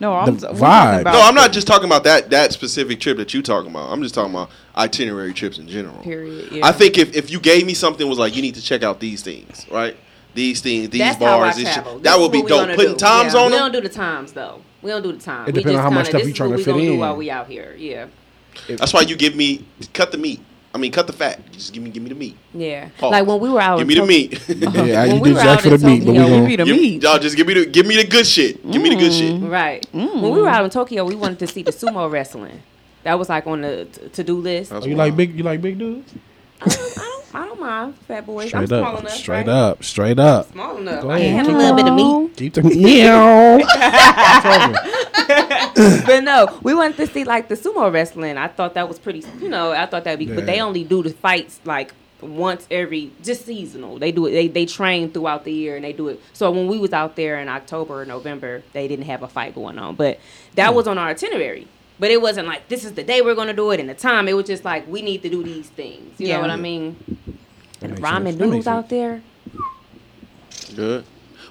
no i
the
was we're talking
vibe.
about-
No, I'm not just talking about that that specific trip that you talking about. I'm just talking about itinerary trips in general.
*laughs* period.
I think if, if you gave me something was like you need to check out these things, right? These things, these
That's how I
bars, this shit,
travel. This
that
is
would be
what we
dope.
gonna
Putting
do.
times
Yeah.
on
We
them.
don't do the times though. We don't do the time.
It depends on how much stuff you
you
tryna fit
Do
in.
while we out here, yeah,
That's why you give me cut the meat. I mean, cut the fat. Just give me give me the meat.
yeah.
Pause.
Like when we were out.
Give
in
me the *laughs*
Tok-
meat.
Yeah,
*laughs* When
you
we
did
were
Jack
out
for
in
the meat, but we
Tokyo,
don't.
we be the
Give-
meat
Y'all just give me the give me the good shit. Give me the good shit.
Right.
Mm.
When we were out in Tokyo, we wanted to see the sumo wrestling. That was like on the to do list. I
That's
Oh, you
wild.
like big? You like big dudes?
don't, I don't, I don't mind fat boys. I'm
Straight
small
up,
enough.
straight
right?
up, straight up.
Small enough.
Go
I can
ahead.
handle a little bit of meat.
Keep the
*laughs*
meow. *laughs*
but no, we wanted to see like the sumo wrestling. I thought that was pretty. You know, I thought that'd be. But they
Yeah.
only do the fights like once every just seasonal. They do it. They they train throughout the year and they do it. So when we was out there in October or November, they didn't have a fight going on. But that
Hmm.
was on our itinerary. But it wasn't like this is the day we're gonna do it and the time. It was just like we need to do these things. You
Yeah.
know what I mean? And
makes
ramen
sense. That
noodles
makes
out there.
Good.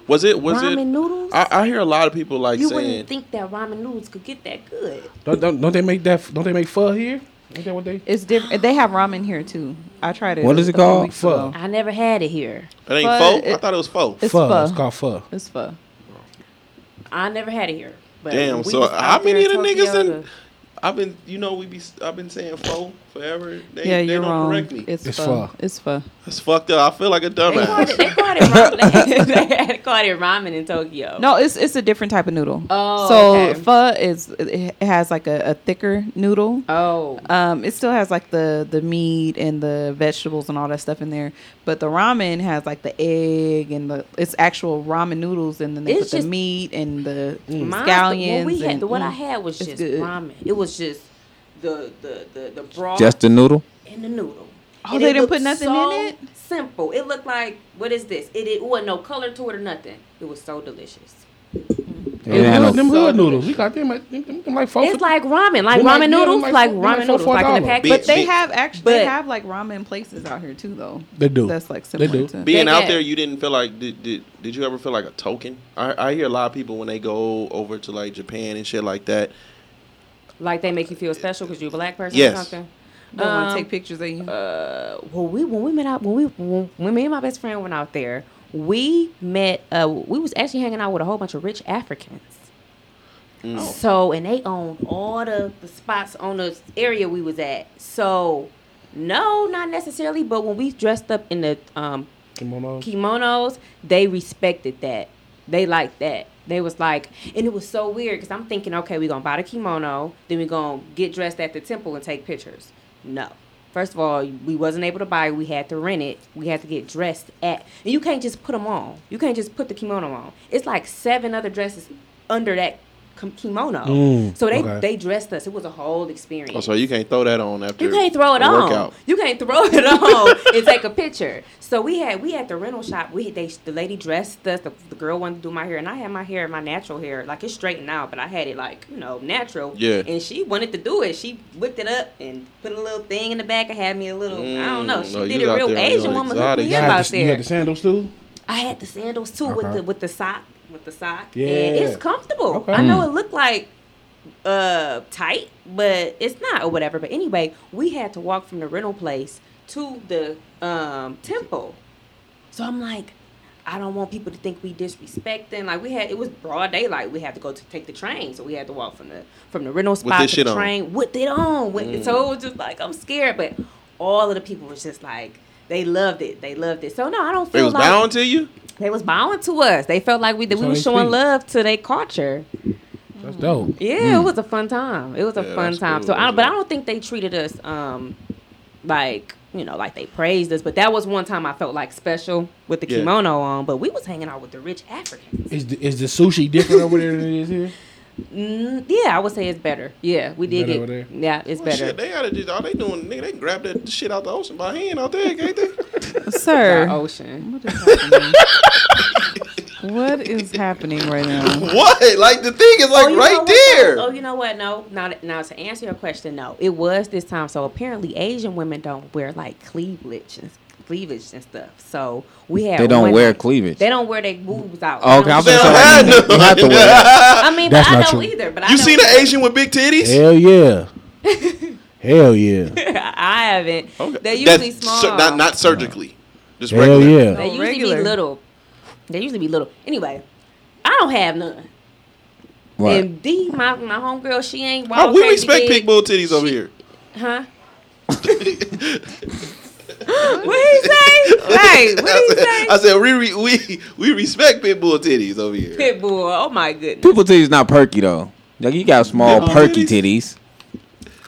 Was it was
Ramen
it?
noodles.
I, I hear a lot of people like
you
saying
wouldn't think that ramen noodles could get that good.
don't, don't, don't they make that? Don't they make pho here? Ain't that what they?
It's different. They have ramen here too. I tried it.
What is it
a couple
called?
weeks
Pho.
ago.
I never had it here.
it ain't
but
foe. I
it-
thought it was foe.
It's
pho.
pho.
It's called pho.
It's pho.
I never had it here. But
Damn,
we
so
was out
how
there
many
in
of the
Tokyo
niggas in-
to-
I've been you know we be I've been saying foe forever. They,
yeah,
they
you're
don't
wrong.
correct me.
It's,
It's
pho.
pho.
It's pho.
It's fucked up. I feel like a
They called
dumbass.
it, they called
*laughs*
it ramen. they called it ramen in Tokyo.
No, it's it's a different type of noodle.
Oh,
so
okay.
pho is it it has like a, a thicker noodle.
Oh.
Um, it still has like the the meat and the vegetables and all that stuff in there, but the ramen has like the egg and the it's actual ramen noodles and then they put
It's
the
just- Mm.
meat and the
Mine's the- what
scallions.
we had,
and,
the, what I
mm.
had was
it's
just
good.
ramen. It was just the the the, the broth
Just the noodle.
and the noodle.
Oh,
And
they
it
didn't
looked
put nothing in
so
it?
Simple. It looked like what is this? It, it wasn't no color to it or nothing. It was so delicious.
It ain't
Them hood-
had no-
them hood noodles. We got them. at- Them, them, them like pho.
It's like ramen, like
Them like-
ramen
yeah, them
noodles,
like
like
four- them like
ramen
four,
noodles, like in
$5.
a package.
But they
Bitch.
have actually they
But-
have like ramen places out here too though.
They do.
That's like
They
similar
do.
to
*laughs* Being
They
out
got-
there, you didn't feel like did, did did you ever feel like a token? I, I hear a lot of people when they go over to like Japan and shit like that.
Like they make you feel special because you're a black person
Yes.
or something.
Don't want
Um,
to take pictures of you.
uh, well, we when we met out when we when, when me and my best friend went out there, we met. Uh, we was actually hanging out with a whole bunch of rich Africans. So and they owned all the, the spots on the area we was at. So no, not necessarily. But when we dressed up in the um,
Kimonos.
kimonos, they respected that. They liked that. They was like, and it was so weird because I'm thinking, okay, we're gonna buy the kimono, then we're gonna get dressed at the temple and take pictures. No. First of all, we wasn't able to buy it. We had to rent it. We had to get dressed at. And you can't just put them on. You can't just put the kimono on. It's like seven other dresses under that kim- kimono.
Mm,
so they
okay.
they dressed us. It was a whole experience.
Oh, so you can't throw that on after
You can't throw it
a
on.
Workout.
You can't throw it *laughs* on and take a picture. So we had we at the rental shop. We they the lady dressed us. The, the girl wanted to do my hair, and I had my hair, my natural hair, like it's straightened out, but I had it like you know natural.
Yeah.
And she wanted to do it. She whipped it up and put a little thing in the back and had me a little. I don't know.
Mm,
She
no,
did
you
a
out
real
there on
Asian
your
woman hooked
exotic
me
You
shit.
up
had
out
the- you had
there.
the sandals too.
I had the sandals too with
Okay.
the with the sock with the sock.
Yeah.
And it's comfortable.
Okay.
I
Hmm.
know it looked like uh tight, but it's not or whatever. But anyway, we had to walk from the rental place to the um temple. So I'm like, I don't want people to think we disrespecting. Like we had it was broad daylight. We had to go to take the train, so we had to walk from the from the rental spot
this
to
shit
the
on.
train with it on. With So it was just like I'm scared, but all of the people was just like they loved it. They loved it. So no, I don't feel
It was
like
bound to you.
they was bowing to us. They felt like we that we
how
were
they
showing
speak.
love to their culture. Mm-hmm.
That's dope.
Yeah, it was a fun time. It was a
Yeah,
fun
that's
time.
cool.
So, I,
That's
but I
dope.
don't think they treated us um like you know like they praised us. But that was one time I felt like special with the
Yeah.
kimono on. But we was hanging out with the rich Africans.
Is the, is the sushi different over there than it is
*laughs*
here?
Mm, yeah, I would say it's better. Yeah, we did
Better
get
over there?
yeah, it's
Well,
better.
Shit, they gotta just all they doing. Nigga, they can grab that shit out the ocean by hand out there, can't they? *laughs*
Sir,
Our ocean.
what is happening? what is happening right now?
what? Like the thing is like
Oh, you know
right
what,
there.
though? Oh, you know what? No, now, now to answer your question, no, it was this time. So apparently, Asian women don't wear like cleavage and cleavage and stuff. So we had
They don't
one-
wear cleavage.
They don't wear their boobs out.
Okay,
I,
I'm
They
gonna
don't
say
have
you
none.
have to
*laughs*
wear that.
I mean,
That's
but I
not
don't
true.
either. But I
You
know-
seen an Asian with big titties?
Hell
*laughs*
yeah. Hell yeah.
I haven't.
Okay.
They're usually
That's
small.
sur- not not surgically. Just
Hell
regular.
yeah.
They
Oh,
usually
regular.
be little. They usually be little. Anyway, I don't have none.
Right.
And D, my my homegirl, she ain't.
Oh,
wild
we
crazy
respect
big.
big bull titties over here.
Huh? what he say? Hey, what he say?
*laughs* I said we re- we we respect pit bull titties over here.
Pitbull. Oh my goodness.
People titties not perky though. Like you got small
Pitbull
perky
titties?
titties.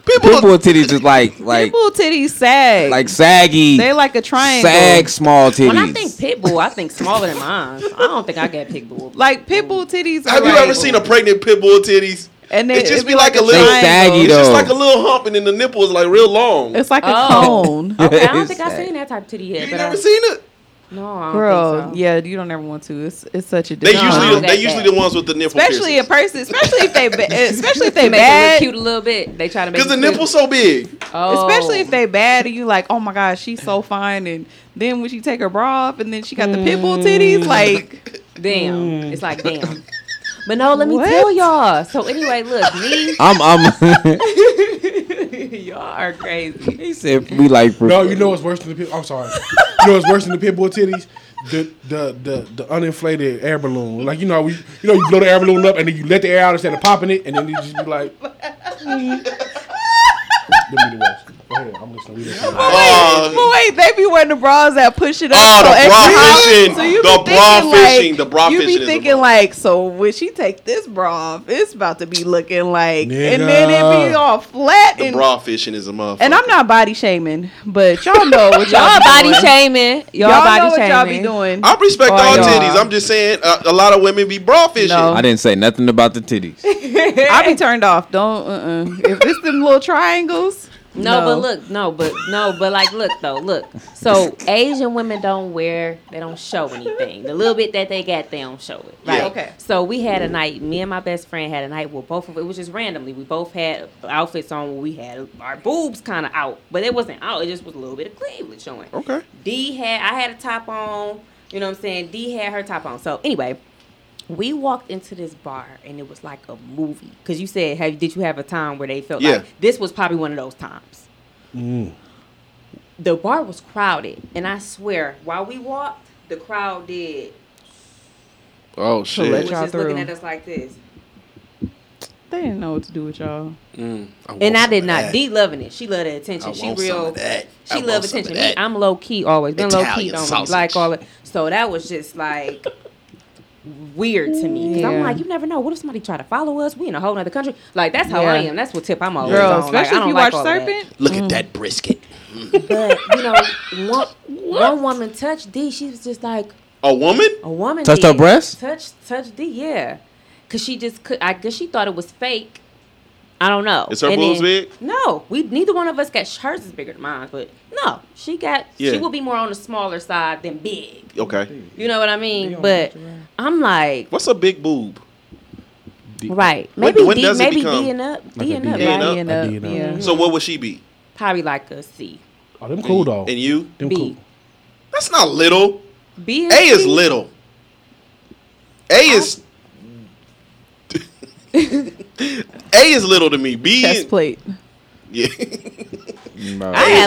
Pit bull-
People titties is like like
Pitbull titties sag.
like saggy.
they like a triangle.
sag small titties.
When I think Pitbull, I think smaller than mine. I don't think I
*laughs*
get Pitbull.
Like pitbull titties. Are
Have you
like-
ever seen a pregnant pit bull titties?
And
It
it,
just
it'd
be like a little-
they saggy
It's
though.
just like a little hump and then the nipple is like real long.
It's like a
Oh.
cone.
okay, *laughs* I don't think
It's
I've
like-
seen that type of titty
you
yet.
ain't
But I,
never seen it?
no, I don't
Girl,
think so.
yeah, you don't ever want to. It's it's such a
They
different.
I
usually
don't
they
got
usually
that.
the ones with the nipple.
especially a person, especially if
*laughs*
they, ba- especially if they
They make it look
bad,
cute a little bit. They try to make
because the
it
nipple's so big.
cute. Oh.
especially if they bad, and you like, oh my gosh, she's so fine, and then when she take her bra off, and then she got the pitbull
Mm.
titties, like,
damn. It's like damn. But no, let me
What?
tell y'all. So anyway, look,
*laughs*
me,
*laughs* I'm I'm *laughs*
y'all are crazy.
He said we like
No, you know what's worse than the pit. I'm sorry. You know what's worse than the pit bull titties? The the the the uninflated air balloon. Like you know how we you know you blow the air balloon up and then you let the air out instead of popping it and then you just be like. mm. Them be the worst. Go ahead, I'm listening. We listening.
Uh,
but wait, they be wearing the bras that push it up.
Oh, the
extra
bra
high.
fishing.
you
The
be
bra
thinking, like-
fishing. The bra
you
fishing
be
is
thinking
a bra.
like, so when she take this bra off, it's about to be looking like, and
Nigga.
then it be all flat
The
and.
bra fishing is a motherfucker.
and I'm not body shaming, but y'all know
*laughs*
what y'all,
Y'all
be
body
doing.
shaming. Y'all,
Y'all,
body
know what
shaming.
y'all be doing.
I respect
Oh,
all
y'all.
titties. I'm just saying uh, a lot of women be bra fishing.
No.
I didn't say nothing about the *laughs* titties.
I be turned off. Don't. Uh. uh If it's them little triangles.
*laughs* No, but look, no, but no, but like, look though, look. So Asian women don't wear, they don't show anything. The little bit that they got, they don't show it. Right.
Yeah.
Okay.
So we had a night. Me and my best friend had a night. Well, both of it was just randomly. We both had outfits on. We had our boobs kind of out, but it wasn't out. It just was a little bit of cleavage showing.
Okay.
D had I had a top on. You know what I'm saying? D had her top on. So anyway, we walked into this bar and it was like a movie. Cause you said, have did you have a time where they felt
Yeah.
like this was probably one of those times? The bar was crowded, and I swear, while we walked, the crowd did
Oh
let
shit.
was
y'all
just looking
through.
at us like this.
They didn't know what to do with y'all.
Mm, want
And I
some
did
of
not.
that.
D loving it. She loved the
I
attention. She
want some
real.
of that. I
She
want
love
some of
attention.
that.
Me, I'm low key always. Been low key.
Italian
Don't really
sausage.
like all it. So that was just like weird to me. Cause I'm
Yeah.
like, you never know. What if somebody try to follow us? We in a whole other country. Like that's how
Yeah.
I am. That's what tip I'm always
Girl,
on. Like,
especially
I
if
don't
you
like
watch
all of that.
Serpent.
Look at that brisket.
But you know, one, one woman touched D. She was just like
A woman?
a woman.
Touched
did.
her breast?
Touch touch D. Yeah. Cause she just could. I guess she thought it was fake. I don't know.
Is her
And
boobs
then-
big?
No, we neither one of us got hers is bigger than mine, but no, she got
Yeah.
she will be more on the smaller side than big.
Okay.
You know what I mean? But I'm like,
What's a big boob?
right?
When-
Maybe
when
D,
does it
maybe
become-
D and up,
Like
D
a
and
D
up,
and
right?
up.
Being up,
Being up.
yeah.
So what would she be?
Probably like a C.
Oh, them cool though.
And you?
Them
B.
cool.
That's not little.
B and
A is
C?
little. A
*laughs*
is. A is little to me. B.
Chest plate.
*laughs*
Yeah.
I
A is
had a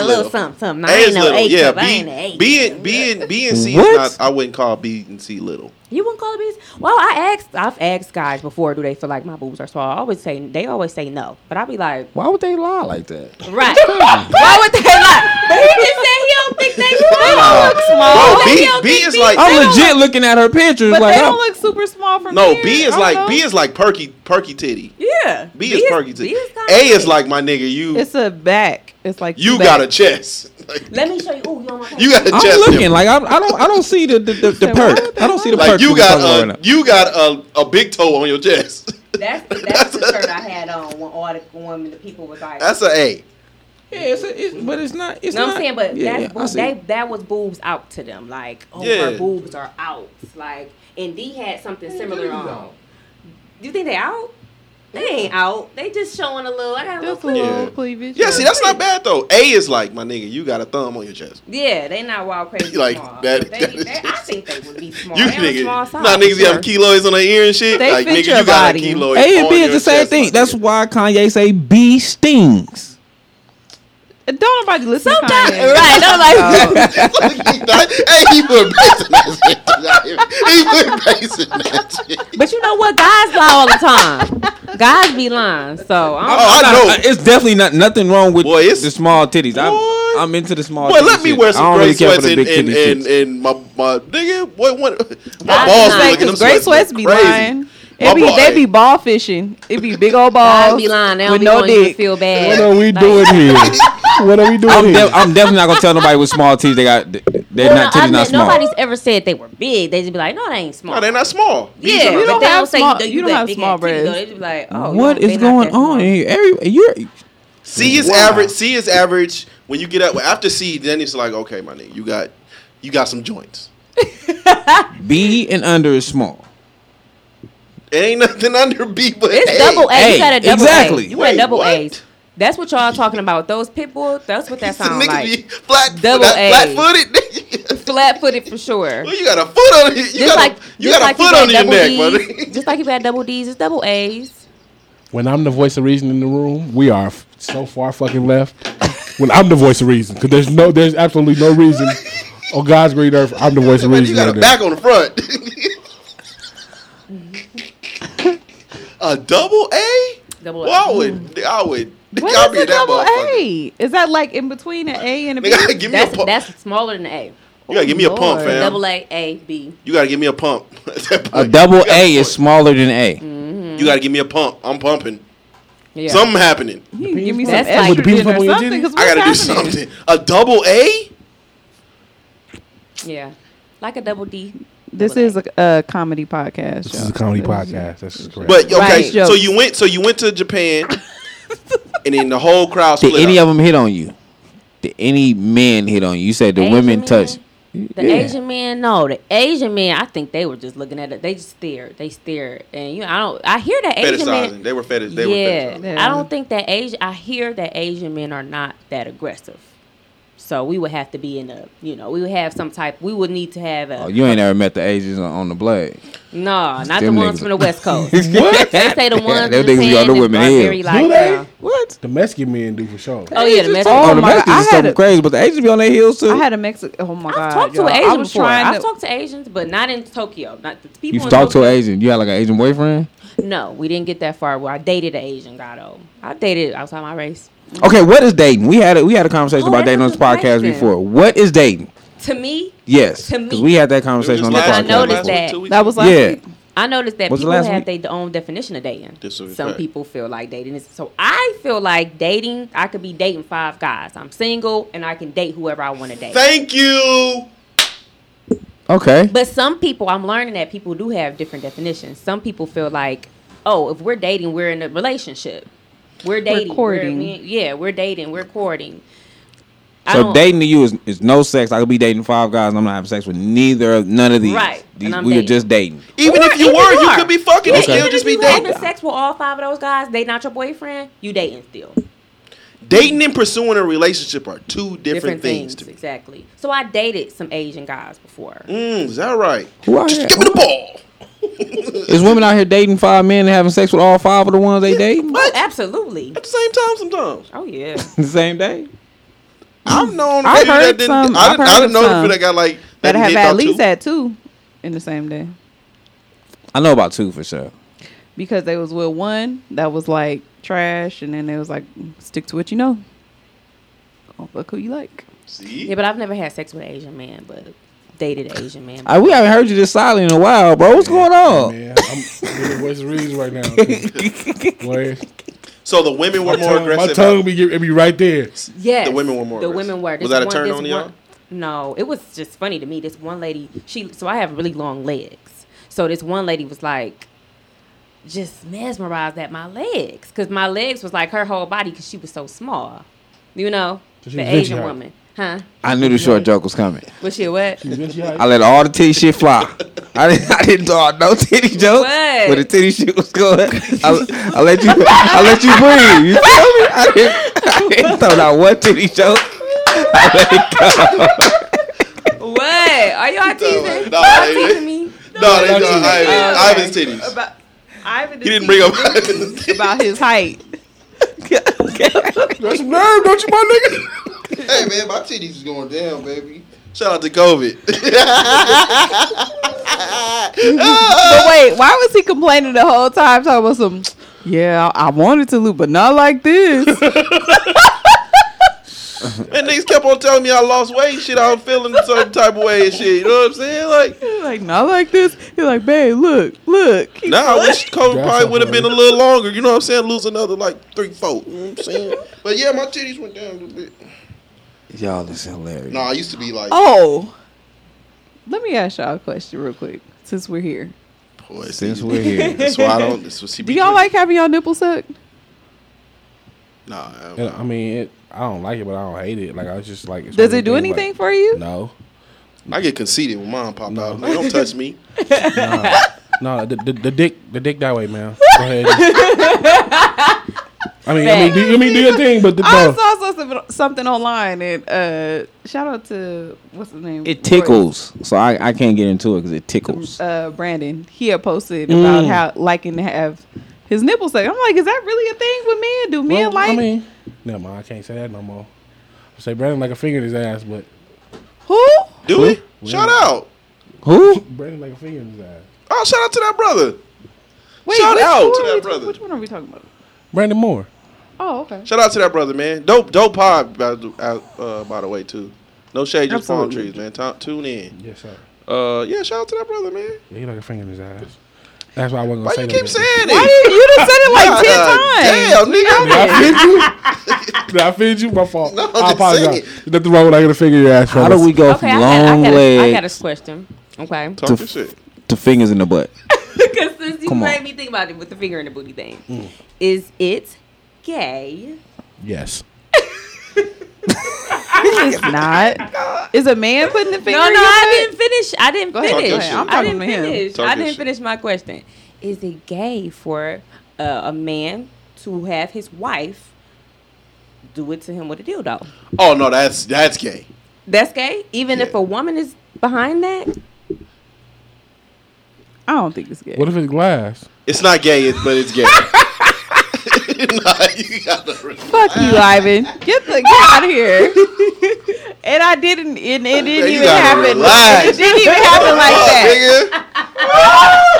little
little.
something, something.
A
I ain't
is
no
little.
A
Yeah.
cup. I ain't an
B. B
A. cup.
and B and B and C
What?
is not. I wouldn't call B and C little.
You wouldn't call it business? Well, I asked. I've asked guys before, do they feel like my boobs are small? I always say they always say no, but I be like,
Why would they lie like that?
right? *laughs* Why would they lie? But he just said he don't think *laughs* they, they don't look small.
Bro,
They
B
don't
B
think
is
they-
like
I'm legit looking at her pictures
But
like
they
I'm,
don't look super small from
no
here.
B is
I
like
don't
B
know.
is like perky perky titty.
yeah.
B, is perky titty.
B is kinda
A is
big.
like my nigga. You
It's a back. It's like
you
back.
got a chest. *laughs*
Let me show you. Ooh, you on my
you got a
I'm
chest.
looking like I'm, I don't I don't see the the, the, the *laughs*
Said, why would
perk.
they
I don't see the
lie?
Like
perk.
you
you're
got uh,
talking about
a
right
you got a, a big toe on your chest.
*laughs*
*laughs*
That's the, that's the shirt I had on when all the when the people was like.
That's an A.
now. Yeah, it's, a, it's but it's not. It's
You know
not,
what I'm saying? But
yeah,
that's
I
boob,
see.
they, that was boobs out to them. Like, oh,
Yeah.
her boobs are out. Like, and D had something similar on. Do you think they out? They ain't out. They just showing a little. I got a little.
Just a
cleavage.
little
Yeah.
cleavage.
Yeah, see that's not bad though. A is like my nigga. You got a thumb on your chest.
Yeah, they not wild crazy
Like,
small.
that-
they,
that is
they, I think they would be small.
You
they nigga,
nigga,
small
not
size,
niggas
for
have keloids on their ear and shit.
They
like
fit
nigga,
your
you got a
body.
keloid.
A and
on
B is
your
the same
chest, my
thing. That's
nigga. *laughs*
why Kanye say B stings.
Don't nobody listen. to
Sometimes-
Kanye.
right,
*laughs*
don't like-
Oh.
hey, he put bass in that shit. He put bass in that shit.
But you know what? Guys lie all
*laughs*
the time. guys be lying. So I'm,
Oh, I
Not-
know.
uh, it's definitely not nothing wrong with
Boy, it's-
the small titties. I'm,
Boy.
I'm into the small.
Boy,
titty
let me
shit.
wear
I
some
don't
gray
really care for
sweats
the
and,
big
and,
titty
and,
shits.
and my my nigga, what one my
That's
balls
not-
be looking them
Because great sweats be
crazy.
lying.
My
It be,
ball-
they be ball fishing. It be big old balls.
guys be lying. They don't
with
be
no
wanting you to
*laughs*
dick.
feel bad.
What are we
Like,
doing here? What are we doing
I'm,
here?
de- I'm definitely not gonna tell nobody with small titties they got. th- They're
Well,
not
I
titties not
mean,
small.
Nobody's ever said they were big. They just be like, no, they ain't small.
No, they're not small. These
Yeah,
are-
but
You don't
they
have
don't say
small-
you,
you don't
got
have
big
small
ass titties, though.
breasts.
They just be like, oh,
what
you know,
is
they not
going
that small.
on in here? Every you're
C is
Wow.
average. C is average. When you get out after C, then it's like okay, my nigga, you got you got some joints.
B and under is small.
It ain't nothing *laughs* under B, but
It's
A.
double A.
Hey,
you got a double
exactly.
A. You got
Wait,
a double
what?
A's. That's what y'all talking about. Those pit bulls.
*laughs*
That's what that
The
sounds
*laughs* nigga
like.
be flat,
Double A.
flat *laughs* footed.
Flat footed for sure.
well, *laughs* you got a foot on it. You got
Just like
a, you got a foot
got
under your
double E.
neck,
D's,
buddy.
*laughs* Just like you got double D's, it's double A's.
When I'm the voice of reason in the room, we are f- so far fucking left. When I'm the voice of reason, because there's no, there's absolutely no reason. Oh God's green earth, I'm the voice of
But
reason.
you got
right
a
now.
back on the front. *laughs* a double A?
Double
Well, I
A.
would. I would.
What
I'll
is
be
a
in that
double
motherfucker.
A? Is that like in between an A and a B?
Nigga, *laughs* give me a
That's
pump.
that's smaller than A.
you gotta give me a pump,
Lord.
fam.
Double A, A, B.
You gotta give me a pump. *laughs* At that
A
point,
double
you got
A is
point.
smaller than
Mm.
A.
You gotta give me a pump. I'm pumping.
Yeah.
Something happening.
You can give me some
That's like- Would
the penis
estrogen
pop on
or
your
something.
titty?
Because
I gotta do something. A double A?
Yeah. Like a double D.
This
Double
is a, a comedy podcast.
This is a comedy podcast. That's just correct.
But okay,
Right.
so you went. So you went to Japan, and then the whole crowd
Did
split.
any
up.
of them hit on you? Did any man hit on you? You said the
Asian
women
men?
touched.
The
Yeah.
Asian men, no, the Asian men. I think they were just looking at it. They just stared. They stared, and you know, I don't. I hear that Asian
fetishizing?
men.
They were fetish. They were
yeah,
fetishizing.
Yeah.
I don't think that Asian. I hear that Asian men are not that aggressive. So we would have to be in a, you know, we would have some type. We would need to have a
Oh, you ain't ever met the Asians on, on the blade.
no, not the
Them
ones
niggas-
from the
*laughs*
West Coast. *laughs* they
what?
say the
*laughs*
ones
Them
in
niggas be on
Japan
the
is-
women
are
head.
very like.
Do they?
uh,
What? The Mexican men do for sure.
oh yeah, the Mexican.
Oh
Oh, the
my God,
Mexicans
I
is
had
something
a-
crazy, but the Asians be on their heels too.
I had a Mexican. Oh my god!
I've talked to
y'all.
an
I
Asian
was
before.
trying
I've
to-
talked to Asians, but not in Tokyo. Not the people.
You've
in
talked to
Tokyo.
an Asian. You had like an Asian boyfriend.
No, we didn't get that far. Well, I dated an Asian guy though. I dated outside my race.
Okay, what is dating? We had a, we had a conversation
Oh,
about
that's
dating
a
on this
good
podcast
question.
before. What is dating?
To me,
Yes,
To me.
because we had that conversation on the
last
podcast.
I noticed that.
That was like
yeah,
I noticed that
Was the
people
last
have
week?
their own definition of dating.
This is a
Some
fact.
people feel like dating is so. I feel like dating. I could be dating five guys. I'm single and I can date whoever I want to date.
Thank you.
okay.
But some people, I'm learning that people do have different definitions. Some people feel like oh, if we're dating, we're in a relationship. We're dating.
courting.
We're- yeah, we're dating. We're courting. I
So
don't-
dating to you is, is no sex. I could be dating five guys and I'm not having sex with neither of none of these.
Right, and
These,
I'm
we are
dating.
just dating.
Even
Or
if you
even
were, you
are.
could be fucking
Yeah,
and still
even
just
if
be
you having
dating.
sex with all five of those guys, they not your boyfriend, you dating still.
Dating and pursuing a relationship are two different,
Different
things.
things,
to me.
exactly. So I dated some Asian guys before.
Mm, is that right?
Who out
Just
here?
give me the ball.
Is women out here dating five men and having sex with all five of the ones they dating
Oh, absolutely.
At the same time, sometimes
Oh yeah.
*laughs* the same day?
I've known a
I've
few that
heard
didn't.
some-
I
I've
didn't,
heard
I didn't
of
know the few
some
that got like
that
didn't
have
hit
at
about
least
two.
had two in the same day
I know about two for sure.
because they was with one that was like trash, and then they was like, stick to what you know. Don't fuck who you like.
See,
Yeah, but I've never had sex with an Asian man, but dated an Asian man.
I, we haven't heard you this silent in a while, bro. What's going
Oh.
on?
Man, I'm really West Reeves right now. 'cause, boy,
so the women were
my
*laughs* more
tongue, my
aggressive.
tongue be, it be right there.
Yes.
The women were more
The
aggressive.
women were.
Was that a turn
this
on to y'all?
No, it was just funny to me. This one lady, she so I have really long legs. So this one lady was like, just mesmerized at my legs because my legs was like her whole body because she was so small. You know,
So she
the
was Vinci
Asian
height.
woman, huh?
I knew the short joke was coming.
Was she a what?
I let all the titty shit fly. I didn't, I didn't draw no titty joke,
What?
but the titty shit was going. I, I let you, I let you breathe. You feel me? I didn't, I didn't throw out one titty joke. I let it go.
what? Are y'all teasing?
No,
y'all
they-
teasing me?
No, they don't.
About you.
I Ivan's titties.
About Ivan,
He didn't bring up Ivan's titties. *laughs*
about his height.
That's some nerve, don't you, my nigga?
Hey man, my titties is going down, baby. Shout out to COVID. *laughs*
But wait, why was he complaining the whole time talking about some? Yeah, I wanted to loop, but not like this. *laughs*
and niggas kept on telling me I lost weight. Shit, I'm feeling a certain type of way and shit. You know what I'm saying? Like,
like not like this. He's like, babe, look, look.
Nah, I wish COVID
That's
probably
not
would have
funny.
been a little longer. You know what I'm saying? Lose another like three, four. You know what I'm saying? *laughs* But yeah, my titties went down a little bit.
Y'all is hilarious.
Nah, I used to be like,
Oh, let me ask y'all a question real quick since we're here.
boy,
Since
titties-
we're here.
that's why I don't. That's what she
Do
be
y'all
doing.
like having y'all nipple sucked?
Nah, I don't-
Yeah, I mean, it, I don't like it, but I don't hate it. Like I was just like, it's
Does
one
it
of
do
those things,
anything
like,
for you?
No,
I get conceited when mine popped out. Like, don't touch me.
no, the, the, the dick, the dick that way, man.
*laughs*
Go ahead. I mean, I mean, do, I mean, do your thing, but the,
I
no.
saw something, something online and uh, shout out to what's the name?
It tickles, so I, I can't get into it because it tickles.
Uh, Brandon. He had posted about how liking to have his nipple sucked. I'm like, is that really a thing with men? Do men
Well,
like?
I mean, never mind. I can't say that no more. I say Brandon like a finger in his ass, but
who?
Do it. Shout out.
Who?
Brandon like a finger in his ass.
Oh, shout out to that brother.
Wait,
Shout
which
out
one
to
are
that
we-
brother.
Which one are we talking about?
Brandon Moore.
Oh, okay.
Shout out to that brother, man. Dope, dope pod. By, the- uh, uh, by the way, too. No shade, just palm
Absolutely.
trees, man. Ta- tune in.
Yes, sir.
Uh, yeah, shout out to that brother, man.
Yeah, he like a finger in his ass. That's why I wasn't
Why
gonna say
you
no
keep
dick.
saying
Why
it?
you, you done said it like
*laughs* God uh, Damn, nigga.
Did I offend you?
ten times.
*laughs* Did I offend you? My fault.
No, I'm
I
just
apologize.
saying.
There's nothing wrong with liking a finger in your ass.
How do
fellas.
we go
Okay,
from
I had,
long
I had, a, I had a
legs
question. Okay, *laughs*
Talk your shit.
to fingers in the butt?
because since you
Come on.
made me think about it with the finger in the booty thing, is it gay?
Yes.
It's not. Is a man putting the finger?
No,
in
no,
your
I
butt?
didn't finish. I didn't
Go ahead,
Talk
finish.
your shit. I'm
I
talking
didn't
to him.
finish.
Talk
I
your
didn't
shit.
finish my question. Is it gay for uh, a man to have his wife do it to him with a dildo?
Oh no, that's that's gay.
That's gay, even
Yeah.
if a woman is behind that.
I don't think it's gay.
What if it's glass?
It's not gay, it- but it's gay. *laughs* nah, you gotta re-
Fuck you, Ivan. Get the get out of here. *laughs* and I didn't. It, it
Man,
didn't
you
even
gotta
happen.
relax.
It didn't even happen like
Oh,
that.
nigga.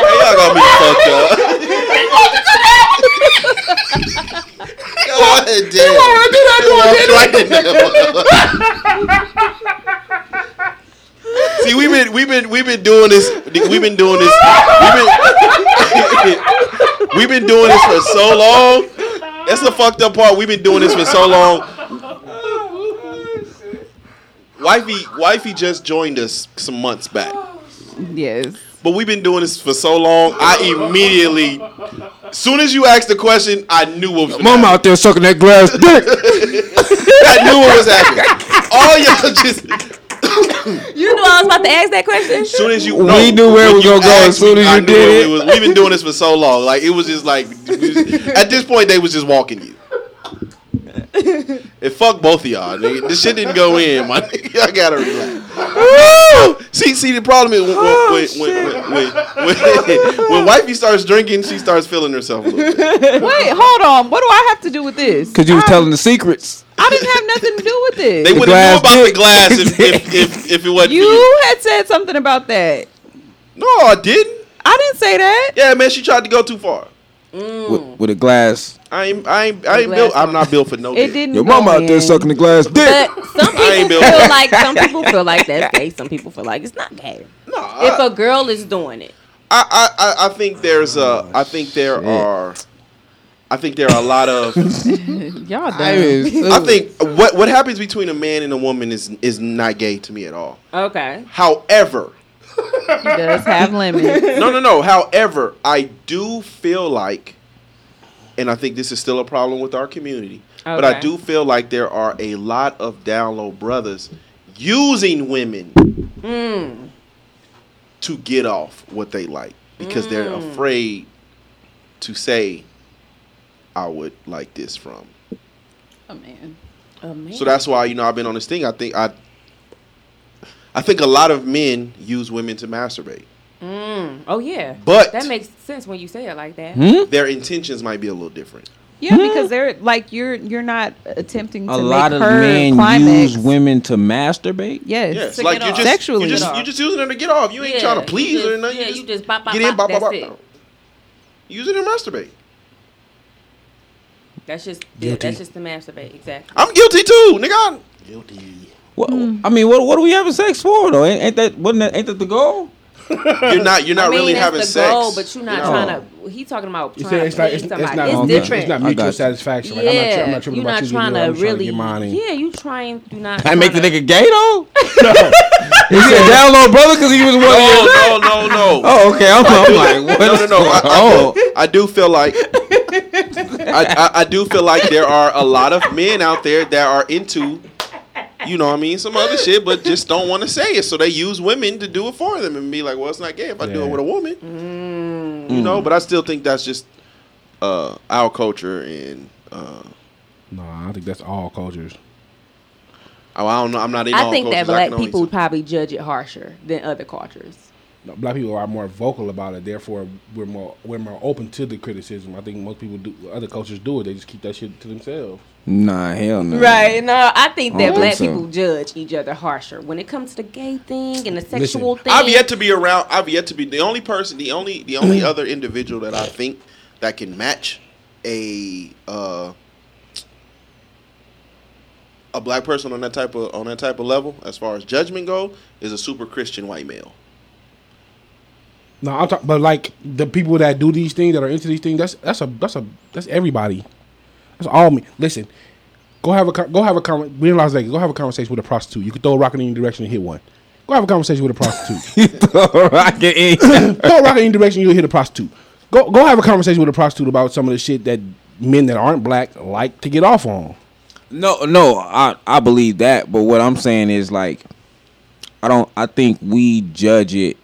hey, y'all got me fucked up. Go ahead, damn. You wanna do that to See, we've been we've been we've been doing this we've been doing this we've been, we've been doing this for so long. That's the fucked up part. We've been doing this for so long. Wifey, wifey just joined us some months back,
Yes.
but we've been doing this for so long. I immediately Soon as you asked the question, I knew what was gonna
Mama out there sucking that glass dick.
happen. I knew what was
*laughs*
happening. All y'all just
You knew I was about to ask that question.
as soon as you
We
no,
knew where
when
we
you
gonna go as
asked
soon
me,
as
I
you
knew
did
where
it.
we was- We've been doing this for so long. Like it was just like we was- at this point they was just walking you. It fucked both of y'all. Nigga. This shit didn't go in, my nigga. *laughs* I gotta relax. see, see, the problem is when,
Oh,
when, when, when, when, when, *laughs* when wifey starts drinking, she starts feeling herself a little bit.
Wait, hold on. What do I have to do with this?
Because you was
I,
telling the secrets.
I didn't have nothing to
*laughs*
do with
They
this.
wouldn't know
glass
about the
dick.
glass if,
*laughs*
if, if, if it wasn't for you.
You had said something about that.
No, I didn't.
I didn't say that.
Yeah, man, she tried to go too far.
Mm.
With, with a glass.
I ain't, I ain't, I ain't built. I'm not built for no.
It
dick.
didn't.
Your
go
mama out there
in.
sucking the glass dick.
But some
I ain't
people
built
feel
that.
like some people feel like that's gay. Some people feel like it's not gay.
No,
If
I,
a girl is doing it,
I, I, I think there's a. I think there
shit.
are. I think there are a lot
*laughs*
of.
*laughs* Y'all
I
done.
was-
I think what what happens between a man and a woman is is not gay to me at all.
okay,
However,
He does have lemon. *laughs*
no, no, no. However, I do feel like, and I think this is still a problem with our community, but I
Okay.
do feel like there are a lot of down low brothers using women to get off what they like because they're afraid to say, I would like this from.
Oh man.
So that's why you know I've been on this thing. I think I, I think a lot of men use women to masturbate.
Mm. Oh yeah,
But-
that makes sense when you say it like that.
Their intentions might be a little different.
Yeah, because they're like you're you're not attempting to
Hmm? a
make
lot of
her
men
climax.
use women to masturbate.
Yes,
Yes,
to
like
get
you
off.
just
Sexually.
You just,
Get
you
off.
just using her to get off. You ain't
Yeah,
trying to please
you
her or
just-
nothing.
yeah, you just bop, bop,
get in,
bop,
bop, bop,
that's
bop.
it.
Using her to masturbate.
That's just
Guilty.
that's just to masturbate. Exactly.
I'm guilty too, nigga.
*laughs*
I'm guilty.
What,
Mm-hmm.
I mean, what, what are we having sex for though? Ain't, ain't that wasn't that, ain't that the goal?
You're not. You're not
I mean,
really
that's
having
the
sex.
goal, but you're not
No.
trying to. He talking about
It's,
trying
it's
to
not.
please
It's, it's
somebody. It's,
not. mutual-
different.
It's not
I
mutual
got you.
satisfaction. Like,
yeah,
I'm not. tri-
you're
I'm not
not
tripping
trying
about
to
you. you.
really.
I'm trying to get mine.
yeah, you trying. Do not.
*laughs* I make the
tryna-
nigga gay though.
No.
*laughs* He said down low brother because he was one. of
No,
your-
no, no, *laughs*
*laughs*
no.
Oh, okay. I'm, I'm like, what
Oh. No,
is
no, no. I,
going
I,
on?
do, I do feel like I, I, I do feel like there are a lot of men out there that are into, you know, what I mean, some other shit, but just don't want to say it, so they use women to do it for them and be like, well, it's not gay if I do
Yeah.
it with a woman,
Mm.
you know. But I still think that's just uh, our culture, and uh,
No, I think that's all cultures.
oh, I don't know. I'm not in.
I
all
think that
cultures. I can
black
only
people
say-
probably judge it harsher than other cultures.
No, Black people are more vocal about it. Therefore, we're more we're more open to the criticism. I think most people do. Other cultures do it. They just keep that shit to themselves.
Nah, hell no. *laughs*
Right. No, I think
I
that
don't
black
think Mm. so.
people judge each other harsher when it comes to the gay thing and the sexual
Listen,
thing.
I've yet to be around. I've yet to be the only person, the only, the
Mm.
only other individual that I think that can match a uh, a black person on that type of on that type of level as far as judgment go is a super Christian white male.
No, I'm talking. But like the people that do these things, that are into these things, that's that's a that's a that's everybody. That's all me. Listen, go have a con- go have a con- We in Las Vegas. Go have a conversation with a prostitute. You could throw a rocket in any direction and hit one. Go have a conversation with a prostitute.
Rocket in.
throw a rocket in any direction, you'll hit a prostitute. Go go have a conversation with a prostitute about some of the shit that men that aren't black like to get off on.
No, no, I I believe that, but what I'm saying is like, I don't. I think we judge it.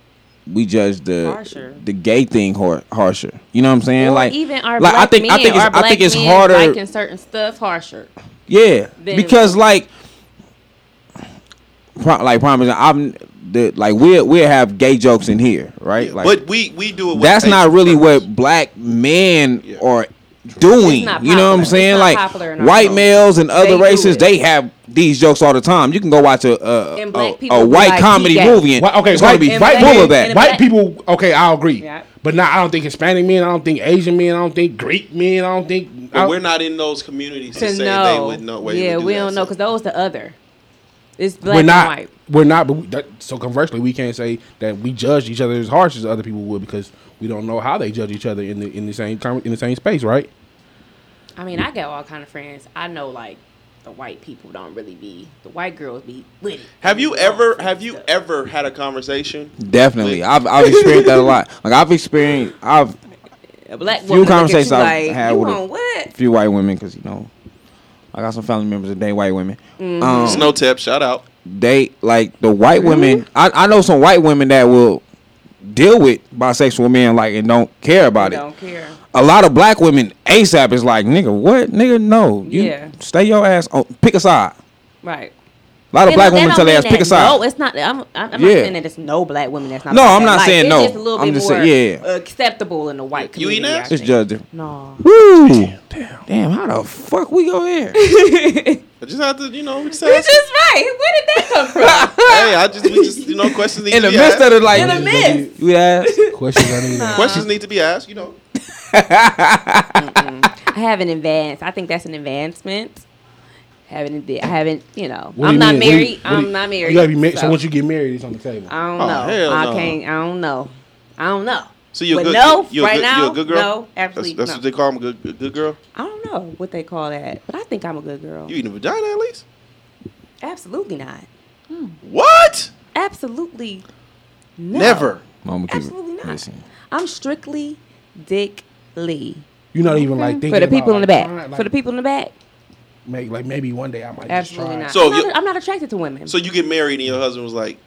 We judge the
Harsher.
the gay thing har- harsher. You know what I'm saying?
Or
like
even our
like,
black
I think
men,
I think
our
it's,
black
I think it's
men
harder.
liking certain stuff harsher.
Yeah,
than-
because like, pro- like promise, I'm the like we will we will have gay jokes in here, right? Like,
but we we do it. With
that's
a
not really
purpose.
what black men
Yeah.
are doing.
It's not
You know
popular.
what I'm
It's
saying?
not
Like
popular in our
white
culture.
males and other
They do
races,
it.
they have these jokes all the time. You can go watch a a,
And
a,
black people
a
be
white
like,
comedy
he gay.
movie, and
Why- okay,
it's
white,
gonna be
white,
black
full
people,
of that.
and
white
black-
people. Okay, I'll agree.
Yeah.
But now I don't think Hispanic men. I don't think Asian men. I don't think Greek men. I don't think. I
But
don't-
we're not in those communities to,
To
say
know.
they would know. Way
yeah,
to do
we
that,
don't know
so.
because that was the other. It's black
we're not.
and white.
We're not. But we, that, so conversely, we can't say that we judge each other as harsh as other people would because we don't know how they judge each other in the in the same con- in the same space, right?
I mean, I got all kind of friends. I know like the white people don't really be the white girls be with it.
Have you
They
ever
don't
have
say
you
stuff.
ever had a conversation?
*laughs*
Definitely,
Wait.
I've I've experienced that a lot. Like I've experienced I've
a black
Few
woman look at
conversations
you
I've
like,
had
you
with a-
on what?
few white women because you know I got some family members that date white women.
Mm-hmm.
Um,
Snow tip, shout out.
they like the white women. I, I know some white women that will deal with bisexual men like and don't care about it.
Don't care.
A lot of black women ASAP is like nigga, what nigga? No, you
Yeah.
stay your ass on. Pick a side.
Right.
A lot of
They
black
don't- they
women
don't
tell their
mean
ass pick a
that.
side.
No, it's not. I'm, I'm, I'm not
Yeah.
saying that there's no black women that's not.
No,
like
I'm
that.
not
Like,
saying
it's
no.
Just a little
I'm
bit
just
more
saying- yeah.
acceptable in the white
You eat
community.
ass?
I
It's
think.
just
*laughs*
different.
no.
Woo! Damn, damn, How the fuck we go *laughs* here?
I just have to, you know, we just
You're
ask-
just right. Where did that come from?
*laughs*
hey, I just, we just, you know, questions need
In
to be
the midst
asked.
of the like,
In the midst. *laughs*
we asked.
Questions I need. to-
Um,
questions need to be asked. You know,
I haven't advanced. I think that's an advancement. Haven't. ad- I haven't. You know.
What do
I'm
you
not
mean? What do you-
married.
what do
I'm
you-
not married.
You gotta be married. So once you get married, it's on the table.
I don't
Oh,
know.
hell
I
no.
can't. I don't know. I don't know.
so you're
but
a good.
no,
you're a
right
good,
now,
you're a good girl.
no, absolutely
That's, that's what
no.
they call them, a good, a good girl.
I don't know what they call that, but I think I'm a good girl.
You eating a vagina at least?
Absolutely not.
What?
Absolutely. no.
Never.
Mama keep it-
Absolutely not.
listen.
I'm strictly Dick Lee.
You're not even like thinking
For the
about,
people in the
like,
back.
all right, like,
For the people in the back.
make, like maybe one day I might
Absolutely
just
not.
try.
So
I'm,
you-
not I'm not attracted to women.
So you get married and your husband was like,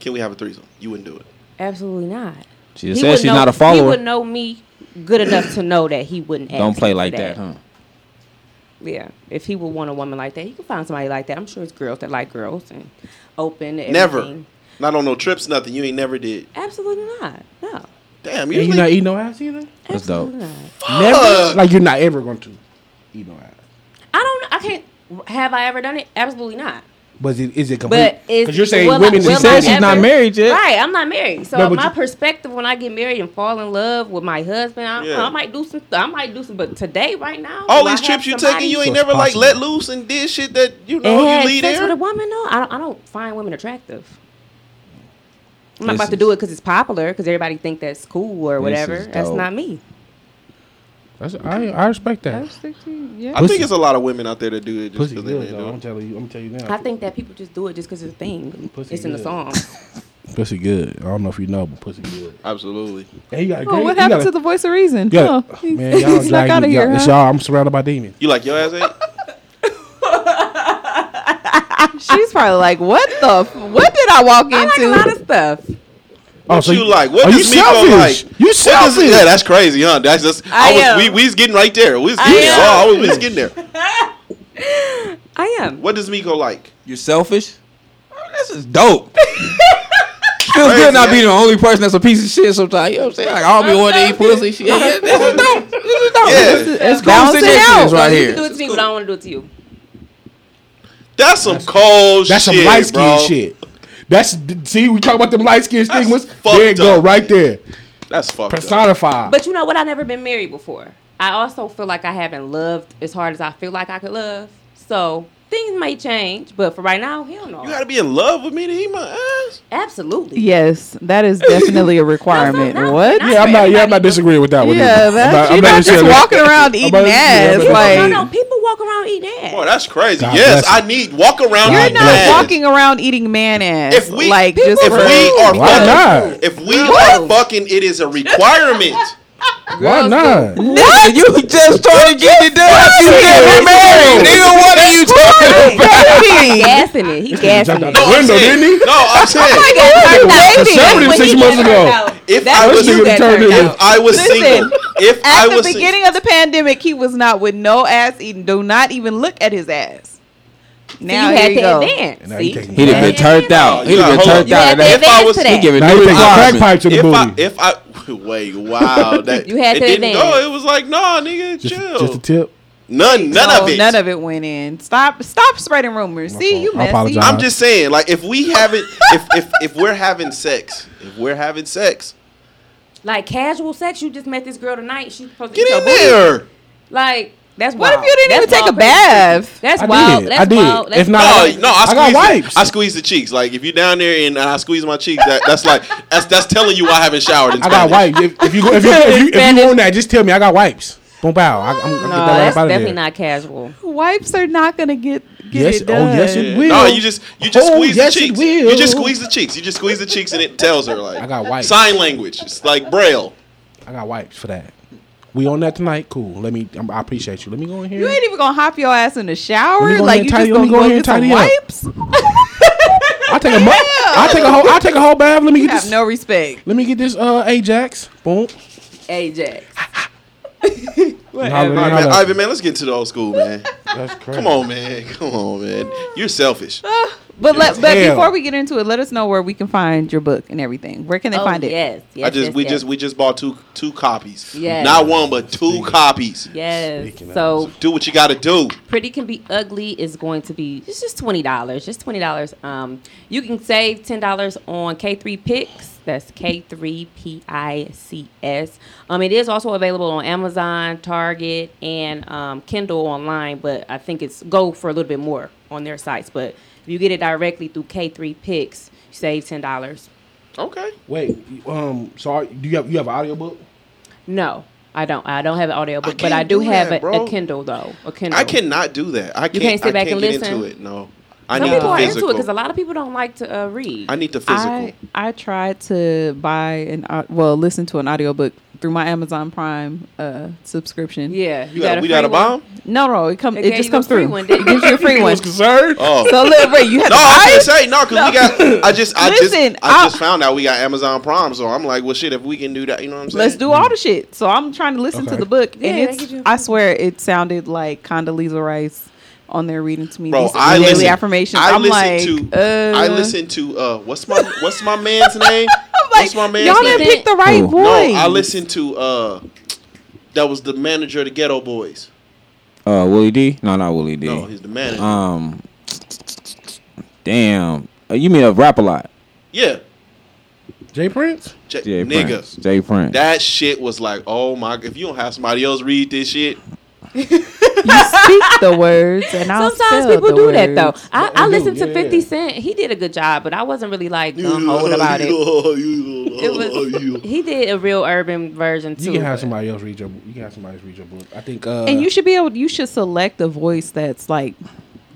"Can we have a threesome?" You wouldn't do it.
Absolutely not.
She just
He
said
would
she's
know-
not a
He would
follower.
know me good enough to know that he wouldn't. Ask
Don't play
me for
like that, huh?
Yeah, if he would want a woman like that, he could find somebody like that. I'm sure it's girls that like girls and open. And
Never.
everything.
Not on no trips, nothing. You ain't never did.
Absolutely not. No.
Damn,
And
usually
you're not eating no ass either.
That's dope.
absolutely Not.
Never. Like you're not ever going to eat no ass.
I don't. I can't. Have I ever done it? Absolutely not.
But is it, is it complete?
But it's-
you're saying
will I-
women.
will
She
I
said she's
ever-
not married.
married yet.
Right, I'm not married. So
No, but
my
you-
perspective when I get married and fall in love with my husband, I,
Yeah.
I might do some. I might do some. But today, right now,
all
do
these
I
trips
have
you
somebody-
taking, you ain't
So it's
never like
possible.
let loose and did shit that you
and
know
had
you lead
sex with a
there.
woman? No, I don't, I don't find women attractive. I'm not
This
about to
is-
do it because it's popular, because everybody think that's cool or whatever.
is
That's
dope.
not me.
That's, I, I respect that.
That's 16, yeah.
I think it's a lot of women out there that do it just
Pussy
because they
good
been
though. I'm
doing. it.
telling you. I'm telling you now.
I think that people just do it just because it's a thing.
Pussy
it's in the
good.
song.
pussy good. I don't know if you know, but pussy good.
Absolutely.
And he got a great.
Oh, what
he
happened
got a,
to the voice of reason? Oh.
Yeah,
Huh.
Oh,
He- *laughs*
man, y'all
he snuck
like,
out of
y'all,
here.
It's
huh?
y'all. I'm surrounded by demons.
You like your ass
*laughs*
ain't?
She's probably like, "What the? F- what did I walk into?"
*laughs* I like a lot of stuff.
Oh,
What you like? What
oh,
does
you
Miko
selfish?
like?
You
What else-
selfish?
yeah, that's crazy, huh? That's just
I
I was,
am.
we we was getting right there. We was
I
getting,
am.
oh, we was getting
*laughs*
there.
I am.
What does Miko like?
You're selfish. Oh, this is
*laughs*
dope. Feels good not
man.
being the only person that's a piece of shit. Sometimes you know what I'm saying. Like I'll be wanting to eat pussy. Shit.
*laughs*
Yeah, this is dope. This is dope.
Yeah.
This is-
It's
cool
balancing out.
suggestions right
you
here.
can do it to me, but I don't want to do it to you.
That's some cold
That's
shit.
some light skin
bro.
shit. That's see, we talk about them light skin stigmas.
fucked
There it go,
up.
right there,
That's fucked up.
personified.
But you know what? I've never been married before. I also feel like I haven't loved as hard as I feel like I could love. So things may change, but for right now, hell no.
You gotta be in love with me to eat my ass.
Absolutely.
Yes, that is definitely *laughs* a requirement.
No, no,
what?
no.
yeah, I'm not. Yeah, I'm not disagreeing with that one. either.
Yeah,
I'm
that's
I'm
you're not just
saying that.
walking around eating
about to- yeah,
ass.
I'm about to-
No,
like
no, people walk around eating ass.
Boy, that's crazy.
God
yes,
bless
I need walk around.
You're
my
not
you're not
ass.
walking around eating man ass.
If we-
like just
If
for,
we are
Why
fucking,
not?
if we
No.
are fucking, it is a requirement.
Why not?
What? You just trying to get it done. You get married. Nigga, what are you talking about?
*laughs*
He
baby.
gassing it. *laughs* He
He
gassing
jumped out
it.
the window,
saying-
didn't he?
No, I'm saying
Nigga walked
baby.
for seven
That's
six
when he
months
got
ago.
out.
if
That's
I
what
was,
you
if
got turned out.
I was
Listen,
single, if I
At the
was single,
beginning of the pandemic, he was not with no ass eating. Do not even look at his ass. Now
you
here
had
you
to
go.
advance.
And now
See?
you taking
He done been turned out. He done been turned
You
out.
had to
That-
if I
advance
was
to
He
that.
giving
Now you
new
taking crack
requirements.
pipe to the
if I *laughs*
booty.
if I wait, wow, that
You had
it
to
didn't
advance.
go. It was like no, nigga,
Just,
chill.
just a tip.
none, none
No,
of it.
None of it went in. Stop. Stop spreading rumors. See
fault.
you
I
messy.
apologize.
I'm just saying, like if we
*laughs*
haven't, if if if we're having sex, if we're having sex,
Like casual sex, you just met this girl tonight. She's supposed to
get
your
in
booty.
there.
Like that's
What
wild.
if you didn't
That's
even take a
wild
bath?
That's
I
wild.
did.
That's
I did.
wild. That's
If not,
wild.
No, no, I
I
squeeze.
got
the-
wipes.
I squeeze the cheeks. Like if you down there and I squeeze my cheeks, that, that's like that's that's telling you I haven't showered. In
I got
20
wipes. If, if you
*laughs*
go, if you if you, if you want that, just tell me. I got wipes. Boom bow. I, I'm, I'm
no,
get that ass
that's
out of
definitely
there.
not casual.
Wipes are not gonna get, get
Yes.
it
Oh
done.
yes, it will.
No, you just you just
Oh,
squeeze
yes,
the
it
cheeks.
will.
You just squeeze the cheeks. You just squeeze the cheeks, and it tells her like
I got wipes.
sign language. It's like braille.
I got wipes for that. We on that tonight? Cool. Let me. i I appreciate you. Let me go in here.
You ain't even gonna hop your ass in
Let
the
me
shower.
go
Like
in
you
here and
just
tidy- let
gonna
me go
go
in here
get some
and tidy up.
wipes.
*laughs* I take a. Mu- I take a whole. I take a whole bath. Let me
You
get
have
this.
no respect,
let me get this. Uh, Ajax. Boom.
AJ.
Holla,
All right,
holla.
man, Ivan, man, let's get to the old school, man.
That's crazy.
Come on, man. Come on, man. You're selfish.
but let, but
Hell.
before we get into it, let us know where we can find your book and everything. Where can they
Oh,
find it?
Yes. yes
I just
yes,
we
yes.
just we just bought two two copies.
Yes.
Not one, but two copies.
Yes.
Speaking of-
So
Do what you got to do.
Pretty Can Be Ugly is going to be it's just twenty dollars. Just twenty dollars. Um, you can save ten dollars on K three Picks. That's K three P I C S. Um, it is also available on Amazon, Target, and um, Kindle online, but I think it's go for a little bit more on their sites. But if you get it directly through K three Picks, you save ten dollars.
Okay.
Wait. Um. Sorry. Do you have you have an audiobook?
No, I don't. I don't have an audiobook, but
can't
I do,
do
have
that,
a,
bro.
a Kindle though. A Kindle.
I cannot do that. I can't.
can't sit
I
back
can't
and
get into
listen?
it. No. I
Some
need
people
the
are
physical.
into it because a lot of people don't like to uh, read.
I need the physical.
I, I tried to buy an au- well, listen to an audiobook through my Amazon Prime uh, subscription.
Yeah,
you got, we got a
free one?
bomb.
No, no, it come
They
it,
gave
just
you a
comes
free
through.
one,
it
didn't
gives you a free one. So
Concerned.
Oh.
look, wait, you had
no,
to
I
buy
was
it?
gonna say no because we got. I just, I
Listen,
just, I
I-
just found out we got Amazon Prime, so I'm like, well, shit, if we can do that, you know what I'm saying?
Let's do all the shit. So I'm trying to listen
Okay.
to the book,
Yeah,
and
they
it's
give you a
I swear it sounded like Condoleezza Rice on there reading to me
Bro,
these
I
daily
listen.
affirmations.
I
am
listen
like,
to. I
uh,
listen to. Uh, what's my What's my man's name?
I'm like,
what's my man's
y'all
name?
didn't pick the right
Who?
voice.
No, I listen to. Uh, that was the manager of the Ghetto Boys.
Uh, Willie D? No, not Willie D.
No, he's the manager.
um, damn. Uh, you mean a rap a lot?
yeah,
Jay Prince.
J-
Jay
nigga.
Prince. Jay Prince.
That shit was like, oh my! If you don't have somebody else read this shit,
you speak the words, and I'll
Sometimes
spell
people
the
do that though.
words.
I,
They
I
do,
listened to
yeah.
Fifty Cent. He did a good job, but I wasn't
*laughs*
really like gung ho about
*laughs*
it. It was *laughs* he did a real urban version too.
You can have
but-
somebody else read your. You can have somebody else read your book. I think. Uh,
and you should be able you should select a voice that's like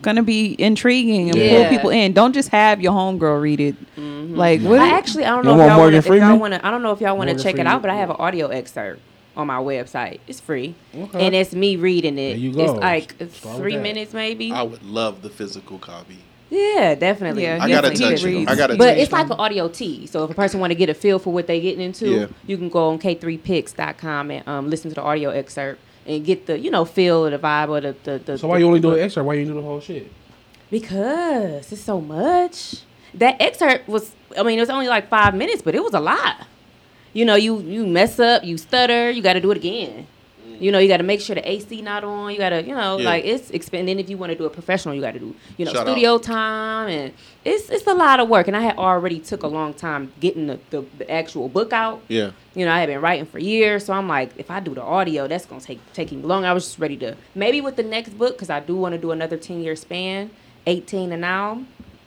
gonna be intriguing and
Yeah.
pull people in don't just have your homegirl read it
Mm-hmm.
like what
I actually I don't know
You want
if
Morgan
y'all, wanna, if y'all
Freeman?
wanna I don't know if y'all wanna
Morgan
check it
Freeman.
out, but I have an audio excerpt on my website. It's free.
Okay.
And it's me reading it.
There you go.
It's like
Start with
three
that.
minutes maybe.
I would love the physical copy.
yeah, definitely.
Yeah,
I gotta
Yes,
touch
he
it.
reads.
I gotta
But
touch
it's
it.
like an audio tea. So if a person want to get a feel for what they getting into,
Yeah.
you can go on k3picks.com and um, listen to the audio excerpt and get the you know feel or the vibe or the the. the
so why you only do an extra? Why you ain't do the whole shit?
Because it's so much. That excerpt was. I mean, it was only like five minutes, but it was a lot. You know, you you mess up, you stutter, you got to do it again. You know, you got to make sure the AC not on. You got to, you know,
Mm. Yeah.
like it's expanding. If you want to do a professional, you got to do, you know,
Shout out.
studio time and it's it's a lot of work. And I had already took a long time getting the, the, the actual book out.
Yeah.
You know, I had been writing for years, so I'm like, if I do the audio, that's gonna take taking long. I was just ready to maybe with the next book because I do want to do another ten year span, eighteen and now.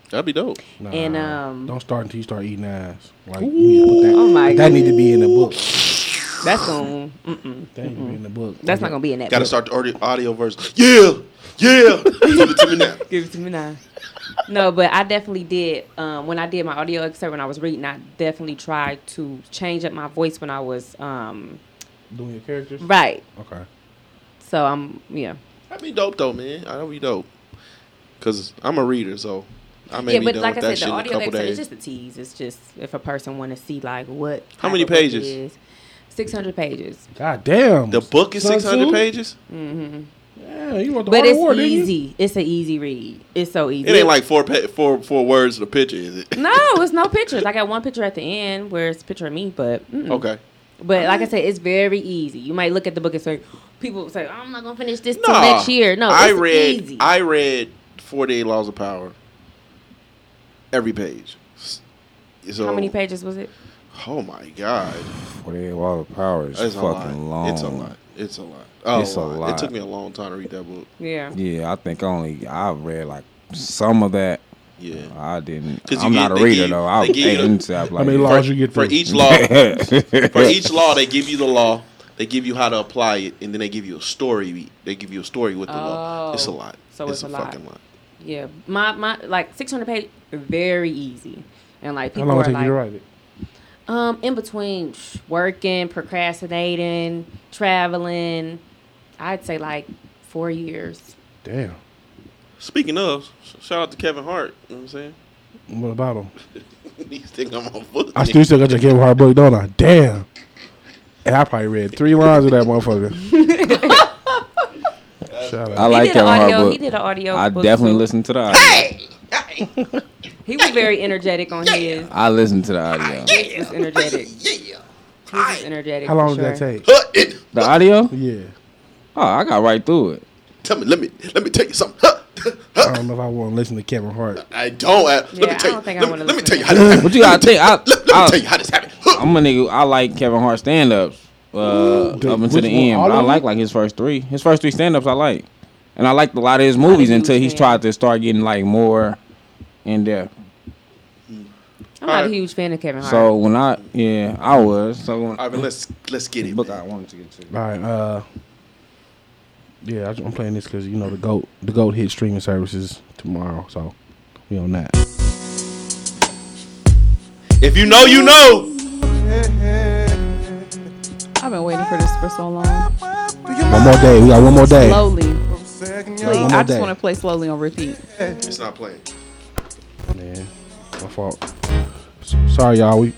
That'd be dope.
Nah,
And, um,
don't start until you start eating ass. Like, yeah, put that,
Oh my
that need to be in the book.
That's gonna mm-mm.
That need to be in the book.
that's not gonna be in that.
Gotta
Book.
start the audio, audio verse. Yeah, *laughs* yeah. Give it to me now.
Give it to me now. no, but I definitely did. Um, when I did my audio excerpt when I was reading, I definitely tried to change up my voice when I was um,
doing your characters.
right.
Okay.
So I'm yeah.
That'd be dope though, man. That'd be dope. Cause I'm a reader, so I may
yeah,
be
but
done
like I
with
said,
that shit
the
in a
audio
couple
excerpt
days.
is just a tease. It's just if a person want to see like what.
How
type
many
of book it
pages?
is. Six hundred pages,
God damn.
The book is
Sun
600
Tzu?
pages.
Yeah, you wrote the
but
whole
it's
war, didn't you?
easy. It's an easy read. It's so easy.
It ain't like four pa- four four words in a picture, is it?
no, it's no pictures. I got one picture at the end where it's a picture of me, but mm.
Okay.
But like I said, it's very easy. You might look at the book and say, people say, I'm not gonna finish this till
Nah,
next year. No,
I
it's
read
easy.
I read 48 Laws of Power. Every page. S- So,
How many pages was it?
Oh my god,
48 Laws of Power is
it's a lot.
fucking long.
It's a lot. It's a lot. Oh,
It's a
It
lot.
took me a long time to read that book.
Yeah.
Yeah, I think only I read like some of that.
Yeah.
I didn't.
'Cause you
I'm
get-
not a
they
reader
give-
though. I
they give you the-
ain't stuff
How
like
many
that.
laws you get
For
through?
each
*laughs*
law, for each law, they give you the law. They give you how to apply it, and then they give you a story. They give you a story with the law.
Oh.
It's a lot.
So it's a lot.
fucking lot.
Yeah. My my like six hundred pages, very easy. And like
How
people
long it
are
take you to
like
write it?
Um, in between sh- working, procrastinating, traveling, I'd say like four years.
Damn.
Speaking of, sh- shout out to Kevin Hart. You know what I'm saying?
What about him?
*laughs* He's thinking I'm on foot.
I still still got your Kevin Hart book, don't I? Damn. And I probably read three lines of that motherfucker. Shout
I
out.
like
he did an
Kevin Hart
audio.
book.
He did an audio.
I
book,
definitely
too.
listened to the audio.
He was very energetic on his.
I listened to the audio.
He was energetic.
*laughs*
yeah. He was energetic.
How long
for
did that
sure.
take?
Huh, it,
The audio?
Yeah.
Oh, I got right through it.
tell me, let me let me tell you something. Huh, huh.
I don't know if I want to listen to Kevin Hart.
I don't. uh, let
Yeah,
me
I
tell
don't
you.
think I
Let me,
wanna
let me
listen
tell you
to Oh.
how
But
this.
you gotta think. I,
Let, let me
I,
tell you how this happened. Huh.
I'm a nigga. I like Kevin Hart stand ups uh, up
the-
until
which
the
one?
end.
All
But I
of
like
them?
like his first three. His first three stand ups I like, and I liked a lot of his movies
a huge
until he's
fan.
tried to start getting like more in depth.
I'm not a
Alright.
huge fan of Kevin Hart.
Uh, So when I yeah I was so when,
All right, man, let's let's get it.
book
man.
I wanted to get to.
All right. Uh, yeah, I, I'm playing this because you know the goat. The goat hit streaming services tomorrow, so we on that.
If you know, you know.
I've been waiting for this for so long.
One more day. We got one more day.
Slowly. Please,
One more
I just
day.
want to play slowly on repeat.
It's not playing.
Man, my fault. S- Sorry, y'all. We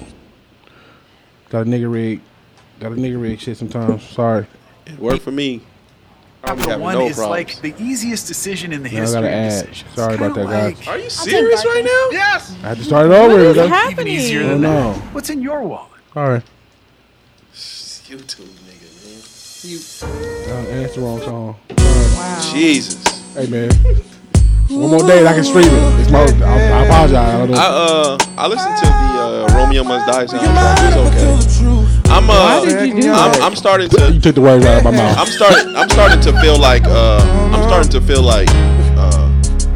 got a nigga rig. Got a nigga rig shit sometimes. Sorry.
It worked for me. I'm
Number
having
one
no
is
problems.
like the easiest decision in the
Now I
history
gotta
of
add.
decisions.
Sorry about
Kinda
that, guys.
like-
Are you serious right now?
Yes.
I had to start it over.
What is
okay?
Even
happening?
easier
Oh,
than
no.
that. What's in your wallet?
Sorry.
YouTube nigga, man.
Uh, and that's the wrong song.
Oh.
Jesus.
Hey man. One more day and I can stream it. It's my. I, I apologize. I don't know.
I uh I listened to the uh, Romeo Must Die soundtrack. It's okay. I'm uh
did you do
I'm,
that?
I'm starting
you
to
took the words out of my mouth.
I'm starting I'm starting to feel like uh I'm starting to feel like uh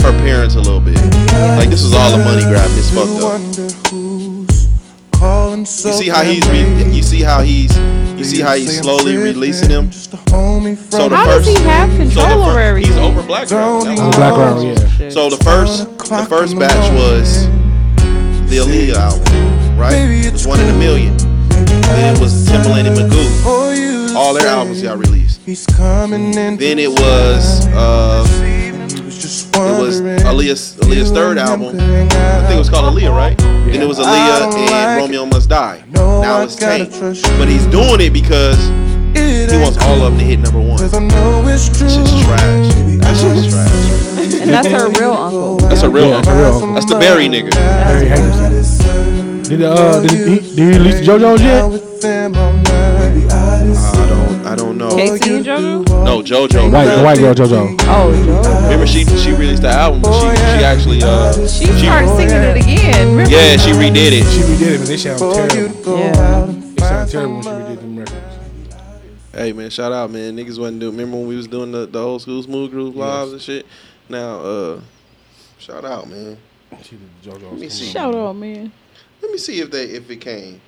her parents a little bit. Like this is all a money grab. It's fucked up. You see how he's re- you see how he's you see how he's slowly releasing him. So the
How does he
first
have
so
control
the
over
fir- he's
everything?
over black. Grab. That was
The background, Oh, yeah.
Shit.
So the first, the first batch was the Aaliyah album, right? It was one in a million. Then it was Timbaland and Magoo, all their albums y'all released.
He's coming in.
Then it was, uh, it was
was
Aaliyah's, Aaliyah's third album. I think it was called Aaliyah, right? Then it was Aaliyah and Romeo Must Die. Now it's Tank, but he's doing it because he wants all of them to hit number one. That
know it's true.
shit's trash. That shit's trash.
and that's her real uncle.
That's a real.
Yeah, for real.
That's the Barry nigga.
Barry Hankerson. Did uh did he, did he release the JoJo's yet?
I don't. I don't know.
Casey and JoJo?
No, JoJo.
White the white girl JoJo.
Oh,
Remember, she she released the album. But
Oh,
she she actually uh
JoJo. She started singing it again. Remember?
yeah she redid it.
She redid it, but they sound terrible.
Yeah.
They sound terrible when she redid them records.
Hey man, shout out man. Niggas wasn't doing. Remember when we was doing the, the old school smooth groove lives and shit. Now uh, shout out man.
She did the JoJo's.
me see.
Shout out, man.
Let me see if they if it came.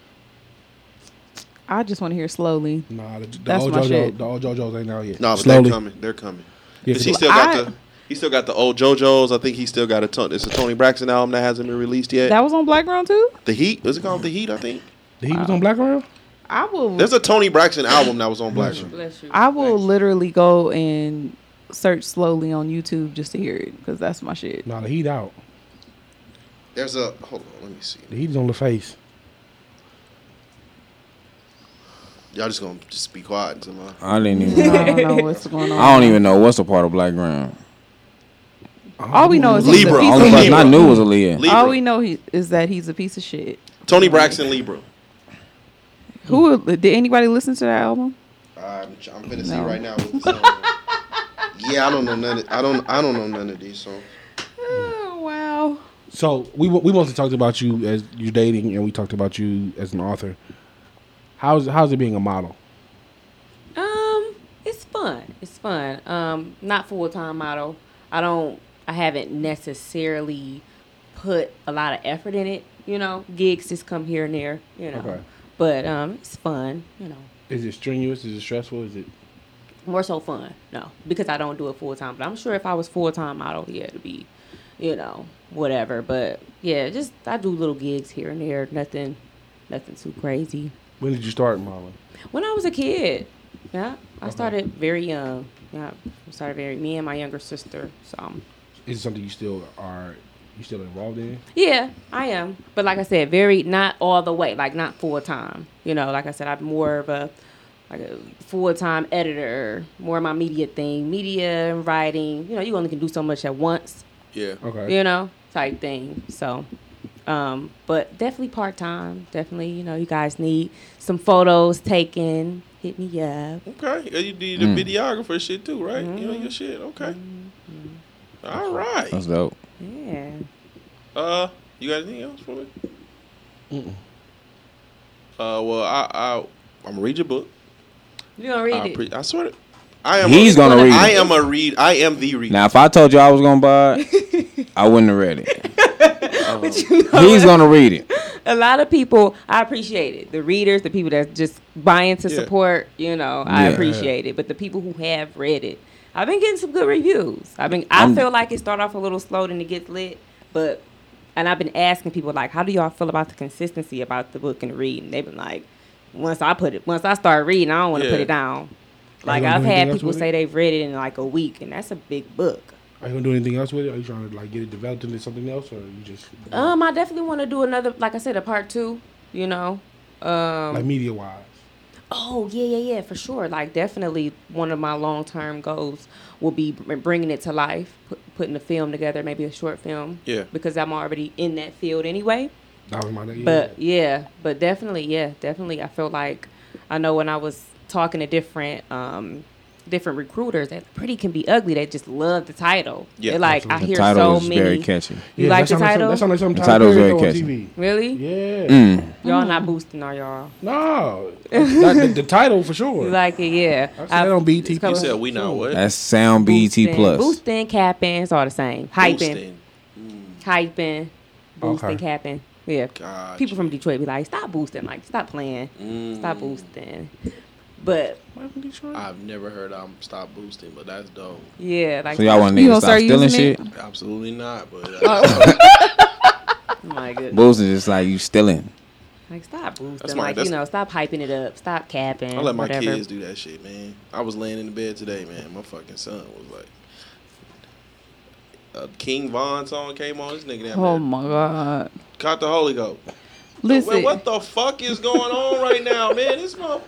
I just want to hear slowly.
Nah, the, the
That's
old
my
JoJo,
shit.
the old JoJo's ain't out yet.
No, but
Slowly.
they're coming. They're coming. 'Cause
Yeah, cause
he
it-
still got
I-
the he still got the old JoJo's. I think he still got a ton. It's a Tony Braxton album that Mm-hmm. hasn't been released yet.
That was on Black Ground too?
the Heat. Was it called The Heat? I think
he was on Black Around.
I will
there's a Tony Braxton album that was on Black. Room.
Bless you.
I will literally go and search slowly on YouTube just to hear it because that's my shit.
Nah, the heat out.
There's a hold on. Let me see.
The heat is on the face.
Y'all just gonna just be quiet until I.
I
*laughs*
didn't even.
I don't know what's going on.
I don't even know what's a part of black ground.
All we know is he's
Libra,
a piece
all
Only
of
about
person
shit.
I
Libra.
knew was Aaliyah.
Libra.
All we know he, is that he's a piece of shit.
Tony Braxton Libra.
Who did anybody listen to that album?
I'm, I'm finna see
No.
right *laughs* now. What the song is. yeah, I don't know none. Of, I don't. I don't know none of these songs.
Oh wow!
So we wa- we mostly talked about you as you dating, and we talked about you as an author. How's how's it being a model?
Um, it's fun. It's fun. Um, not full time model. I don't. I haven't necessarily put a lot of effort in it. You know, gigs just come here and there. You know,
Okay.
but um, it's fun. You know,
Is it strenuous? Is it stressful? Is it?
more so fun. No, because I don't do it full time. But I'm sure if I was full time model, yeah, it'd be, you know, whatever. But yeah, just I do little gigs here and there. Nothing Nothing too crazy.
When did you start modeling?
When I was a kid, yeah, I started very young. Yeah, I started very me and my younger sister. So um,
Is it something you still are you still involved in?
yeah, I am. But like I said, very not all the way, like not full time. You know, like I said, I'm more of a like a full time editor, more of my media thing, media and writing. You know, you only can do so much at once.
Yeah.
Okay.
you know, type thing. So, um, but definitely part time. Definitely, you know, you guys need some photos taken. Hit me up.
Okay. Yeah, You did the videographer shit too, right? You know your shit. Okay. All right.
That's dope.
Yeah.
Uh, you got anything else for me? Uh, well, I, I I'm gonna read your book.
You gonna read
I,
it?
pre- I swear to. I am.
He's
a,
gonna read
I
it.
am a read. I am the reader.
Now, if I told you I was gonna buy it,
*laughs*
I wouldn't have read it.
Oh.
He's gonna read it.
a lot of people, I appreciate it. The readers, the people that's just buying to
Yeah.
support, you know, I
Yeah.
appreciate it. But the people who have read it, I've been getting some good reviews. I mean, I
I'm-
feel like it started off a little slow, then it gets lit. But and I've been asking people like, how do y'all feel about the consistency about the book and the reading? They've been like, once I put it, once I start reading, I don't want to put
Yeah.
it down.
Are you
Like
gonna
I've
do anything
had
else
people
with
say
it?
they've read it in like a week, and that's a big book.
Are you gonna do anything else with it? Are you trying to like get it developed into something else, or you just
Um, I definitely want to do another, like I said, a part two. You know, um,
like media wise?
Oh yeah, yeah, yeah, for sure. Like definitely, one of my long term goals will be br- bringing it to life, put, putting a film together, maybe a short film.
Yeah.
Because I'm already in that field anyway.
That was my yeah.
But yeah, but definitely, yeah, definitely. I feel like I know when I was talking to different um different recruiters that pretty can be ugly. They just love the title.
Yeah,
They're like
The
I hear
title
so
is
many.
very catchy.
You
Yeah,
like
that sound like
the
some-
title?
That sounds like something
The
Tyler
title's
Perry
very
do on
catchy.
TV.
Really?
Yeah.
Mm.
Y'all not boosting, are y'all?
*laughs*
No, not the, the title for sure.
You like it? Yeah.
I said that on BT.
it's coming-
You said we not what?
That's sound BT
Boosting,
plus.
Boosting, capping, it's all the same. Hyping,
Boosting.
hyping, boosting,
Okay.
capping. Yeah.
Gotcha.
People from Detroit be like, stop boosting, like stop playing,
Mm.
stop boosting. But
uh,
I've never heard I'm stop boosting, but that's dope.
yeah, like
So y'all want
You gonna
niggas to stop
start
stealing
using
shit?
it?
Absolutely not. But
Oh, my goodness,
Boosting just like you stealing.
like stop boosting,
That's my-
like
that's-
you know, stop hyping it up, stop capping.
I let my
whatever.
kids do that shit, man. I was laying in the bed today, man. My fucking son was like, a King Von song came on. This nigga that
Oh
man
my god!
caught the Holy Ghost.
Listen,
Well, what the fuck is going on right now, man? This mother.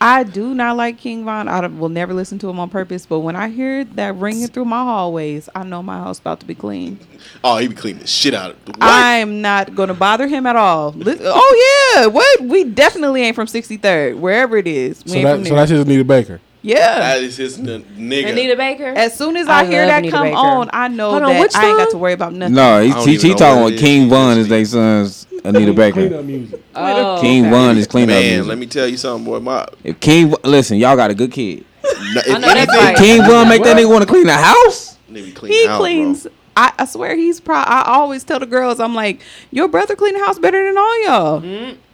I do not like King Von. I don't- will never listen to him on purpose. But when I hear that ringing through my hallways, I know my house about to be clean.
Oh, he be cleaning the shit out of the
I'm not going to bother him at all. Li- oh yeah, what? We definitely ain't from 63rd, wherever it is. We
So
ain't from
that so
there.
that's just Anita Baker.
yeah.
That is his n- nigga.
Anita Baker.
As soon as
I
I, hear
love
that
Anita
come
Baker.
on, I know
Hold on,
that
which
I ain't got
song?
to worry about nothing.
No,
I
he,
don't
he,
even
he
know what
talking
it
with
is.
King Von is they son's Anita
Clean
Baker.
up music.
oh,
King Von is clean up.
Man,
music.
let me tell you something, boy. My
If King, listen, y'all got a good kid.
no, if
I know that's
anything,
right.
King Von make that nigga want to clean the house.
nigga clean
He
out, bro.
cleans. I, I swear he's pro. I always tell the girls, I'm like, your brother clean the house better than all y'all.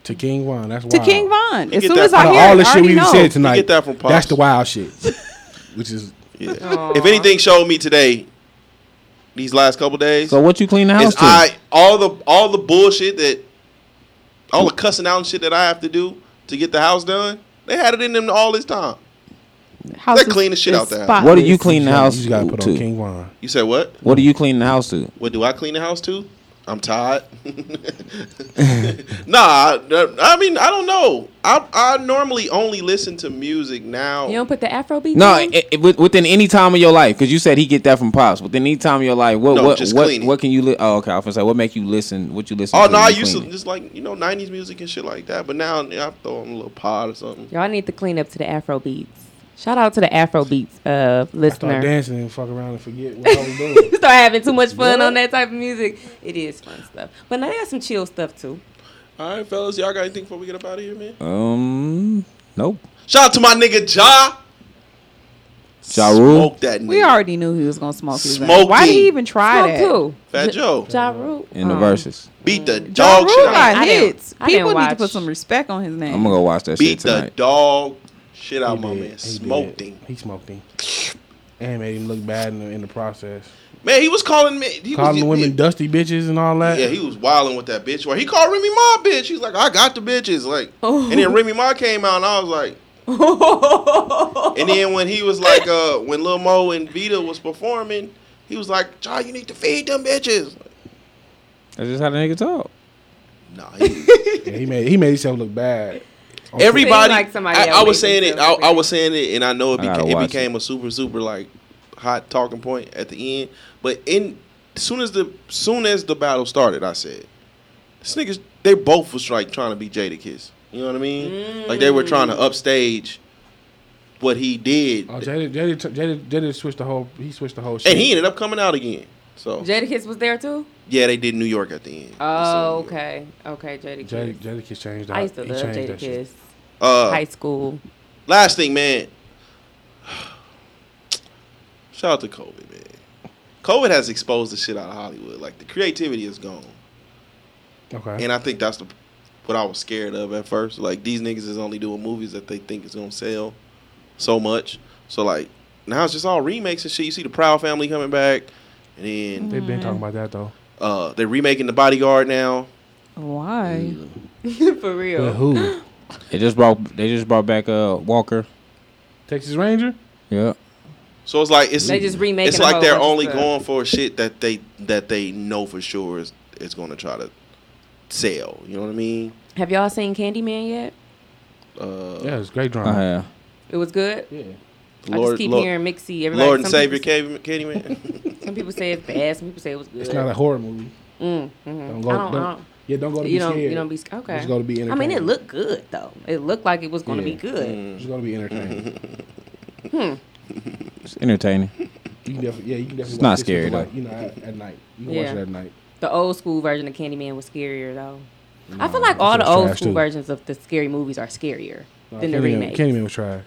To King Von. That's
To
wild.
King Von.
You
As
get
soon
that
as
Out
I
of
hear
all
it,
the
I
shit
already
we
know.
said tonight,
get that from Pops.
that's the wild shit. *laughs* Which is
Yeah. If anything showed me today, these last couple days,
So what you clean the house
is
to?
I all the all the bullshit that all the cussing out and shit that I have to do to get the house done. They had it in them all this time.
House
They
is-
clean the shit
is
out there.
spotless.
what do you clean the house
You just gotta put on
to?
King Von.
You said what?
What do you clean the house to?
What do I clean the house to? I'm
*laughs*
tired. *laughs* nah, I, I mean I don't know. I I normally only listen to music now.
You don't put the Afro beat.
No,
on?
it, it- with- within any time of your life, because you said he get that from pops. Within any time of your life, what
No,
what
just
what,
cleaning.
what can you? Li- oh, okay. I was gonna say, what make you listen? What you listen?
Oh
to
no,
when
I
you
used to
cleaning?
just like you know '90s music and shit like that. But now I throw on a little pod or something.
y'all need to clean up to the Afro beats. Shout out to the Afro beats uh,
Start
listener.
dancing and fuck around and forget what I was *laughs* doing.
you start having too much fun on that type of music. It is fun stuff. But now they got some chill stuff too.
All right, fellas, y'all got anything before we get up out of here, man?
Um, nope.
Shout out to my nigga Ja.
Ja Rule?
Smoke that nigga.
We already knew he was gonna smoke. his ass.
Smoking.
Why did he even try
Smoke
that?
who?
Fat Joe.
Ja Rule.
In the
Um, *laughs*
verses,
Beat the
Ja
dog
Rule
shit out.
got
I didn't-
hits.
I didn't
People need to
watch.
put some respect on his name.
I'm gonna go watch that shit
Beat the
tonight.
dog shit out, my man.
He did.
Smoked him.
He smoked him. and made him look bad in the, in the process.
Man, he was calling me. He
Calling
was,
the women dusty bitches and all that.
Yeah, he was wilding with that bitch. Where he called Remy Ma a bitch. He's like, I got the bitches. Like, and then Remy Ma came out, and I was like, and then when he was like, uh, when Lil Mo and Vita was performing, he was like, Child, you need to feed them bitches. Like,
That's just how the nigga talk.
nah, he,
Yeah, he made he made himself look bad.
everybody.
Seem like somebody
I,
that
I
would
was
make
saying
you
it.
feel
I,
like
I
that.
was saying it, and I know it,
I gotta
beca- it
watch
became a super super like hot talking point at the end. But in soon as the soon as the battle started, I said, "This niggas, they both was like trying to be Jada Kiss. You know what I mean? Like they
Mm.
were trying to upstage what he did,
Oh, Jada, Jada, Jada, Jada switched the whole. He switched the whole. Shit.
and he ended up coming out again. So
Jadakiss was there too.
yeah, they did New York at the end.
Oh,
So,
okay, okay,
Jada,
Jadakiss.
Jada Kiss changed. Out.
I used to
He
love
changed that shit.
Jadakiss.
Uh,
High *laughs* school.
Last thing, man. *sighs* Shout out to COVID, man. COVID has exposed the shit out of Hollywood. Like the creativity is gone,
Okay.
and I think that's the what I was scared of at first. Like these niggas is only doing movies that they think is gonna sell so much. So like now it's just all remakes and shit. You see the Proud Family coming back, and then
They've been talking about that though.
uh, they're remaking the Bodyguard now.
Why?
For
But
real.
who?
They just brought they just brought back uh Walker.
Texas Ranger.
Yeah.
So it's like it's
They just remaking
It's
a
like
whole
they're
bunch of
only
stuff.
going for shit that they that they know for sure is is going to try to sell. You know what I mean?
Have y'all seen Candyman yet?
Uh,
Yeah, it's great drama.
I have.
It was good. I just
Lord,
keep
Lord,
hearing mixy. Everybody,
Lord and
some
Savior
People,
Candy-
*laughs*
Candyman.
some people say it's bad. Some people say it was good.
It's not a horror movie.
Mm, mhm.
Don't go.
I don't- I
don't-
don't-
yeah, don't go to
you
be
don't.
scared.
You don't be sc- okay.
Just gotta be
I mean, it
entertained.
looked good though. It looked like it was going to
Yeah.
be good.
Just gotta be entertained.
It's entertaining. *laughs*
You can definitely, yeah, you can definitely.
not
watch this
scary,
with the light,
though.
You know, at, at night, you can
Yeah.
watch it at night.
The old school version of Candyman was scarier though. I feel like all the
was
old
trash,
school
too.
versions of the scary movies are scarier than the
Candyman-
remake.
Candyman was trash.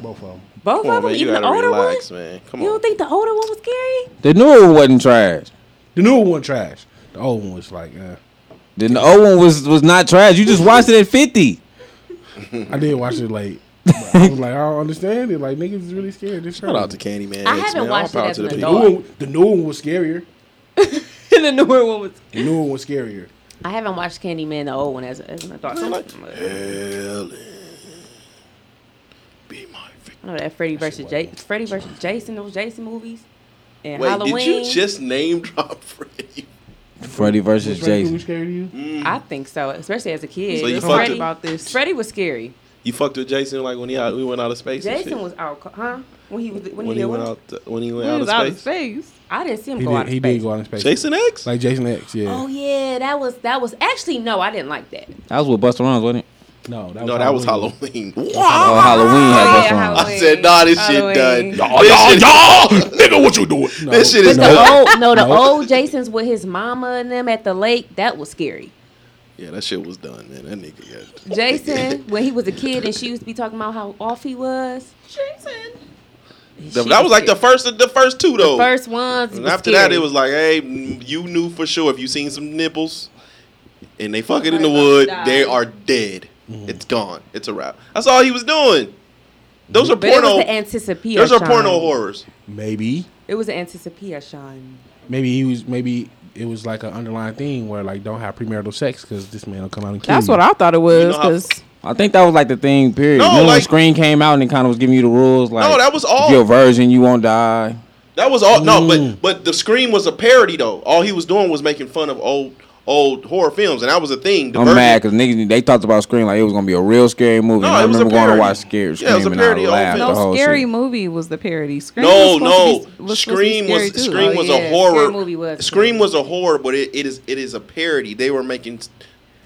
Both of them.
Both
Come on,
of them,
man, you
even the
gotta
older
relax,
one.
man. Come
You
on.
don't think the older one was scary? *laughs*
The new one wasn't trash.
The new one trash. The old one was like, eh.
Then the old one was was not trash. You just watched it at fifty.
I did watch it late. but I was like, I don't understand it. Like niggas is really scared. This
Shout out to Candyman.
I
X,
haven't
man. All
watched it
power
as
to the
an
people.
the new, one, the new one was scarier.
and the newer one was.
The new one was scarier.
I haven't watched Candyman, the old one, as, as an adult. I'm like,
*laughs* Helen, be my victim.
I know that Freddy versus Jason. Freddy versus Jason. Those Jason movies. And
Wait,
Halloween.
did you just name *laughs* drop Freddy?
Freddy versus
Jason.
Jason.
Was scared of you?
I think so, especially as a kid.
So you
It's
fucked
Freddy,
it.
about this.
Freddy was scary.
You fucked with Jason like when he out, we went out of space. and
Jason
shit.
was out, co- huh? When he was when,
when
he,
he
did
went
what?
out to- when he went
He
out
was
of
out of
space.
space.
I didn't see him
He
go
did.
out. of
He
space.
did go out in space.
Jason X.
Like Jason X. Yeah.
Oh yeah, that was that was actually no, I didn't like that.
That was with Buster Rhymes, wasn't it?
no, that
no, that was
Halloween.
Halloween.
Oh, Halloween had Busta Rhymes.
I said, nah, this shit done.
Halloween.
Y'all, y'all, y'all, nigga, what you doing? This shit is
The
done. *laughs*
old, no, the
Nope.
old Jason's with his mama and them at the lake. That was scary.
Yeah, that shit was done, man. That nigga got. *laughs*
Jason, when he was a kid and she used to be talking about how off he was.
The- that was like the first, the first two though.
first ones.
and
was
after
scary.
that, it was like, hey, mm, you knew for sure if you seen some nipples, and they fucking in the wood, they are dead. It's gone. It's a wrap. That's all he was doing. Those are
But it was
porno.
the anticipation.
Those are porno horrors.
Maybe,
It was the anticipation.
maybe he was. Maybe it was like an underlying thing where like don't have premarital sex because this man will come out and kill
That's
you.
what I thought it was.
You know how-
'cause-
I think that was like the thing. Period.
No,
you know, when
like-
Screen came out and it kind of was giving you the rules. Like,
No, that was all-
If you're a virgin, you won't die.
That was all. No,
Mm.
but but the scream was a parody though. All he was doing was making fun of old old horror films, and that was a thing. The
I'm
Virgin-
mad because niggas they talked about Scream like it was gonna be a real scary movie.
No,
and I
it was a
remember going to
parody.
watch Scare Scream
Yeah, it was a
and
parody
I
of old
laughed the
films.
No,
whole
scary
shit.
movie was the parody. Scream
No,
was supposed
no.
to be- was supposed to be
Scream was
scary, too.
Scream
Oh,
was
yeah,
a horror.
Scary movie was.
Scream was a horror, but it, it is it is a parody. They were making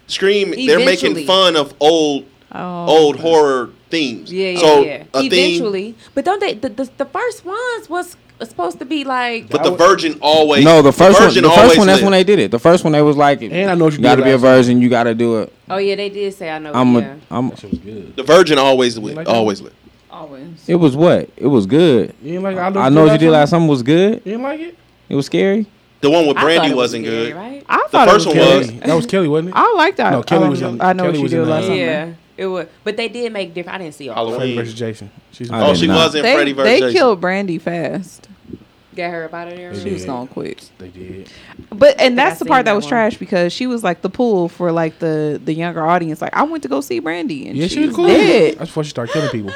Scream. They're making
Eventually.
fun of old
Oh.
old horror themes.
Yeah, yeah,
so
yeah.
A theme,
Eventually, but don't they? The, the, the first ones was supposed to be like.
but the Virgin always
No, the first one.
Virgin
The first
always
one. That's
lived.
when they did it. The first one they was like,
And I know what you
you gotta
did
be a
last night."
virgin. You gotta do it.
Oh yeah, they did say I know.
I'm
yeah.
a. I'm.
That shit was good.
the Virgin always lived.
like that?
always lived.
Always.
It was what? It was good.
You didn't like I,
I know what you did last summer was good.
You didn't like it.
It was scary.
The one with
I thought it
Brandy
was
not
scary,
good.
Right?
I
The
thought
first
it was
one
good.
was
Kelly. That was Kelly, wasn't it?
I liked that.
No, Kelly
um,
was in-
I know
Kelly
what you
was
did
in
last
the-
summer.
Yeah. It was, but they did make different. I didn't see all.
Freddy
Halloween.
versus Jason. She's
I
Oh,
did
she
not.
was in
They,
Freddy versus
they
Jason.
killed Brandy fast.
Got her up out of there.
She was gone quick.
They did.
But and that's
I
the
seen
part that
that
was
one.
trash because she was like the pull for like the the younger audience. Like I went to go see Brandy and
Yeah, she was cool.
dead.
That's before she started killing people.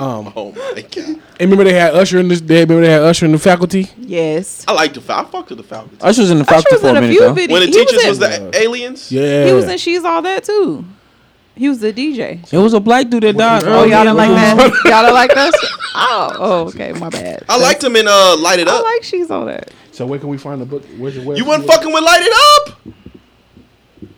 Um,
Oh my god!
and remember they had Usher in this. They remember they had Usher in the faculty.
Yes,
I like the Falcon. I fucked with the Falcons.
Usher's in the
Usher
Falcon
was
for
in
a
a
minute
few
though.
videos.
When the
he
teachers
was, in,
was the aliens.
Yeah,
he was in She's All That too. He was the DJ.
It was a black dude that died.
Oh, y'all
earlier.
don't like that? *laughs* y'all don't like that? shit? Oh, oh, okay, my bad.
I liked him in uh, Light It
I
Up.
like she's all that.
So where can we find the book? Where's your
you wasn't fucking with Light It Up.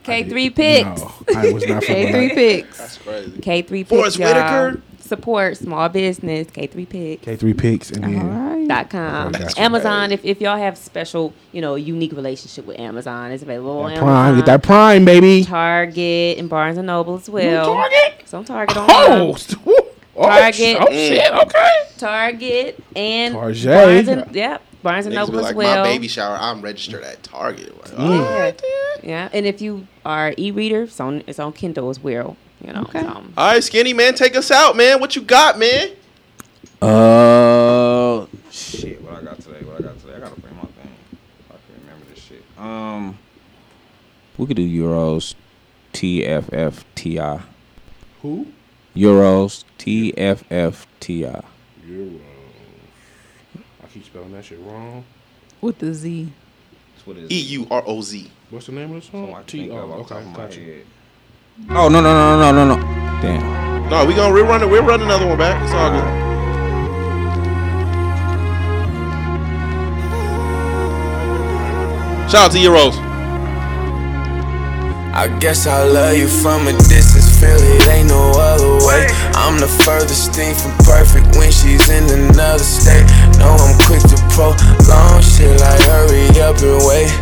K three picks.
No, I was not
K
fucking.
three
with
picks.
That's crazy.
K three picks.
Forrest
y'all.
Whitaker.
Support small business. K three picks.
K three picks and
All
then
right.
Dot com.
That's
Amazon. If, if y'all have special, you know, unique relationship with Amazon, it's available on
that
Amazon.
prime. Get that prime, baby.
Target and Barnes and Noble as well.
Target?
Some Target on
Oh,
oh.
st- *laughs* woo. oh,
Target.
sh- oh shit. Okay.
Target and
Target.
Barnes and yep, Barnes and
Niggas be
Noble as
like,
well.
my baby shower. I'm registered at Target. Like,
Mm.
"Oh."
Yeah. yeah, and if you are an e-reader, it's on it's on Kindle as well. You know,
Okay.
um,
All right, skinny man, take us out, man. What you got, man?
Uh, shit. What I got today? What I got today? I gotta bring my thing. I can remember this shit. Um, we could do Euros, TFFTI.
Who?
Euros, TFFTI.
Euros. I keep spelling that shit wrong.
With the Z.
E U R O Z.
What's the name of the song? T. Oh, okay, got you.
Oh no no no no no no! Damn.
No, we gonna rerun it. We'll run another one back. It's all good. Shout out to E Euros.
I guess I love you from a distance, feel it ain't no other way. I'm the furthest thing from perfect when she's in another state. No, I'm quick to prolong shit, like hurry up and wait.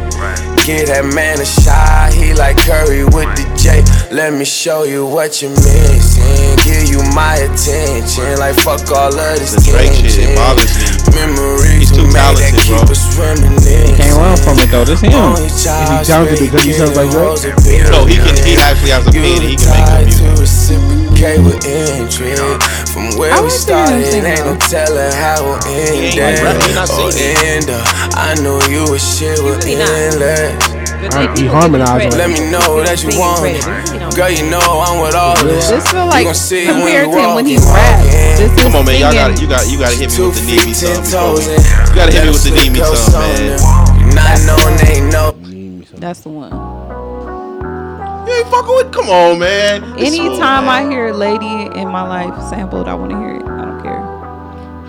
Get that man a shot, he like Curry with the J. Let me show you what you missing, give you my attention, like fuck all of this
The Drake shit it bothers me.
Memories
He's too
we made that
talented,
keep
bro.
us reminiscing.
Can't run from it though. This him.
Is
talented because he sounds like Drake?
No, he can. He actually has a pen. He can make good music.
To reciprocate with intrigue. From where
I
we
like to hear him
started,
sing,
ain't no
though.
telling how we'll
ain't
end
like
up.
rap, he not
Or
singing.
end up. uh, I know you was shit with
really not.
endless.
but
Alright,
they
he
do
harmonized on
give you credit.
Let me know that you
They give
want
credit. You know,
Girl, you know I'm with all this.
This feel
You
like
gon' see it when
compared
you
to him when he
walk in.
rapped. This is
Come on, man. Y'all
singing.
got to You got. You got to hit me
Two
with the knee me
feet, ten
something. before
toes eh?
we-
in.
You got to hit me with the knee me
Gotta
something,
flip
man.
your something. Not known ain't no.
That's the one.
You ain't fucking with. Come on, man. This-
Anytime I hear "Lady in My Life" sampled, I want to hear it. I don't care.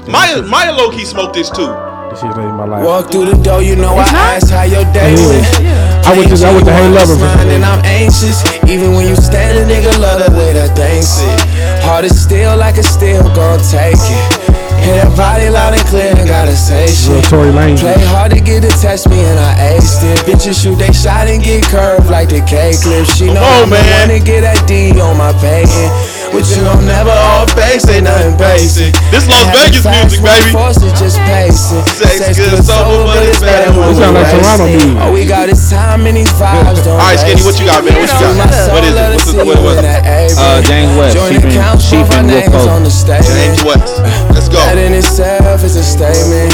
Maya, Maya, low key smoked this too.
This shit ain't my life.
Walk through the door, you know I
It's not?
asked how your day
Anyway.
went.
Oh, I went to I went to Hey Lover.
Fine, And I'm anxious, even when you stand a nigga love the way that thing sit. Heart is still like it's still gon' take it. Hear that body loud and clear, and gotta say
Little
shit.
Tory Lane.
Play hard to get to test me and I aced it. Bitches shoot they shot and get curved like the K clip. She know
on,
I'm the
man.
one to get that D on my patent. With you I'm never all face, ain't nothing basic.
This Las
Having
Vegas
sex
music,
with
baby.
forces, just pacing.
Sex good, sober, but it's better when
This sound like
wasted.
Toronto music.
All we got is time and these vibes.
All
Don't
right, Skinny, what you got, man? What you got? What is it? What's the, what, what?
Uh, James West. She been- she been with both.
James
James
West. Let's go.
That in itself is a statement.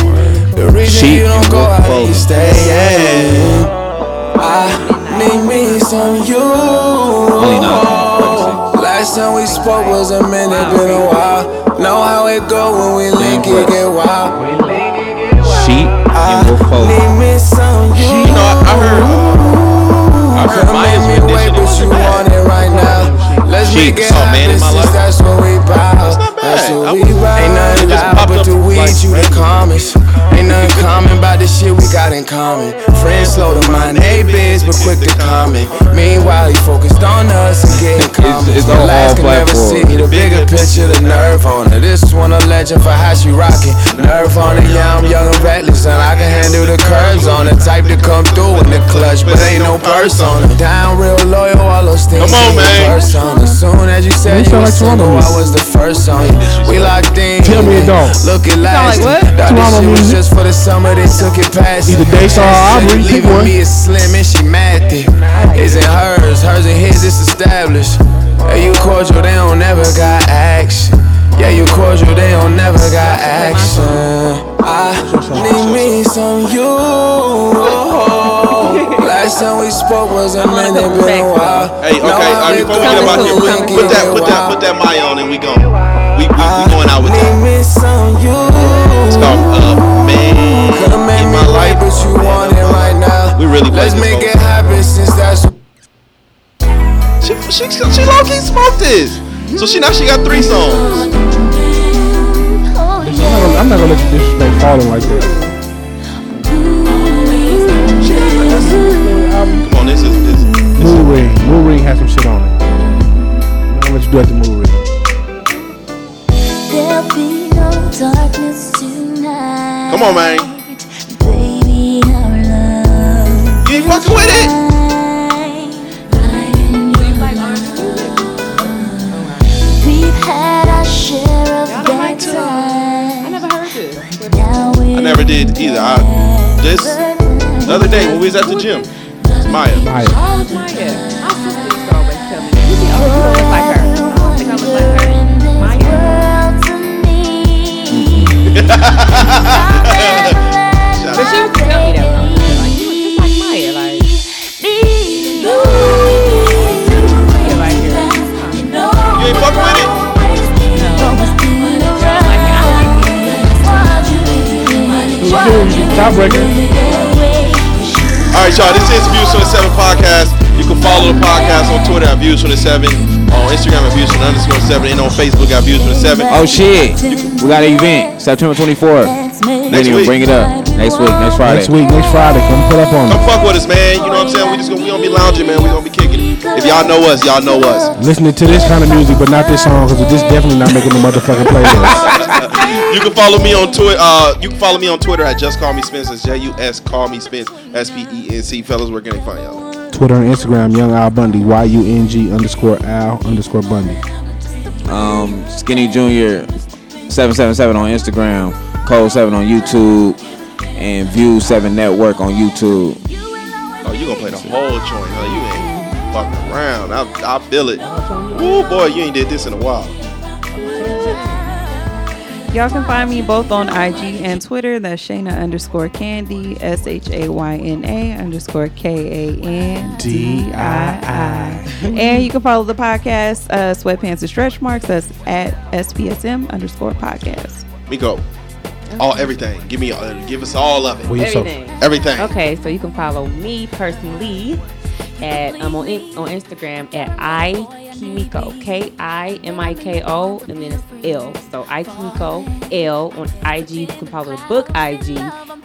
The reason
She
you don't
been
go
with
out and you
both.
stay in. I need me some you.
Only not.
Last time we spoke was a minute, been a while. Know how it go when we link it get wild.
Sheep and
I
Wolf Clover.
need me some you.
You know, I, I heard.
I
Girl,
heard Maya's
make me wait,
rendition. It
but you
wasn't
want
bad.
it right now. Let's
Jeez,
make it
it's all man in
happen
my
since
life.
that's what we bout.
not bad.
That's
I
what we
wouldn't-
bout. Ain't nothing
just
loud
popped
but
up
the weed,
like
you the calmest. Ain't nothing common about the shit we got in common. Friends slow to mind, they biz, but quick to comment. Meanwhile, he focused on us and getting comments.
it's all-
The last
all
can never
platforms.
see the bigger picture, the nerve on her. This one a legend for how she rockin'. Nerve on it, yeah, I'm young and reckless, and I can handle the curves on it. Type to come through in the clutch, but ain't no purse on her. Down real loyal, all those
Come
things.
on,
in your
man.
purse on her. Soon as you
You
said you
sound
was
like Toronto
single, I
music.
was the first on you. We locked in.
Tell me it don't.
Look at
like
last.
what?
Thought this
Toronto
shit was
music.
just for the summer, they took it past.
Either
it.
Daystar or
Said you
Aubrey, pick
leaving
one.
me is slim and she mad thick. Isn't hers, hers and his, it's established. Yeah, you cordial, they don't never got action. Yeah, you cordial, they don't never got action. I need me some you. Last time we spoke was a
wanna
minute,
come
been
back.
a while.
Hey, okay,
Now I've
all right,
been
before we get up out
coming
here,
for
put,
winking
put that,
a
put that,
while.
put that Maya on and we gone. We, we, we going out with
Need
that.
me some you.
It's called uh, man
Could've made
in
me
my life.
wait, but you want it right now.
We really played
Let's
this
make
song.
it happen since that's.
She, she, she, she low key smoked this. So she now she got three songs.
I'm not gonna let you disrespect Fallen like that.
Come on, this is this.
Moon Ring. Moon Ring has some shit on it. I'm not gonna let you do that to Moon Ring.
There'll be no darkness tonight.
Come on, man.
Baby, our love.
You ain't fucking with it.
We've had our share of bad times.
never heard this.
Now we're
I never did either. I just the other day when we was at the gym, Maya.
Maya.
Oh, Maya. My sister used to always tell me, you think, oh, you don't look like her. I don't think I look like her. But she used to tell me that when I was little, like, you look just like Maya. Like, Maya right here.
You ain't fucking with it.
Tiebreaker.
All right, y'all. This is Views from the Seven podcast. You can follow the podcast on Twitter at Views from the Seven, on Instagram at Views from the underscore seven, and on Facebook at Views from the Seven.
Oh shit! We got an event September 24th. Didn't even
week.
bring it up. Next week, next Friday.
Next week, next Friday, come pull up on
Come
us.
fuck with us, man. You know what I'm saying? We just gonna we gonna be lounging, man. We gonna be kicking it. If y'all know us, y'all know us.
Listening to this kind of music, but not this song, because this definitely not making the motherfucking playlist.
You can follow me on Twitter. Uh, you can follow me on Twitter at Just Call Me Spence. That's J U S Call Me Spence. S P E N C. Fellas, where can they find y'all?
Twitter and Instagram, Young Al Bundy, Y U N G underscore Al underscore Bundy.
Um, Skinny Junior, seven seven seven on Instagram, Code Seven on YouTube, and View Seven Network on YouTube.
Oh, you gonna play the whole joint? Huh? You ain't fucking around. I, I feel it. Oh boy, you ain't did this in a while.
Y'all can find me both on IG and Twitter. That's Shayna underscore Candy, S H A Y N A underscore K A N D I I. And you can follow the podcast, uh, Sweatpants and Stretch Marks. That's at SPSM underscore podcast.
Miko, all everything. Give me, uh, give us all of it.
Well, yourself.
Everything.
Everything.
Okay, so you can follow me personally at um, on, in, on Instagram at I Kimiko K I M I K O and then it's L. So I Kimiko L on IG. You can follow the book IG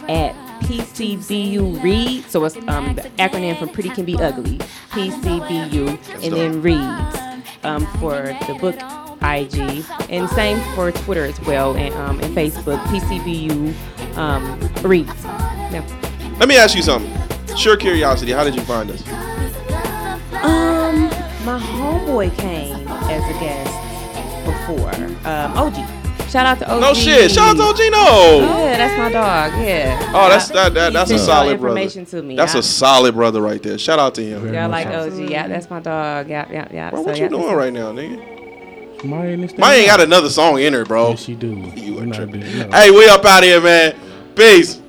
at PCBU Read. So it's um, the acronym for Pretty Can Be Ugly. PCBU and then Reads um, for the book IG and same for Twitter as well and, um, and Facebook PCBU um, Reads. Yeah.
Let me ask you something. Sure curiosity. How did you find us?
Um, my homeboy came as a guest before. Um, OG. Shout out to OG.
No shit. Shout out to Gino.
Yeah, that's my dog. Yeah.
Oh, that's that, that that's a
He sent all
solid brother.
information to me.
That's
I-
a solid brother right there. Shout out to him.
Y'all like OG? Yeah, that's my dog. Yeah, yeah, yeah.
Bro,
So,
what
yeah,
you doing right now, nigga?
Maya
Mine ain't got another song in her, bro.
Yes, she do.
You
You're
a
not
tripping.
doing- no.
Hey, we up out here, man. Peace.